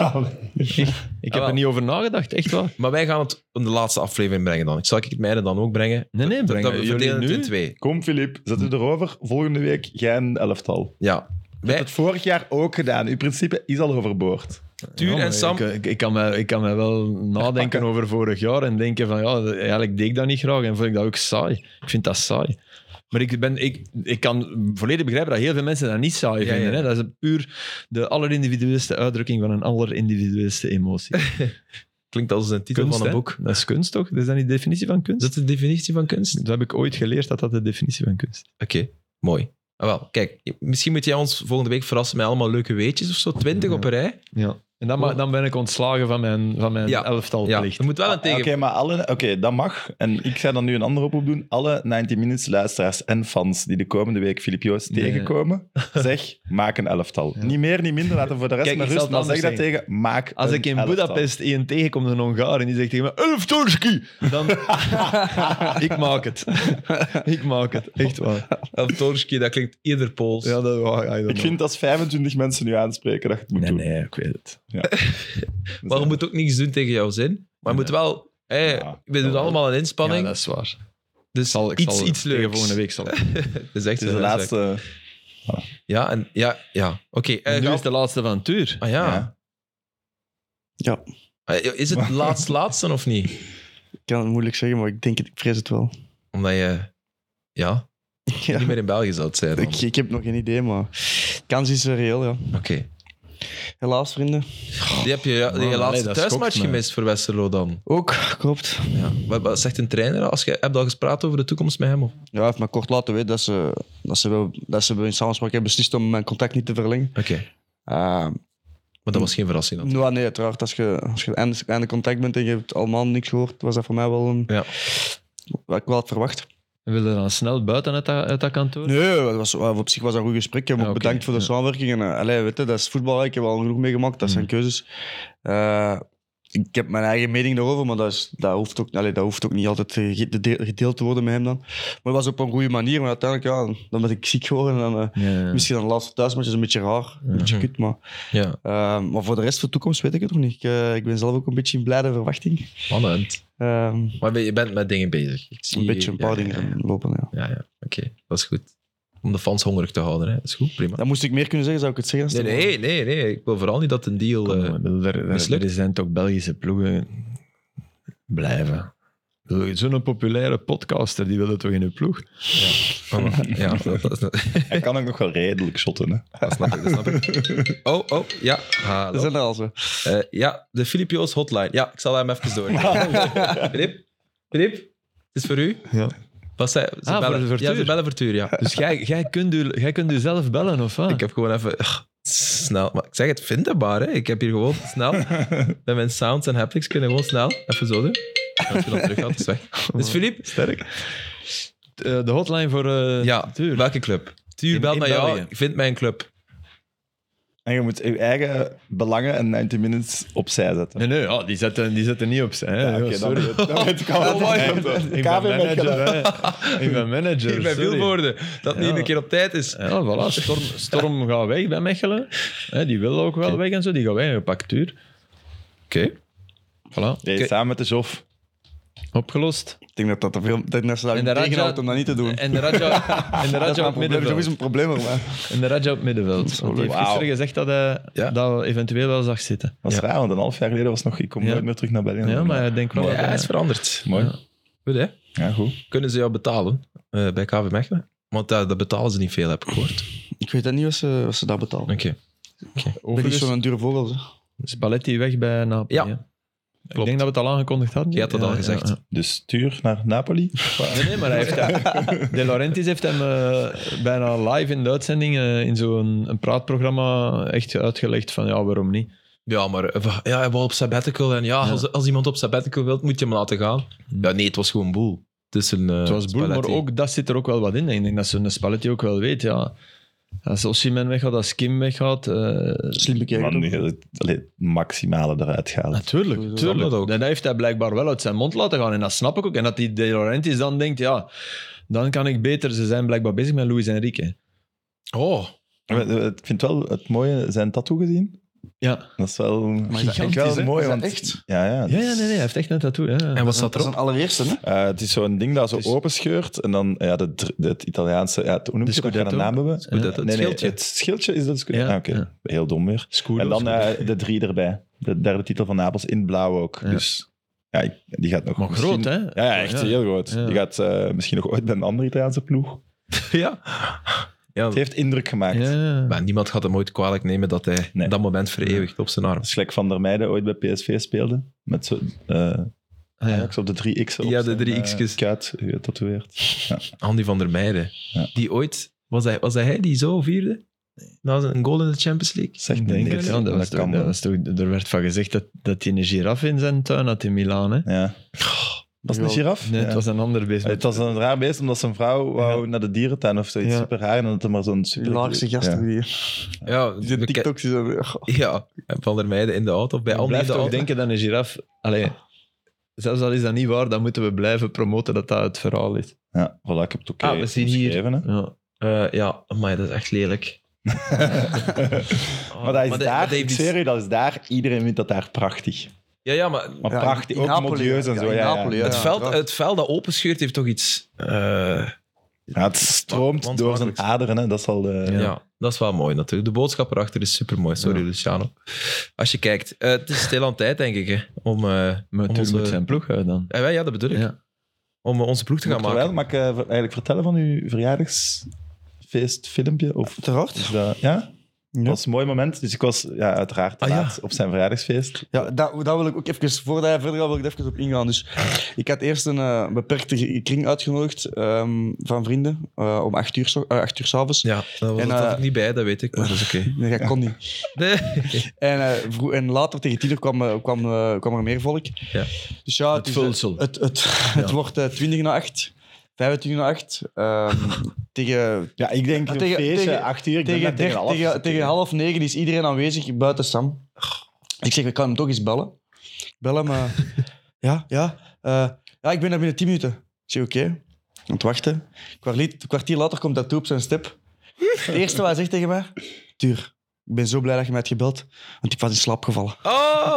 S4: Ik heb
S1: wel.
S4: er niet over nagedacht, echt waar.
S1: Maar wij gaan het in de laatste aflevering brengen dan. Ik zal ik het mijne dan ook brengen.
S4: Nee, nee,
S1: Dat-
S4: breng
S1: dat
S4: dat
S1: we
S4: jullie
S1: verdelen het in
S4: nu.
S1: twee.
S2: Kom, Filip, zet u erover. Volgende week jij een elftal.
S1: Ja. Wij,
S2: Het vorig jaar ook gedaan. Uw principe is al overboord.
S1: Tuur
S4: Ja,
S1: en
S4: maar
S1: Sam-
S4: Ik, eh, ik, ik kan mij, ik kan mij wel nadenken over vorig jaar en denken van ja, eigenlijk deed ik dat niet graag en vond ik dat ook saai. Ik vind dat saai. Maar ik, ben, ik, ik kan volledig begrijpen dat heel veel mensen dat niet saai
S1: Ja,
S4: vinden.
S1: ja.
S4: Hè? Dat is puur de allerindividueelste uitdrukking van een allerindividueelste emotie.
S1: klinkt als een titel
S4: Kunst,
S1: van een
S4: hè?
S1: boek.
S4: Dat is kunst, toch? Is dat niet de definitie van kunst?
S1: Is dat de definitie van kunst?
S4: Dat heb ik ooit geleerd, dat dat de definitie van kunst is.
S1: Oké, mooi. Ah, wel, kijk, misschien moet jij ons volgende week verrassen met allemaal leuke weetjes of zo. Twintig op een rij.
S4: Ja. En dan, ma- dan ben ik ontslagen van mijn, van mijn
S1: Ja.
S4: elftal
S1: Ja,
S4: plicht.
S1: er moet wel een tegen...
S2: Ah, Oké, maar alle... Oké, dat mag. En ik ga dan nu een andere oproep doen. Alle 90 Minutes luisteraars en fans die de komende week Filip Joost
S4: Nee.
S2: tegenkomen, zeg, maak een elftal.
S4: Ja.
S2: Niet meer, niet minder. Laten we voor de rest
S4: Kijk,
S2: maar
S4: ik zal
S2: rust. Maar
S4: het
S2: zeg dat
S4: anders
S2: tegen, maak
S4: Als
S2: een
S4: ik in
S2: elftal.
S4: Budapest één tegenkom, een Hongaar, en die zegt tegen me, Elftorski! Dan, ik maak het. ik maak het, echt waar.
S1: Eltorski, dat klinkt eerder Pools.
S4: Ja, dat, I don't
S2: Ik
S4: know.
S2: vind als 25 mensen nu aanspreken dat je het moet
S4: Nee,
S2: doen.
S4: nee, ik weet het.
S2: Dus
S1: maar je
S2: ja.
S1: moet ook niets doen tegen jouw zin. Maar je moet wel... Hey,
S2: Ja,
S1: we doen
S2: wel.
S1: allemaal een
S4: Ja,
S1: inspanning.
S4: dat is waar.
S1: dus
S4: Zal, ik
S1: iets,
S4: zal,
S1: iets
S4: tegen
S1: leuks. Eh,
S4: volgende week zal ik.
S1: Dat is echt
S2: Het is
S1: zo,
S2: de
S1: dat is leuk.
S2: laatste...
S1: Ja, en, ja, ja. oké. eh,
S4: En nu
S1: gaan-
S4: is de laatste van het uur.
S1: Ah ja.
S2: Ja.
S3: Ja,
S1: Eh, Is het laatst laatste of niet?
S3: ik kan het moeilijk zeggen, maar ik denk het, ik vrees het wel.
S1: Omdat je... Ja,
S3: Ja,
S1: niet meer in België zou het zijn dan.
S3: ik, ik heb nog geen idee, maar de kans is wel reëel, ja.
S1: Oké.
S3: Helaas, vrienden.
S1: Die heb je die
S4: Man,
S1: laatste
S4: allee, dat
S1: thuismatch
S4: schokt me.
S1: gemist voor Westerlo dan.
S3: Ook, klopt.
S1: Ja. Wat, wat zegt een trainer? Als je, heb je al gespraat over de toekomst met hem? Oké.
S3: Ja, hij heeft me kort laten weten dat ze, dat ze, wel, dat ze wel in samenspraak hebben beslist om mijn contract niet te verlengen. Eh,
S1: Maar dat was geen verrassing. dan.
S3: nou, nee, uiteraard. Als je, als je einde, einde contact bent en je hebt allemaal niks gehoord, was dat voor mij wel een...
S1: Ja.
S3: Wat ik wel had verwacht.
S4: We willen dan snel buiten uit dat, uit dat kantoor.
S3: Nee, dat was, op zich was dat een goed gesprek. Ik heb
S4: Ja,
S3: ook
S4: oké,
S3: bedankt voor de
S4: ja.
S3: samenwerking. En, eh, allee, weet je, dat is voetbal. hè. Ik heb al genoeg meegemaakt. Dat
S1: Mm.
S3: zijn keuzes. Eh, ik heb mijn eigen mening daarover, maar dat, is, dat, hoeft, ook, allee, dat hoeft ook niet altijd eh, gede- gedeeld te worden met hem dan. Maar het was op een goede manier. Maar uiteindelijk, ja, dan ben ik ziek geworden. En dan, eh,
S4: Ja, ja.
S3: Misschien dan de laatste thuismatch is een beetje raar. Een beetje kut, maar,
S1: Ja,
S3: eh, maar voor de rest van de toekomst weet ik het nog niet. Ik, eh, ik ben zelf ook een beetje in blijde verwachting.
S1: spannend.
S3: Ehm,
S1: Maar je bent met dingen bezig. Ik zie-
S3: een beetje een paar
S1: ja,
S3: dingen
S1: Ja, ja,
S3: lopen, ja.
S1: ja, ja. oké. Dat is goed. Om de fans hongerig te houden, hè. Dat is goed, prima.
S3: Dan moest ik meer kunnen zeggen, zou ik het zeggen. als
S1: Nee,
S3: het wel-
S1: nee, nee, nee. Ik wil vooral niet dat een deal...
S4: Kom,
S1: eh,
S4: ik bedoel, er, er,
S1: mislukt.
S4: er zijn toch Belgische ploegen blijven. Ik bedoel, Zo'n populaire podcaster, die wil het toch in een ploeg?
S1: van- ja, dat, dat, dat-
S2: Hij kan ook nog wel redelijk shotten, hè.
S1: dat snap ik, dat snap ik. Oh, oh, ja.
S3: Dat
S1: Hallo.
S3: zijn er al zo.
S1: Eh, ja, de Filip Joost hotline. Ja, ik zal hem even door. Filip, Filip, het is voor u.
S4: Ja.
S1: Wat zei ze?
S4: Ah, voor
S1: bellen.
S4: de vertuur.
S1: Ja, ze bellen vertuur, ja.
S4: Dus jij, jij, kunt u, jij kunt u zelf bellen, of wat?
S1: Ik heb gewoon even ugh, snel. Maar ik zeg het vindbaar, hè? Ik heb hier gewoon snel. Met mijn sounds en haptics kunnen gewoon snel. Even zo doen. Als je dan terug gaat, is weg. Dus Filip,
S4: Sterk. De hotline voor... eh,
S1: ja,
S4: Tuur.
S1: welke club? Tuur,
S4: In-
S1: bel
S4: in
S1: naar jou.
S4: België.
S1: Ik vind mijn club.
S2: En je moet je eigen belangen en 90 minutes opzij zetten.
S4: Nee, nee, oh, die zetten, die zetten niet op zijn. Hè?
S2: Ja,
S4: Ja,
S2: oké, dan,
S4: sorry.
S2: weet- dan weet ik al wat
S4: Nee,
S2: ik
S4: ik
S2: moet doen.
S4: ben
S2: KV met
S4: manager,
S2: gedaan.
S4: hè. Ik ben manager,
S1: Hier bij
S4: sorry.
S1: Wielwoorden. Dat niet
S4: Ja.
S1: een keer op tijd is.
S4: Ja, voilà. Storm, Storm gaat weg bij Mechelen. Hè, die wil ook wel weg en zo. Die gaat weg. Gepakt Tuur.
S1: Oké.
S4: Voilà.
S2: Nee, samen met de Jof.
S4: Opgelost.
S3: Ik denk dat, dat, er veel, dat ze
S4: En de
S3: daar
S4: Raja-
S3: tegenhoudt om dat niet te doen.
S4: En de Raja, en de
S3: dat is
S4: Raja op
S3: mijn probleem. Zo is
S4: middenveld.
S3: een probleem, maar.
S4: En de Raja op middenveld. Want die heeft
S2: Wauw.
S4: gisteren gezegd dat hij
S1: Ja.
S4: dat eventueel wel zag zitten.
S2: Dat is raar, want een half jaar geleden was het nog... Ik kom
S4: Ja.
S2: nooit meer terug naar Berlijn.
S4: Ja, maar ik denk wel
S1: Ja,
S4: dat
S1: hij
S4: hij-
S1: is veranderd.
S2: Mooi.
S4: Ja.
S1: Goed, hè?
S2: Ja, goed.
S1: Kunnen ze jou betalen eh, bij KV Mechelen? Want daar dat betalen ze niet veel, heb ik gehoord.
S3: Ik weet dat niet wat ze, wat ze daar betalen.
S1: Oké.
S3: Ik ben niet
S4: Overigens,
S3: zo'n dure vogel. zeg.
S4: Spalletti weg bij Napoli.
S1: Ja.
S4: hè.
S1: Klopt.
S4: Ik denk dat we het al aangekondigd hadden.
S1: Je had dat
S4: Ja,
S1: al
S4: ja,
S1: gezegd.
S4: ja.
S2: Dus stuur naar Napoli.
S4: Nee, nee, maar hij heeft De Laurentiis heeft hem eh, bijna live in de uitzending eh, in zo'n een praatprogramma echt uitgelegd van ja, waarom niet.
S1: Ja, maar eh, wa- ja, hij wou op sabbatical. En ja,
S4: Ja.
S1: Als, als iemand op sabbatical wilt, moet je hem laten gaan.
S4: Hm.
S1: Ja, nee, het was gewoon boel. Het is een, eh,
S4: Het was boel, maar
S1: Spalletti.
S4: ook dat zit er ook wel wat in. Ik denk dat zo'n Spalletti ook wel weet, ja. Als Osimhen weggaat, als Kim weggaat... eh,
S3: Slim bekeken.
S2: Man, het- allee, het maximale eruit gehaald.
S4: Natuurlijk,
S3: Sowieso.
S4: tuurlijk.
S1: Dat ook.
S4: En dat heeft hij blijkbaar wel uit zijn mond laten gaan. En dat snap ik ook. En dat die De Laurentiis dan denkt, ja, dan kan ik beter. Ze zijn blijkbaar bezig met Luis Enrique.
S1: Oh,
S4: Ah.
S2: Maar, eh, Ik vind wel het mooie zijn tattoo gezien.
S4: Ja.
S2: Dat is wel,
S3: is dat
S2: vind ik
S3: gigantisch,
S2: wel
S3: hè?
S2: mooi.
S3: Is dat
S2: Want,
S3: echt?
S2: Ja, ja.
S4: Ja,
S2: dus-
S4: ja, nee, nee, hij heeft echt net dat toe.
S1: en
S4: Ja.
S1: wat staat
S3: Dat is een
S1: erop?
S3: allereerste, hè?
S2: Eh, het is zo'n ding dat zo
S4: Het is-
S2: open scheurt en dan ja, de, dr- de- het Italiaanse, ja, het- hoe noem
S4: De
S2: je dat? Gaat een
S4: Scudetto?
S2: naam hebben?
S1: Scudetto, het
S2: nee, nee,
S1: schildje.
S2: het schildje is dat scudetto.
S4: Ja,
S2: Ah, Oké,
S4: ja.
S2: heel dom weer.
S4: Scudo.
S2: En dan eh, de drie erbij. De derde titel van Napels in blauw ook.
S4: Ja.
S2: Dus ja, ik- die gaat nog.
S4: Maar groot,
S2: misschien-
S4: hè?
S2: Ja, ja, echt heel groot.
S4: Ja.
S2: Die gaat eh, misschien nog ooit bij een andere Italiaanse ploeg.
S1: ja. ja
S2: Het heeft indruk gemaakt.
S4: Ja, ja.
S1: maar niemand gaat hem ooit kwalijk nemen dat hij
S2: Nee.
S1: dat moment vereeuwigt op zijn arm.
S2: Dat is gelijk Van der Meijden ooit bij PSV speelde. Met zo, eh
S4: Ah, ja.
S2: Ajax op de 3x.
S1: Ja, de drie X's.
S2: eh, Kuit getatoeëerd.
S1: Andy van der Meijden,
S2: Ja.
S1: die ooit... Was hij, was hij hij die zo vierde? Na een goal in de Champions League?
S2: Zeg
S4: Ik
S2: niet
S4: denk het,
S2: niks.
S4: ja. Dat was toch-
S2: kan
S4: dat
S2: wel.
S4: was toch- er werd van gezegd dat, dat hij een giraf in zijn tuin had in Milaan. Hè?
S2: Ja. Was het een giraf? Ja.
S4: Nee,
S2: Eh,
S4: het was een ander beest.
S2: Het was een raar beest, omdat zijn vrouw wou naar de dierentuin of zoiets
S4: Ja.
S2: super raar. En dat er maar zo'n super...
S3: Die laagste gasten
S2: Ja.
S3: die,
S1: Ja, we
S3: die
S1: ke-
S3: TikToks die zo- Goh.
S1: ja, Van der Meijden in de auto, of bij
S4: Ik
S1: Andy in
S4: blijf
S1: de
S4: toch
S1: auto.
S4: denken dat een giraf... Allee, zelfs al is dat niet waar, dan moeten we blijven promoten dat dat het verhaal is.
S2: Ja, voilà, ik heb het ook eh,
S1: Ah, we zien hier.
S2: omschreven, hè.
S4: Ja.
S1: Eh, ja, maar dat is echt lelijk. Oh,
S2: maar dat is
S1: de-
S2: daar,
S1: dat heeft
S2: ik
S1: iets-
S2: zweer u, dat is daar. Iedereen vindt dat daar prachtig.
S1: Ja, ja, maar
S2: Maar
S3: Ja,
S2: prachtig,
S3: in
S2: ook
S3: Napoli,
S2: modieus en
S3: ja,
S2: zo.
S3: in
S2: Ja, ja.
S3: Napoli, ja.
S1: het, veld,
S3: uiteraard.
S1: het vel dat openscheurt heeft toch iets... eh,
S2: Ja, het stroomt
S1: Want-
S2: door zijn
S1: want-
S2: aderen, hè. dat is al... eh,
S1: ja. dat is wel mooi natuurlijk. De boodschap erachter is supermooi. Sorry,
S4: Ja.
S1: Luciano. Als je kijkt, eh, het is stil aan tijd, denk ik, hè, om... eh,
S4: Maar
S1: Om
S4: toen
S1: onze-
S4: moet zijn ploeg uit dan.
S1: eh, ja, dat bedoel ik.
S4: Ja.
S1: Om eh, onze ploeg te gaan
S2: Dr.
S1: maken.
S2: Wel, mag ik eh, ver- eigenlijk vertellen van uw verjaardagsfeestfilmpje? Of
S3: Uiteraard.
S2: is dat, ja? Dat was een mooi moment. Dus ik was ja, uiteraard te
S1: Ah, ja.
S2: laat op zijn verjaardagsfeest.
S3: Ja, daar, daar wil ik ook even, voordat hij verder gaat, wil ik er even op ingaan. Dus ik had eerst een eh, beperkte ge- kring uitgenodigd ehm, van vrienden eh, om 8 uur, zo- eh, acht uur s'avonds.
S1: Ja, daar was,
S3: En,
S1: dat was
S3: eh,
S1: ik niet bij, dat weet ik, maar dat is oké.
S3: Nee, dat kon niet.
S1: Nee.
S3: En, eh, vroeg- en later, tegen tien uur, kwam, eh, kwam, eh, kwam er meer volk.
S1: Ja.
S3: Dus ja,
S4: Het
S3: is, eh,
S4: vulsel.
S3: het, het, het wordt eh, 20 na 8, 25 na 8. ehm, tegen
S2: Ja, ik denk
S3: Maar tegen- tegen-
S2: acht uur. ik ben
S3: tegen,
S2: daar
S3: tegen,
S2: half
S3: tegen,
S2: zitten.
S3: tegen half negen is iedereen aanwezig buiten Sam. Ik zeg, ik kan hem toch eens bellen. Ik bel hem. eh, ja, ja. eh, ja, ik ben er binnen tien minuten. Ik zeg, oké. Aan het wachten. Kwartier, kwartier later komt dat toe op zijn step. Het eerste wat hij zegt tegen mij... Tuur, ik ben zo blij dat je mij hebt gebeld. Want ik was in slaap gevallen.
S1: Oh!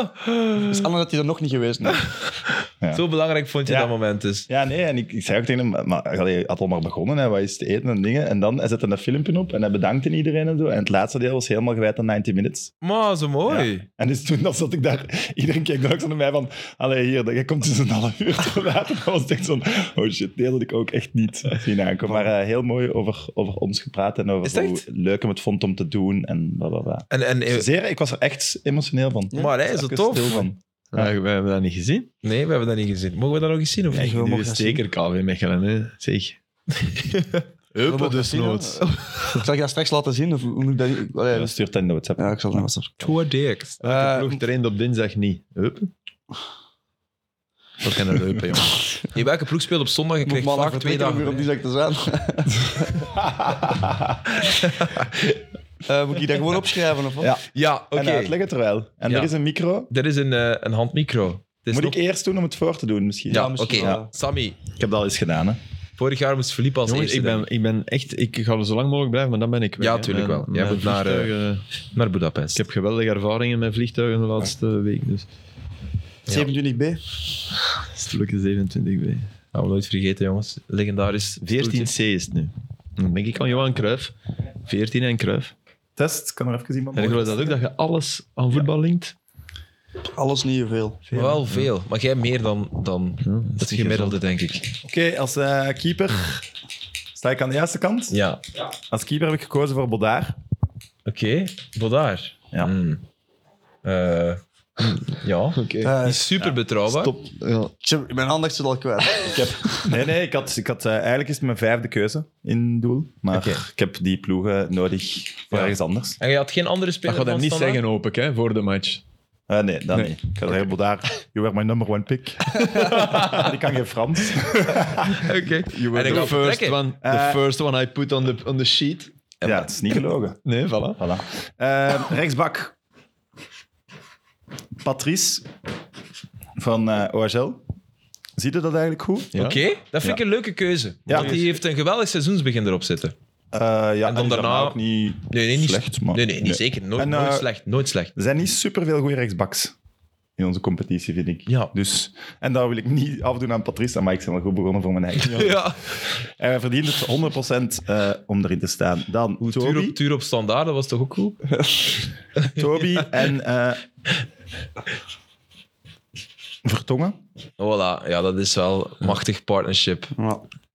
S3: Dus anders dat hij er nog niet geweest was.
S2: Ja.
S1: Zo belangrijk vond je
S2: Ja.
S1: dat moment dus.
S2: Ja, nee, en ik, ik zei ook tegen hem, maar maar, allee, hij had al maar begonnen, hè, wat is te eten en dingen. En dan, hij zette een filmpje op en hij bedankte iedereen en zo. En het laatste deel was helemaal gewijd aan 90 Minutes.
S1: Maar zo mooi.
S2: En dus toen dan zat ik daar, iedereen keek dan ook zo naar mij van, allee, hier, jij komt dus een half uur te laat. En dat was echt zo'n, oh shit, nee, dat had ik ook echt niet zien aankomen. Maar eh, heel mooi over, over ons gepraat en
S1: Is
S2: over
S1: het
S2: hoe
S1: echt?
S2: leuk hem het vond om te doen en blablabla.
S1: En, en, eh,
S2: Zeer, ik was er echt emotioneel van.
S1: maar hij is zo
S2: Even
S1: tof.
S2: stil van.
S4: Ja, we hebben dat niet gezien.
S1: Nee, we hebben dat niet gezien. Mogen we dat nog eens zien? Of niet?
S3: we mogen
S4: Nu is
S3: dat
S4: zeker KV Mechelen, hè. Zeg. Heupen
S3: mogen dat
S4: dus
S3: zien,
S4: noods.
S3: Zal ik dat straks laten zien? Of hoe moet ik dat... Allee,
S2: Ja,
S3: dus-
S2: stuurt dat in de WhatsApp.
S3: ja, ik zal het naar WhatsApp.
S1: Two dicks.
S4: Welke
S3: Eh,
S4: ploeg traint op dinsdag niet? Heupen? We kennen heupen, jongen.
S1: Nee, welke ploeg speelt op zondag? Ik
S3: Moet
S1: kreeg
S3: maar
S1: vaak twee
S3: vertrekken om weer
S1: dagen.
S3: op dinsdag te zijn. Eh, moet ik dat gewoon opschrijven? Of wat?
S2: Ja.
S1: Ja, oké.
S2: En eh, uitleg het er wel. En
S1: Ja.
S2: er is een micro.
S1: Er is een, eh, een handmicro. Het is
S2: Moet
S1: nog-
S2: ik eerst doen om het voor te doen, misschien?
S1: Ja,
S3: Ja,
S1: oké.
S3: misschien wel.
S1: Sammy,
S2: Ik heb dat al eens gedaan, hè.
S1: vorig jaar moest Philippe als
S4: Jongens,
S1: eerste
S4: ik ben,
S1: denk
S4: ik ben echt... Ik ga er zo lang mogelijk blijven, maar dan ben ik weg.
S1: Ja,
S4: hè.
S1: tuurlijk
S4: Mijn-
S1: wel. Jij
S4: mijn
S1: moet naar, eh,
S4: vliegtuigen-
S1: ik. naar Budapest.
S4: Ik heb geweldige ervaringen met vliegtuigen de laatste week, dus...
S3: 27B.
S4: Strookje 27 B.
S1: Dat we nooit vergeten, jongens. Legendarisch.
S4: 14
S1: stoeltje.
S4: C is het nu. Dan denk ik aan Johan Cruijff. 14 en Cruijff.
S2: Test, kan er even iemand
S4: Hergelen dat ook, dat je alles aan voetbal linkt?
S3: Alles niet veel.
S1: Wel veel. Maar jij meer dan, dan
S4: Ja,
S1: het gemiddelde, denk ik.
S2: Oké, als eh, keeper sta ik aan de juiste kant.
S1: Ja. Oké.
S2: Als keeper heb ik gekozen voor Bodaar. Mm.
S1: Bodaar.
S2: Ja.
S1: Hmm. Eh, Ja. Die is super betrouwbaar.
S3: Stop. Ja. Ik heb- Eh, Mijn aandacht zit al kwijt.
S2: Ik heb, nee, nee, ik had, ik had, eh, eigenlijk is het mijn vijfde keuze in doel. Maar
S1: Oké.
S2: ik heb die ploegen nodig voor
S1: Ja.
S2: ergens anders.
S1: En je had geen andere speler
S6: Dat gaat hem
S1: van
S6: niet
S1: Standaard?
S6: zeggen, hoop ik, hè, voor de match.
S2: Eh, nee, dat
S6: Nee.
S2: niet. Ik had helemaal daar. You were my number one pick. die kan geen Frans.
S1: Oké.
S4: You were
S1: En ik
S4: the
S1: ga
S4: first,
S1: vertrekken.
S4: one, the
S2: Eh.
S4: first one I put on the, on the sheet.
S2: Ja, het is niet gelogen.
S4: Nee, voilà.
S2: Voilà. Eh, rechtsbak. Patrice van eh OHL. Ziet u dat eigenlijk goed?
S4: Ja.
S1: Oké, dat vind ik een leuke keuze.
S2: Ja.
S1: Want die heeft een geweldig seizoensbegin erop zitten.
S2: Eh, ja, en
S1: dan
S2: die zijn
S1: daarna-
S2: ook niet...
S1: Nee, nee, niet
S2: Slecht, maar-
S1: Nee, nee, niet
S2: Nee.
S1: zeker. Nooit,
S2: En,
S1: nooit
S2: eh,
S1: slecht. Nooit slecht.
S2: Er zijn niet superveel goede rechtsbacks in onze competitie, vind ik.
S1: Ja.
S2: Dus, en dat wil ik niet afdoen aan Patrice, maar ik ben wel goed begonnen voor mijn eigen.
S1: Ja.
S2: En hij verdient het 100% eh, om erin te staan. Dan
S1: Tuur op,
S2: Toby,
S1: tuur op standaard, dat was toch ook cool?
S2: Toby en... eh, Vertongen.
S1: Voilà, ja, dat is wel een machtig partnership.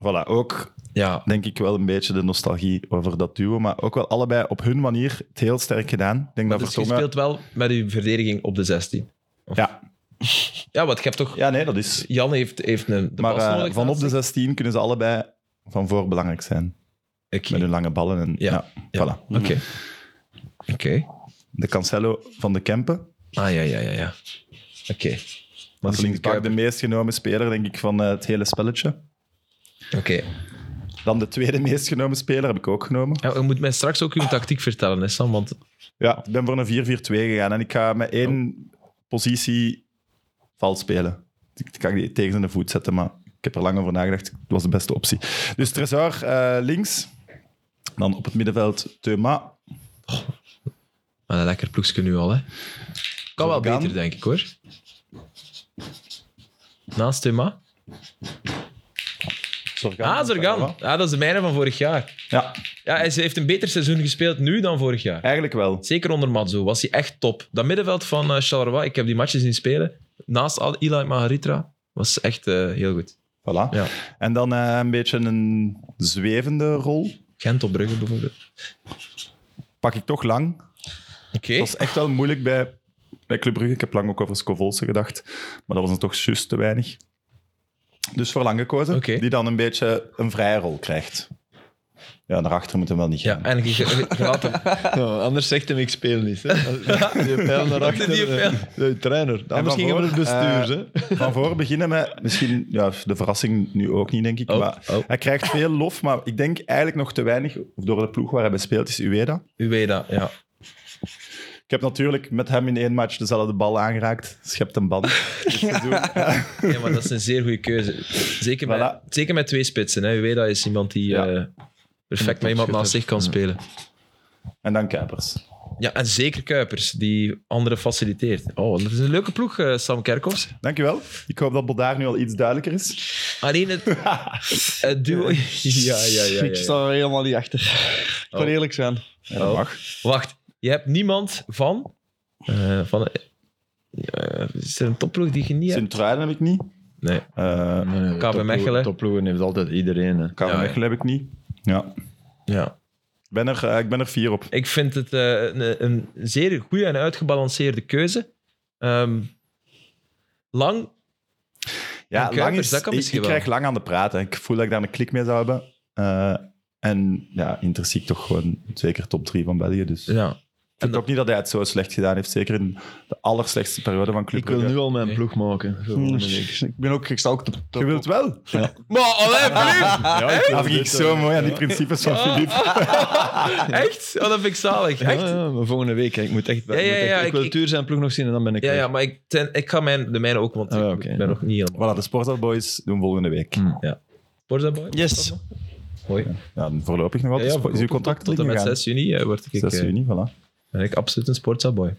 S2: Voilà, ook
S1: Ja,
S2: denk ik wel een beetje de nostalgie over dat duo. Maar ook wel allebei op hun manier het heel sterk gedaan. Ik denk dat
S1: dus je
S2: Vertongen...
S1: speelt wel met uw verdediging op de 16.
S2: Ja.
S1: Ja, want je hebt toch...
S2: ja, nee, dat is...
S1: Jan heeft, heeft een, de
S2: maar
S1: pas
S2: eh,
S1: nodig.
S2: van op de 16 kunnen ze allebei van voor belangrijk zijn.
S1: Oké.
S2: Met hun lange ballen. En,
S1: Ja.
S2: ja.
S1: Ja.
S2: Voilà.
S1: Oké. Oké.
S2: De Cancelo van de Kempen.
S1: Ah, ja, ja, ja. ja. Oké.
S2: Dat is linksback de meest genomen speler, denk ik, van eh, het hele spelletje.
S1: Oké.
S2: Dan de tweede meest genomen speler heb ik ook genomen.
S1: Ja, je moet mij straks ook uw tactiek vertellen, hè, Sam, want...
S2: Ja, ik ben voor een 4-4-2 gegaan. En ik ga met één positie vals spelen. Ik kan die tegen zijn voet zetten, maar ik heb er lang over nagedacht. Het was de beste optie. Dus Trezor eh, links. Dan op het middenveld Thema.
S1: Maar een lekker ploegje nu al, hè. Kan wel
S2: Zorgan.
S1: beter, denk ik, hoor. Naast Thema. Ah, Zorgan. Ja, dat is de mijne van vorig jaar.
S2: Ja,
S1: Ja, hij heeft een beter seizoen gespeeld nu dan vorig jaar.
S2: eigenlijk wel.
S1: Zeker onder Matzo was hij echt top. Dat middenveld van eh Charleroi, ik heb die matches zien spelen. Naast al Eli Maharitra was echt eh, heel goed.
S2: Voilà.
S1: Ja.
S2: En dan eh, een beetje een zwevende rol.
S1: Gent op Brugge bijvoorbeeld.
S2: Pak ik toch lang.
S1: Oké.
S2: Het was echt wel moeilijk bij, bij Club Brugge. Ik heb lang ook over Scovolse gedacht. Maar dat was dan toch juist te weinig. Dus voor lang gekozen.
S1: Oké.
S2: Die dan een beetje een vrije rol krijgt. Ja, daarachter moeten we wel niet gaan.
S1: Ja, en je, je, je laat hem.
S4: Ja, anders zegt hem, ik speel niet. Hè. Die pijl naar achter.
S1: Die pijl.
S4: eh, De trainer. Anders
S2: van
S4: gingen we
S2: voor,
S4: het bestuur.
S2: eh, Van voor beginnen met misschien ja, de verrassing nu ook niet, denk ik.
S1: Oh,
S2: maar
S1: oh.
S2: Hij krijgt veel lof, maar ik denk eigenlijk nog te weinig. Of door de ploeg waar hij bij speelt is Ueda.
S1: U weet dat, ja.
S2: Ik heb natuurlijk met hem in één match dezelfde bal aangeraakt. Schept een band. Dus te doen. Ja.
S1: Nee, maar dat is een zeer goede keuze. Zeker,
S2: Voilà.
S1: met, zeker met twee spitsen. Hè. U weet dat is iemand die
S2: Ja.
S1: eh, perfect met iemand naast zich kan spelen.
S2: En dan Kuipers.
S1: Ja, en zeker Kuipers, die anderen faciliteert. Oh, dat is een leuke ploeg, eh, Sam Kerkhoffs.
S2: Dankjewel. Ik hoop dat Bodaar nu al iets duidelijker is.
S1: Alleen het, het duo... Ja, ja, ja. ja,
S3: Ik
S1: ja.
S3: sta er helemaal niet achter. Ik kan
S1: Oh.
S3: eerlijk zijn.
S2: Ja, dat mag.
S1: Wacht, je hebt niemand van... eh, van eh, is er een topploeg die je niet hebt?
S2: Sint-Truiden heb ik niet.
S1: Nee.
S2: Eh
S1: KB Mechelen.
S4: Topploegen heeft altijd iedereen. hè.
S2: KV
S1: Ja, ja.
S2: Mechelen heb ik niet. Ja.
S1: Ja.
S2: Ik ben, er, eh, ik ben er vier op.
S1: Ik vind het eh, een, een zeer goede en uitgebalanceerde keuze. Ehm, lang,
S2: Ja,
S1: En
S2: lang
S1: Kuipers, dus
S2: is,
S1: dat kan
S2: ik,
S1: misschien
S2: ik
S1: wel.
S2: krijg lang aan de praten. Ik voel dat ik daar een klik mee zou hebben. Eh, en ja, intrinsiek toch gewoon zeker top drie van België. Dus ik
S1: ja.
S2: vind ook niet dat hij het zo slecht gedaan heeft. Zeker in de allerslechtste periode van Club
S4: Ik wil
S2: Brugge.
S4: nu al mijn
S1: Nee.
S4: ploeg maken. Zo,
S3: Mm,
S4: denk ik.
S3: Ik, ben ook, ik sta ook op de top.
S2: Je wilt wel?
S1: Maar, allee, Filip!
S2: Dat vind ik zo mooi aan die principes van
S1: Ah.
S2: Filip.
S1: Echt? Oh, dat vind ik zalig.
S4: Ja,
S1: Echt?
S4: ja, maar volgende week. hè. Ik moet echt.
S1: Ja, ja,
S4: ik moet echt-
S1: ja,
S4: ik,
S1: ik-
S4: wil
S1: ik-
S4: Tuur zijn ploeg nog zien en dan ben ik.
S1: Ja,
S4: weg.
S1: ja maar ik, ten- ik ga mijn, de mijne ook, want
S4: Ah,
S1: ik
S4: oké.
S1: ben nog niet helemaal...
S2: Voilà, de Sportart Boys doen volgende week.
S1: Mm.
S4: Hm.
S1: Wordt dat, boy?
S3: Yes.
S1: Mooi.
S2: Ja, dan voorlopig nog wat.
S1: Ja,
S2: Dus
S1: ja,
S2: is uw contract
S1: Tot en met
S2: ingegaan?
S1: 6 juni eh, word ik, eh,
S2: 6 juni, voilà.
S1: ben ik absoluut een sportsaboy.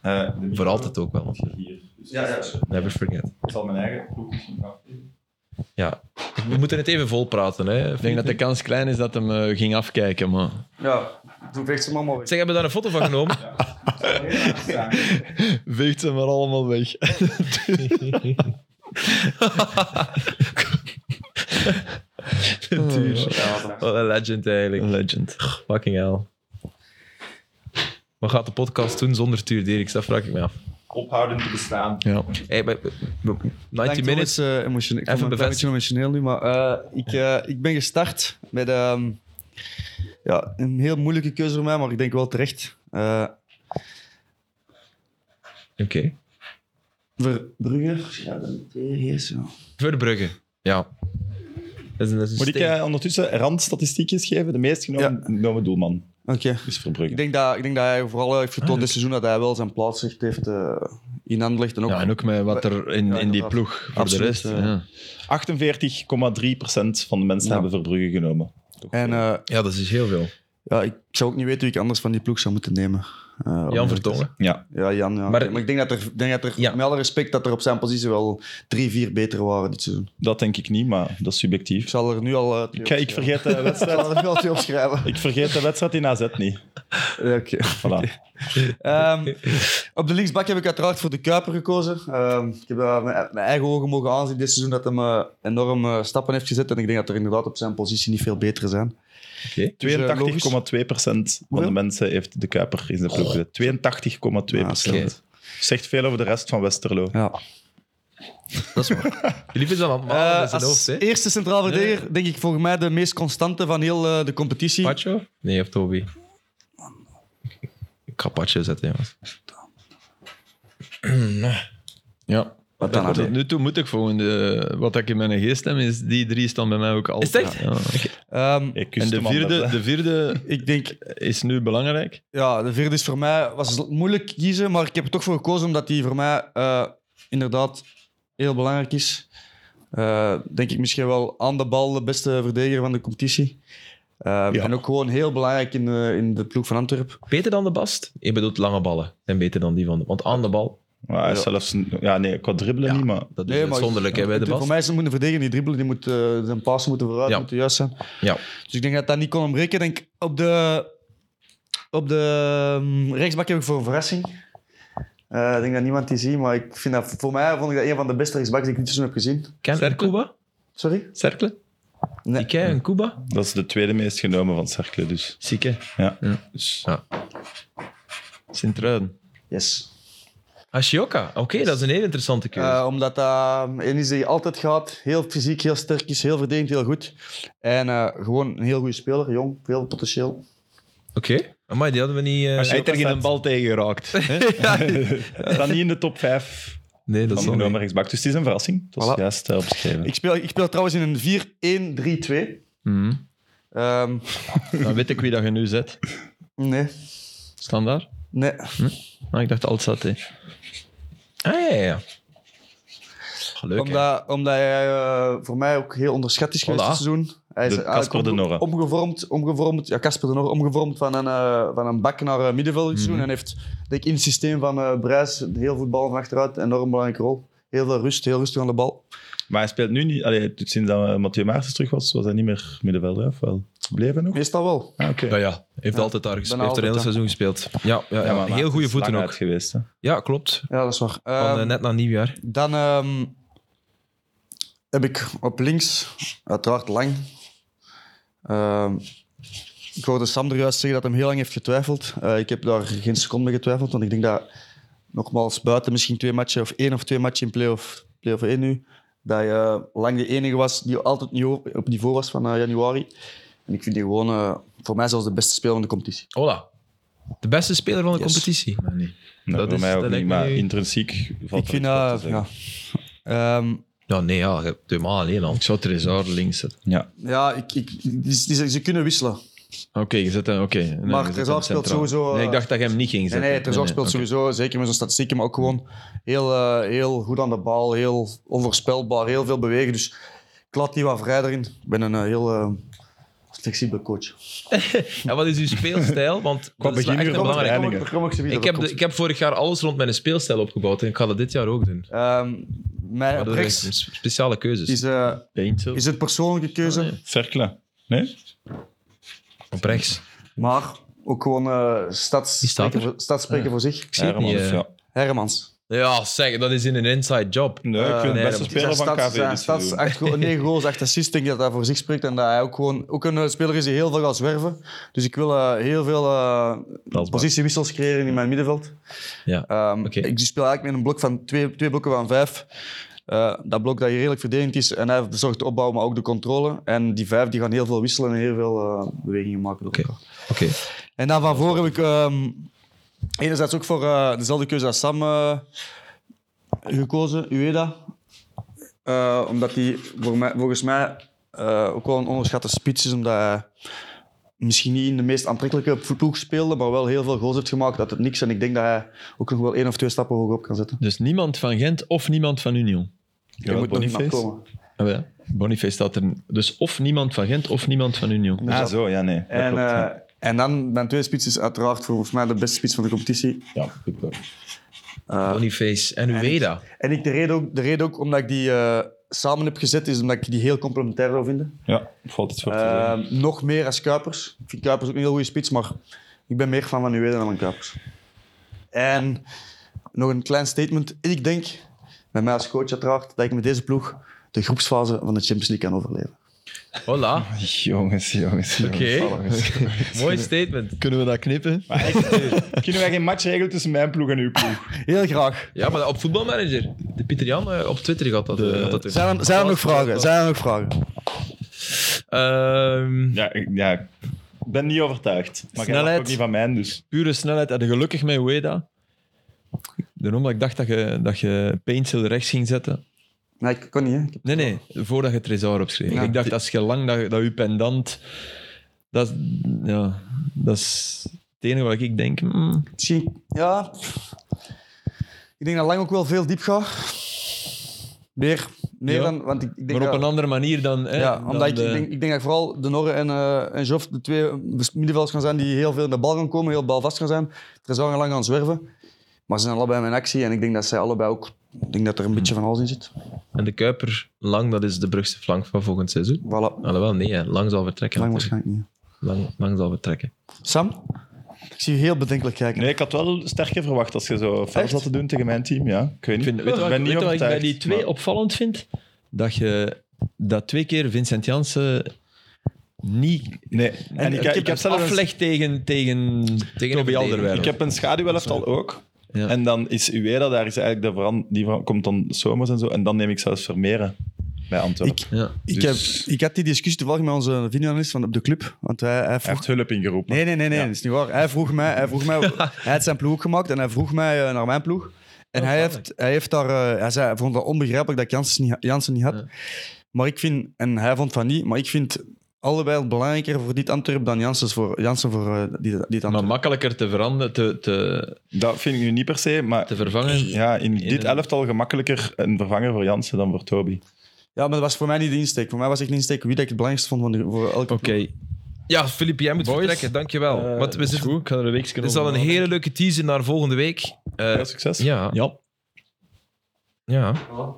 S2: Eh, de-
S1: Voor altijd ook wel.
S2: Hier. Dus
S5: Ja, ja.
S1: Never forget.
S2: Ik zal mijn eigen ploeg dus misschien afgeven.
S1: Ja. We moeten het even volpraten, hè.
S4: Ik denk dat de kans klein is dat hem eh, ging afkijken, maar.
S3: Ja, toen vecht ze hem allemaal weg.
S1: Zeg, hebben we daar een foto van genomen?
S4: Veegt ze maar allemaal weg. Tuur.
S1: Wat een legend, eigenlijk.
S4: Legend.
S1: Fucking hell. Wat gaat de podcast doen zonder Tuur Dirks? Dat vraag ik me af.
S2: ophouden te bestaan.
S4: Ja.
S1: Hey, maar- maar- 90
S3: Dankjewel,
S1: minutes.
S3: het is, eh, emotioneel. Ik
S1: Even
S3: voel me een klein beetje emotioneel nu, maar eh, ik, eh, ik ben gestart met ehm, ja, een heel moeilijke keuze voor mij, maar ik denk wel terecht. Eh,
S1: Oké.
S3: voor Brugge, ja, dat is hier zo.
S1: Voor Brugge. Ja. Dat is een, dat is een
S2: Moet ik
S1: steek.
S2: eh, ondertussen randstatistiekjes geven? De meest genomen, genomen doelman
S3: Oké.
S2: is Verbrugge.
S3: Ik denk, dat, ik denk dat hij vooral heeft getoond dit seizoen dat hij wel zijn plaats echt heeft eh, in handen gelegd. En ook,
S4: Ja, en ook met wat er in,
S3: Ja,
S4: in die
S3: inderdaad.
S4: ploeg voor de
S3: Absoluut,
S4: rest.
S3: eh.
S4: ja.
S2: 48,3% van de mensen
S3: Ja.
S2: hebben Verbrugge genomen. Toch
S3: en
S2: veel.
S3: eh,
S1: Ja, dat is heel veel.
S3: ja, ik zou ook niet weten wie ik anders van die ploeg zou moeten nemen. Eh,
S1: Jan Vertongen.
S2: ja.
S3: Ja, Jan. Ja.
S1: Maar-
S3: Maar, ik denk dat er, denk dat er
S1: Ja.
S3: met alle respect, dat er op zijn positie wel drie, vier beter waren dit seizoen.
S2: Dat denk ik niet, maar dat is
S3: Ik
S2: subjectief.
S3: zal er nu al... eh, twee
S2: Ik, ga- ik
S3: opschrijven.
S2: vergeet de
S3: Ik
S2: wedstrijd.
S3: zal er nu al twee opschrijven.
S2: Ik vergeet de wedstrijd in AZ niet.
S3: Ja, oké.
S2: Voilà.
S3: Ehm, op de linksbak heb ik uiteraard voor de Kuiper gekozen. Ehm, ik heb eh, mijn, mijn eigen ogen mogen aanzien dit seizoen dat hij me enorm eh, stappen heeft gezet. En ik denk dat er inderdaad op zijn positie niet veel betere zijn. Dus, eh, logisch.
S2: 82,2% van de
S3: Hoeveel?
S2: mensen heeft de Kuiper in zijn ploeg gezet. 82,2%.
S1: Ah, oké.
S2: Zegt veel over de rest van Westerlo.
S3: Ja.
S1: Dat is waar. Lief is dan aan het malen
S3: Eh,
S1: met zijn
S3: als
S1: hoofd, hè?
S3: eerste centraal verdediger, denk ik volgens mij de meest constante van heel eh, de competitie.
S1: Pacho? Nee, of Toby. Ik ga Pacho zetten, jongens.
S4: Ja.
S3: Wat dan
S4: Tot
S3: ook.
S4: nu toe moet ik volgende. Wat ik in mijn geest heb, is die drie staan bij mij ook al.
S1: Is het echt?
S4: Ja.
S3: Ehm,
S2: Ik kus
S4: En de
S2: hem anders,
S4: vierde,
S2: hè.
S4: de vierde
S3: ik denk
S4: is nu belangrijk.
S3: Ja, de vierde is voor mij was moeilijk kiezen, maar ik heb er toch voor gekozen omdat die voor mij eh, inderdaad heel belangrijk is. Eh, denk ik misschien wel aan de bal de beste verdediger van de competitie. Eh, En ook gewoon heel belangrijk in, eh, in de ploeg van Antwerpen.
S1: Beter dan de Bast? Je bedoelt lange ballen. En beter dan die van de... Want aan de bal,
S2: Maar hij is
S3: Ja.
S2: zelfs... een- Ja, nee, qua dribbelen
S1: Ja.
S2: niet, maar...
S1: dat Dus is uitzonderlijk hè, bij de
S3: Voor
S1: Bast.
S3: mij is het moet een verdediger die dribbelen, die moet eh, zijn passen moeten vooruit,
S1: Ja.
S3: moeten juist zijn.
S1: Ja.
S3: Dus ik denk dat dat niet kon ontbreken. Ik Denk op de, op de ehm, rechtsbak heb ik voor een verrassing. Eh, ik denk dat niemand die ziet, maar ik vind dat, voor mij vond ik dat een van de beste rechtsbacks die ik dit seizoen heb gezien.
S1: Ken en Cuba?
S3: Sorry?
S1: Cercle?
S3: Nee.
S1: Ik ken een Cuba?
S2: Dat is de tweede meest genomen van Cercle, dus.
S4: Zieke.
S2: Ja. Dus,
S1: Ja.
S4: Sint-Truiden.
S3: Yes.
S1: Ashioka? Oké, dat is een heel interessante keuze.
S3: Eh, omdat dat een is die altijd gaat, heel fysiek, heel sterk is, heel verdedigend, heel goed. En eh, gewoon een heel goede speler, jong, veel potentieel.
S1: Oké. maar die hadden we niet... eh,
S2: Ashioka-
S4: Hij heeft er geen bal tegen geraakt. hè?
S2: eh, Dan niet in de top 5
S1: Nee, dat
S2: van
S1: is
S2: genomen
S1: wel...
S2: rechtsback. Dus het is een verrassing. Dat is
S3: Voilà.
S2: juist eh, opgeschreven.
S3: Ik speel, ik speel trouwens in een 4-1-3-2.
S4: Mhm.
S3: Ehm,
S4: Dan weet ik wie dat je nu zet.
S3: nee,
S4: Standaard?
S3: nee.
S4: Ah, ik dacht Altsat. hè.
S1: Ah, ja, ja, ja. Gelukkig.
S3: Omdat, omdat hij eh, voor mij ook heel onderschat is geweest
S1: Voilà.
S3: dit seizoen. Hij is
S2: De
S3: eigenlijk
S2: Casper de
S3: omge-
S2: Norre.
S3: Omgevormd, omgevormd, ja, Casper de Norre, omgevormd van een, eh, van een bak naar eh, middenveld dit
S2: Mhm.
S3: seizoen. En heeft denk ik, in het systeem van eh Bruis heel voetbal van achteruit, een enorm belangrijke rol. Heel veel rust, heel rustig aan de bal.
S2: Maar hij speelt nu niet... Allee, sinds dat eh, Mathieu Maartens terug was, was hij niet meer middenvelder, of wel? Bleven nog?
S3: Meestal wel.
S2: Ah, oké.
S1: Ja, ja. Heeft altijd daar gespeeld. Heeft er
S3: altijd
S1: heel het
S3: daar.
S1: seizoen gespeeld. Ja, ja, ja.
S2: maar Maartens
S1: heel goede
S2: is
S1: voeten
S2: lang
S1: ook.
S2: uit geweest, hè.
S1: Ja, klopt.
S3: Ja, dat is waar.
S1: Van,
S3: Ehm,
S1: eh, net na nieuwjaar.
S3: Dan ehm, heb ik op links, uiteraard lang. Ehm, ik hoorde Sam er juist zeggen dat hij heel lang heeft getwijfeld. Eh, ik heb daar geen seconde mee getwijfeld, want ik denk dat, nogmaals, buiten misschien twee matchen of één of twee matchen in play-off, play-off 1 nu, dat je eh, lang de enige was die altijd niveau, op niveau was van eh, januari. En ik vind die gewoon eh, voor mij zelfs de beste speler van de competitie.
S1: Hola. De beste speler van de
S3: Yes.
S1: competitie.
S2: Nee,
S1: Dat
S2: voor
S1: is-
S2: mij
S1: dat
S2: ook niet,
S1: lijkt me
S2: maar
S1: nu-
S2: intrinsiek valt
S3: ik
S2: er iets voor
S3: vind dat.
S2: te
S3: ja.
S2: zeggen.
S3: Ehm,
S1: Ja, nee, ja. Je hebt helemaal alleen al.
S4: Ik zou Trezor links zetten.
S2: Ja.
S3: ja, ik, ik, die- die- ze kunnen wisselen.
S4: Oké, je zet hem. oké. Nee,
S3: Maar
S4: je zet
S3: Trezor
S4: hem
S3: speelt
S4: centraal.
S3: sowieso, eh,
S4: Nee, ik dacht dat je hem niet ging
S3: Nee,
S4: zetten.
S3: nee, Trezor speelt
S4: oké.
S3: sowieso, zeker met zijn statistieken, maar ook gewoon heel, eh, heel goed aan de bal, heel onvoorspelbaar, heel veel bewegen. Dus ik laat die wat vrij erin. Ik ben een eh, heel eh, flexibele coach.
S1: En wat is uw speelstijl? Want dat is wel
S2: beginnende
S1: echt een belangrijk...
S2: opleidingen.
S1: Ik heb, de- ik heb vorig jaar alles rond mijn speelstijl opgebouwd en ik ga dat dit jaar ook doen.
S3: Mij
S1: Maar
S3: op
S1: dat
S3: rechts
S1: zijn sp- speciale keuzes.
S3: Ehm, is, eh,
S4: Painter.
S3: is het persoonlijke keuze,
S1: Oh,
S2: Cercle. Nee?
S1: Op rechts.
S3: maar ook gewoon eh stads,
S1: Wie staat er?
S3: spreken voor, stads spreken voor zich.
S1: zie het
S2: Hermans,
S1: niet, eh.
S2: ja.
S3: Hermans.
S1: Ja, zeg, dat is in een inside job.
S2: Nee, ik vind het
S1: Ah, nee,
S2: beste
S1: dat-
S2: speler van dus KV. dit
S3: stads,
S2: seizoen.
S3: acht, go- negen goals, acht assists, denk ik dat hij voor zich spreekt. En dat hij ook gewoon ook een eh, speler is die heel veel gaat zwerven. Dus ik wil eh, heel veel eh, positiewissels creëren in mijn middenveld.
S1: Ja,
S3: Ehm,
S1: oké.
S3: Ik speel eigenlijk met een blok van twee, twee blokken van vijf. Eh, dat blok dat hier redelijk verdedigend is. En hij verzorgt de opbouw, maar ook de controle. En die vijf die gaan heel veel wisselen en heel veel eh, bewegingen maken. door
S1: Oké.
S3: elkaar.
S1: Oké,
S3: En dan van voor heb ik ehm, enerzijds ook voor eh, dezelfde keuze als Sam eh, gekozen, Ueda. Eh, omdat hij voor mij, volgens mij eh, ook wel een onderschatte spits is, omdat hij misschien niet in de meest aantrekkelijke ploeg speelde, maar wel heel veel goals heeft gemaakt uit het niks. En ik denk dat hij ook nog wel één of twee stappen hoger op kan zetten.
S4: Dus niemand van Gent of niemand van Union.
S3: Je moet nog
S2: Boniface?
S3: knap komen.
S4: Ah, wel, Boniface staat er. Dus of niemand van Gent of niemand van Union.
S2: Ah, zo, ja, nee. Dat
S3: En,
S2: klopt, ja.
S3: eh, en dan mijn tweede spits is uiteraard volgens mij de beste spits van de competitie.
S2: Ja, Victor.
S3: Eh,
S1: Boniface en Ueda.
S3: En ik, de, reden ook, de reden ook omdat ik die eh, samen heb gezet, is omdat ik die heel complementair zou vinden.
S2: Ja, valt het voor te
S3: Eh,
S2: zeggen.
S3: nog meer als Kuipers. Ik vind Kuipers ook een heel goede spits, maar ik ben meer fan van Ueda dan van Kuipers. En nog een klein statement. Ik denk, met mij als coach uiteraard, dat ik met deze ploeg de groepsfase van de Champions League kan overleven.
S1: Hola,
S2: Jongens, jongens, jongens.
S1: Oké.
S2: jongens.
S1: mooi statement.
S4: Kunnen we dat knippen?
S2: Maar echt, eh, kunnen wij geen match regelen tussen mijn ploeg en uw ploeg?
S3: Heel graag.
S1: Ja, maar op voetbalmanager. De Pieter Jan eh, op Twitter gaat dat, eh, gaat dat doen.
S3: Zijn er, zijn er nog vragen? Zijn er nog vragen?
S1: Ehm,
S2: Ja, ik ja, ik ben niet overtuigd. Maar jij
S4: Snelheid.
S2: mag ook niet van mij, dus.
S4: Pure snelheid. Hadden gelukkig met Ueda. Daarom dat ik dacht dat je, dat je Paintsel rechts ging zetten.
S3: Nee, ik kan niet. Hè. Ik heb-
S4: Nee, nee. Voordat je Trezor opschreef.
S3: Ja.
S4: Ik dacht, als je lang dat, dat je pendant... Dat, is- ja, dat is het enige wat ik denk. hmm,
S3: Misschien, ja. Ik denk dat lang ook wel veel diep gaat. Meer, meer
S4: Ja.
S3: dan, want ik, ik denk
S4: maar op
S3: dat-
S4: een andere manier dan... Hè,
S3: Ja,
S4: dan eh,
S3: omdat ik,
S4: de-
S3: ik, denk, ik denk dat vooral de Norre en, eh en Joff de twee middenvelders gaan zijn die heel veel in de bal gaan komen, heel balvast gaan zijn. Trezor gaan lang gaan zwerven. Maar ze zijn allebei in actie en ik denk dat zij allebei ook... Ik denk dat er een beetje van alles in zit.
S1: En de Kuiper, lang, dat is de brugste flank van volgend seizoen.
S3: Voilà.
S1: Alhoewel, nee, hè. lang zal vertrekken.
S3: Lang
S1: natuurlijk.
S3: waarschijnlijk niet.
S1: lang, lang zal vertrekken.
S3: Sam? Ik zie je heel bedenkelijk kijken.
S2: Nee, ik had wel sterker verwacht als je zo fout
S3: Echt?
S2: zat te doen tegen mijn team. Ja, ik weet
S4: Ik
S2: niet.
S4: vind, weet je
S2: ik
S4: wat,
S2: ben
S4: weet
S2: niet
S4: je wat ik bij
S2: overtuigd.
S4: die twee
S2: maar-
S4: opvallend vind? Dat je dat twee keer Vincent Janssen niet
S2: Nee, en, ik, ik, heb zelf een
S4: afleg tegen, tegen,
S1: Tegen
S4: Toby
S1: een
S4: Alderweireld.
S2: Ik heb een schaduwelftal ook.
S4: Ja.
S2: En dan is Ueda, daar is eigenlijk de veran- die veran- komt dan Somers en zo. En dan neem ik zelfs Vermeeren bij Antwerpen.
S3: Ik-
S4: Ja.
S3: Ik,
S2: Dus-
S3: heb, ik had die discussie toevallig met onze videoanalist van op de club. Want hij, hij
S2: Hij
S3: vroeg
S2: heeft hulp ingeroepen.
S3: Nee, nee, nee, nee
S2: Ja.
S3: dat is niet waar. Hij vroeg mij, hij, vroeg mij hij had zijn ploeg ook gemaakt en hij vroeg mij eh, naar mijn ploeg. En hij, heeft, hij, heeft daar, eh, hij zei, hij vond dat onbegrijpelijk dat ik Jansen niet, Jansen niet had.
S1: Ja.
S3: Maar ik vind, en hij vond van niet, maar ik vind allebei belangrijker voor dit Antwerp dan Jansen voor, Jansen voor eh, dit, dit Antwerp.
S4: Maar makkelijker te veranderen, te, te,
S2: Dat vind ik nu niet per se, maar
S4: te vervangen.
S2: ja, in dit
S4: een-
S2: elftal gemakkelijker een vervanger voor Jansen dan voor Toby.
S3: Ja, maar dat was voor mij niet de insteek. Voor mij was echt de insteek wie dat ik het belangrijkste vond van de- voor elke
S4: Oké,
S1: Ja, Filip, jij moet
S4: Boys,
S1: vertrekken. Dankjewel.
S4: Eh,
S1: Want we
S4: is
S1: zitten,
S4: goed. Ik ga er een weekje
S1: het is al een
S4: over
S1: hele leuke teaser naar volgende week. Eh,
S2: Veel succes.
S1: ja,
S4: nadenken. Ja.
S1: ja.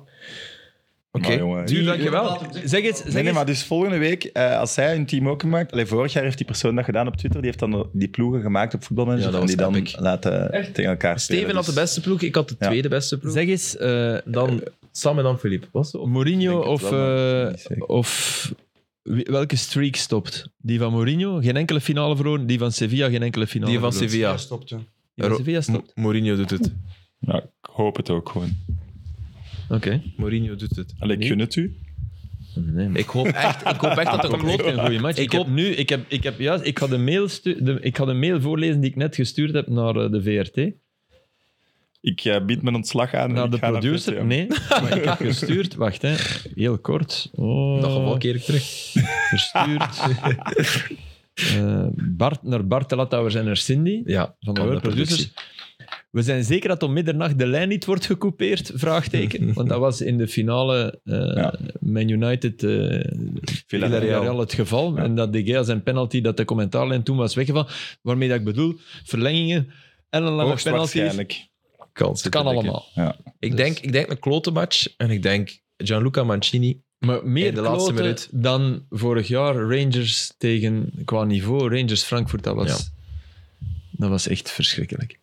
S1: Oké,
S2: Maar jongen,
S1: Duur, dankjewel.
S4: Zeg eens, zeg
S2: Nee, nee,
S4: eens.
S2: maar dus volgende week, eh, als hij een team ook gemaakt... Allee, vorig jaar heeft die persoon dat gedaan op Twitter. Die heeft dan die ploegen gemaakt op voetbalmanager.
S1: Ja, dat
S2: en
S1: was
S2: die dan
S1: epic.
S2: laten tegen elkaar spelen.
S1: Steven had de
S2: Dus
S1: beste ploeg, ik had de
S2: Ja.
S1: tweede beste ploeg.
S4: Zeg eens eh,
S1: Dan Sam en dan Filip. Was het?
S4: Mourinho
S2: Ik denk het
S4: of,
S2: wel, maar
S4: eh,
S2: niet zeker.
S4: of wie- welke streak stopt? Die van Mourinho, geen enkele finale verloren. Die van Sevilla, geen enkele finale
S1: Die van
S4: verloren.
S1: Sevilla.
S4: Die van Sevilla stopt.
S1: Mourinho doet het.
S2: Ja, ik hoop het ook gewoon.
S4: Hm. Oké.
S1: Mourinho doet het.
S2: Allee,
S4: Nee.
S2: gun het u.
S4: Nee,
S1: Ik hoop echt, ik hoop echt dat dat
S4: klopt
S1: klopt.
S4: een goede match. Ah, Ik,
S1: Ik
S4: heb
S1: hoop-
S4: nu, ik heb, ik heb juist, ik ga de mail, stu- de, ik ga de mail voorlezen die ik net gestuurd heb naar eh, de VRT.
S2: Ik eh, bied mijn ontslag aan. en
S4: Naar
S2: ik
S4: de
S2: ga
S4: producer.
S2: VTM.
S4: nee, maar ik heb gestuurd. Wacht, hè. heel kort. Oh,
S1: Nog een keer terug.
S4: Verstuurd. Eh, Bart, naar Bart de Lattauwers en naar Cindy.
S1: Ja,
S4: Van de
S1: kan
S4: Word Producers. We zijn zeker dat om middernacht de lijn niet wordt gecoupeerd? Vraagteken. Want dat was in de finale eh,
S2: Ja.
S4: Man United eh,
S2: Villarreal.
S4: Villarreal het geval. En dat De Gea zijn penalty, dat de commentaarlijn toen was weggevallen. Waarmee dat ik bedoel, verlengingen, ellenlange penalties. Het
S2: Hoogstwaarschijnlijk.
S1: Kans zit
S4: kan
S1: er dikke.
S4: allemaal.
S1: Ik,
S4: Dus-
S1: denk, ik denk een klote match en ik denk Gianluca Mancini.
S4: Maar meer
S1: In de laatste
S4: kloten
S1: minuut.
S4: dan vorig jaar Rangers tegen, qua niveau, Rangers Frankfurt, dat was, dat was echt verschrikkelijk.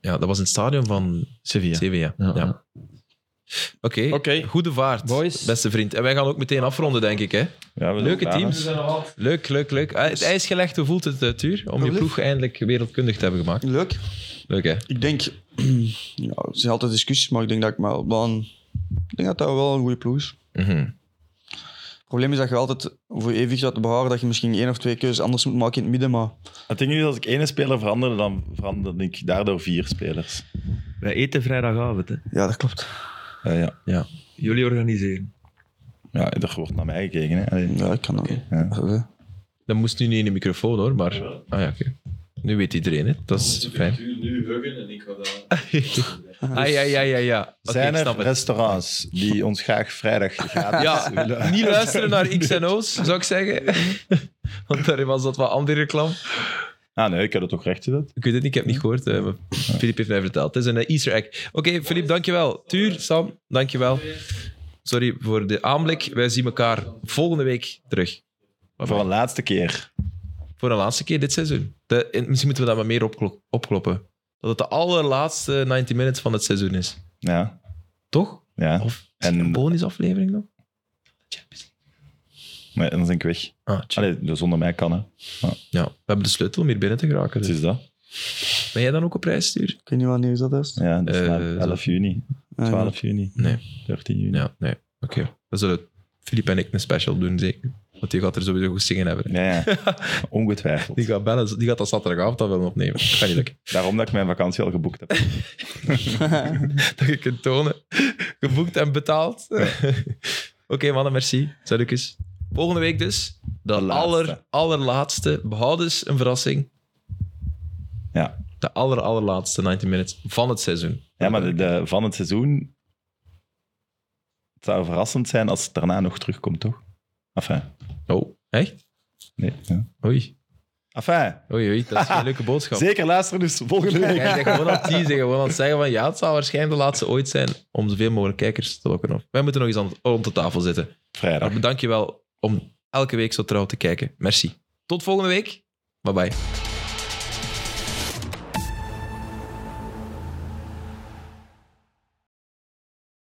S1: Ja, dat was in het stadion van
S4: Sevilla.
S1: Sevilla. Ja.
S4: Ja, ja.
S1: Oké,
S4: Oké.
S1: goede vaart,
S4: Boys.
S1: beste vriend. En wij gaan ook meteen afronden, denk ik. Hè?
S2: Ja, we
S1: Leuke
S2: zijn klaar,
S1: teams. Leuk, leuk, leuk. Ah, het ijs gelegd, hoe voelt het, eh, Tuur? Om je
S3: Alsjeblieft.
S1: ploeg eindelijk wereldkundig te hebben gemaakt.
S3: Leuk.
S1: Leuk, hè?
S3: Ik denk, ja, er zijn altijd discussies, maar ik denk dat ik maar wel een, ik denk dat dat wel een goede ploeg is.
S1: Mhm.
S3: Het probleem is dat je altijd voor eeuwig dat te behouden dat je misschien één of twee keuzes anders moet maken in het midden, maar
S2: hè. Het ding is, als ik één speler verander, dan verander ik daardoor vier spelers.
S4: Wij eten vrijdagavond. Hè.
S3: ja, dat klopt.
S2: Eh, ja.
S4: Jullie organiseren.
S2: ja, er wordt naar mij gekeken. Hè. Allee.
S3: Ja, ik kan dat.
S2: Ja.
S3: Ja.
S1: Dat moest nu niet in de microfoon, hoor. Maar... Ah ja, oké. Nu weet iedereen het. Dat is fijn.
S5: nu huggen en ik ga daar.
S1: Ah ja, ja, ja. ja. Oké,
S2: Zijn
S1: ik
S2: er
S1: snap het.
S2: restaurants die ons graag vrijdag gratis
S1: Ja,
S2: willen?
S1: niet luisteren naar X's, zou ik zeggen. Want daarin was dat wat andere reclame.
S2: Ah nee, ik had het toch recht gezet?
S1: Ik weet het niet, ik heb het niet gehoord. eh, maar Filip heeft mij verteld. Het is een Easter egg. Oké, Filip, dankjewel. Tuur, Sam, dankjewel. Sorry voor de aanblik. Wij zien elkaar volgende week terug.
S2: Voor een laatste keer.
S1: Voor de laatste keer dit seizoen. De, en misschien moeten we dat maar meer opklo- opkloppen. Dat het de allerlaatste 90 minutes van het seizoen is.
S2: Ja.
S1: Toch?
S2: ja.
S1: Of is
S2: En-
S1: er een bonusaflevering dan?
S2: Maar dan ben ik weg.
S1: Ah, tja.
S2: Allee, dus zonder mij kan, hè.
S1: ja, we hebben de sleutel om hier binnen te geraken.
S2: Het
S1: Dus.
S2: is dat.
S1: Ben jij dan ook op reis, Tuur?
S3: Ik weet niet wanneer is dat juist.
S2: Ja, dat is
S1: Eh,
S2: maar
S1: zo.
S2: 11 juni.
S3: Ah, ja.
S2: 12 juni.
S1: Nee.
S2: 13 juni.
S1: Ja, nee. Oké. We zullen Filip en ik een special doen, zeker. Want die gaat er sowieso goed zingen hebben.
S2: Ja, ja. ongetwijfeld.
S1: Die gaat bellen, die gaat dat zaterdagavond al willen opnemen. Dat kan niet lukken.
S2: Daarom dat ik mijn vakantie al geboekt heb.
S1: Dat je kunt tonen. Geboekt en betaald. Oké, mannen, merci. Salukes. Volgende week dus. De
S2: laatste.
S1: aller, allerlaatste. Behoud eens een verrassing.
S2: Ja,
S1: De aller, allerlaatste 90 minutes van het seizoen.
S2: ja maar de, de- van het seizoen... Het zou verrassend zijn als het daarna nog terugkomt, toch? Enfin,
S1: Oh, echt?
S2: nee. ja.
S1: Oei.
S2: Enfin,
S1: Oei, oei. Dat is een leuke boodschap.
S2: zeker luisteren dus volgende week.
S1: Jij zegt gewoon aan het teasen, gewoon aan het zeggen van ja, het zal waarschijnlijk de laatste ooit zijn om zoveel mogelijk kijkers te lokken. op. Wij moeten nog eens aan, rond de tafel zitten.
S2: Vrijdag.
S1: Maar bedankt je wel om elke week zo trouw te kijken. Merci. Tot volgende week. Bye bye.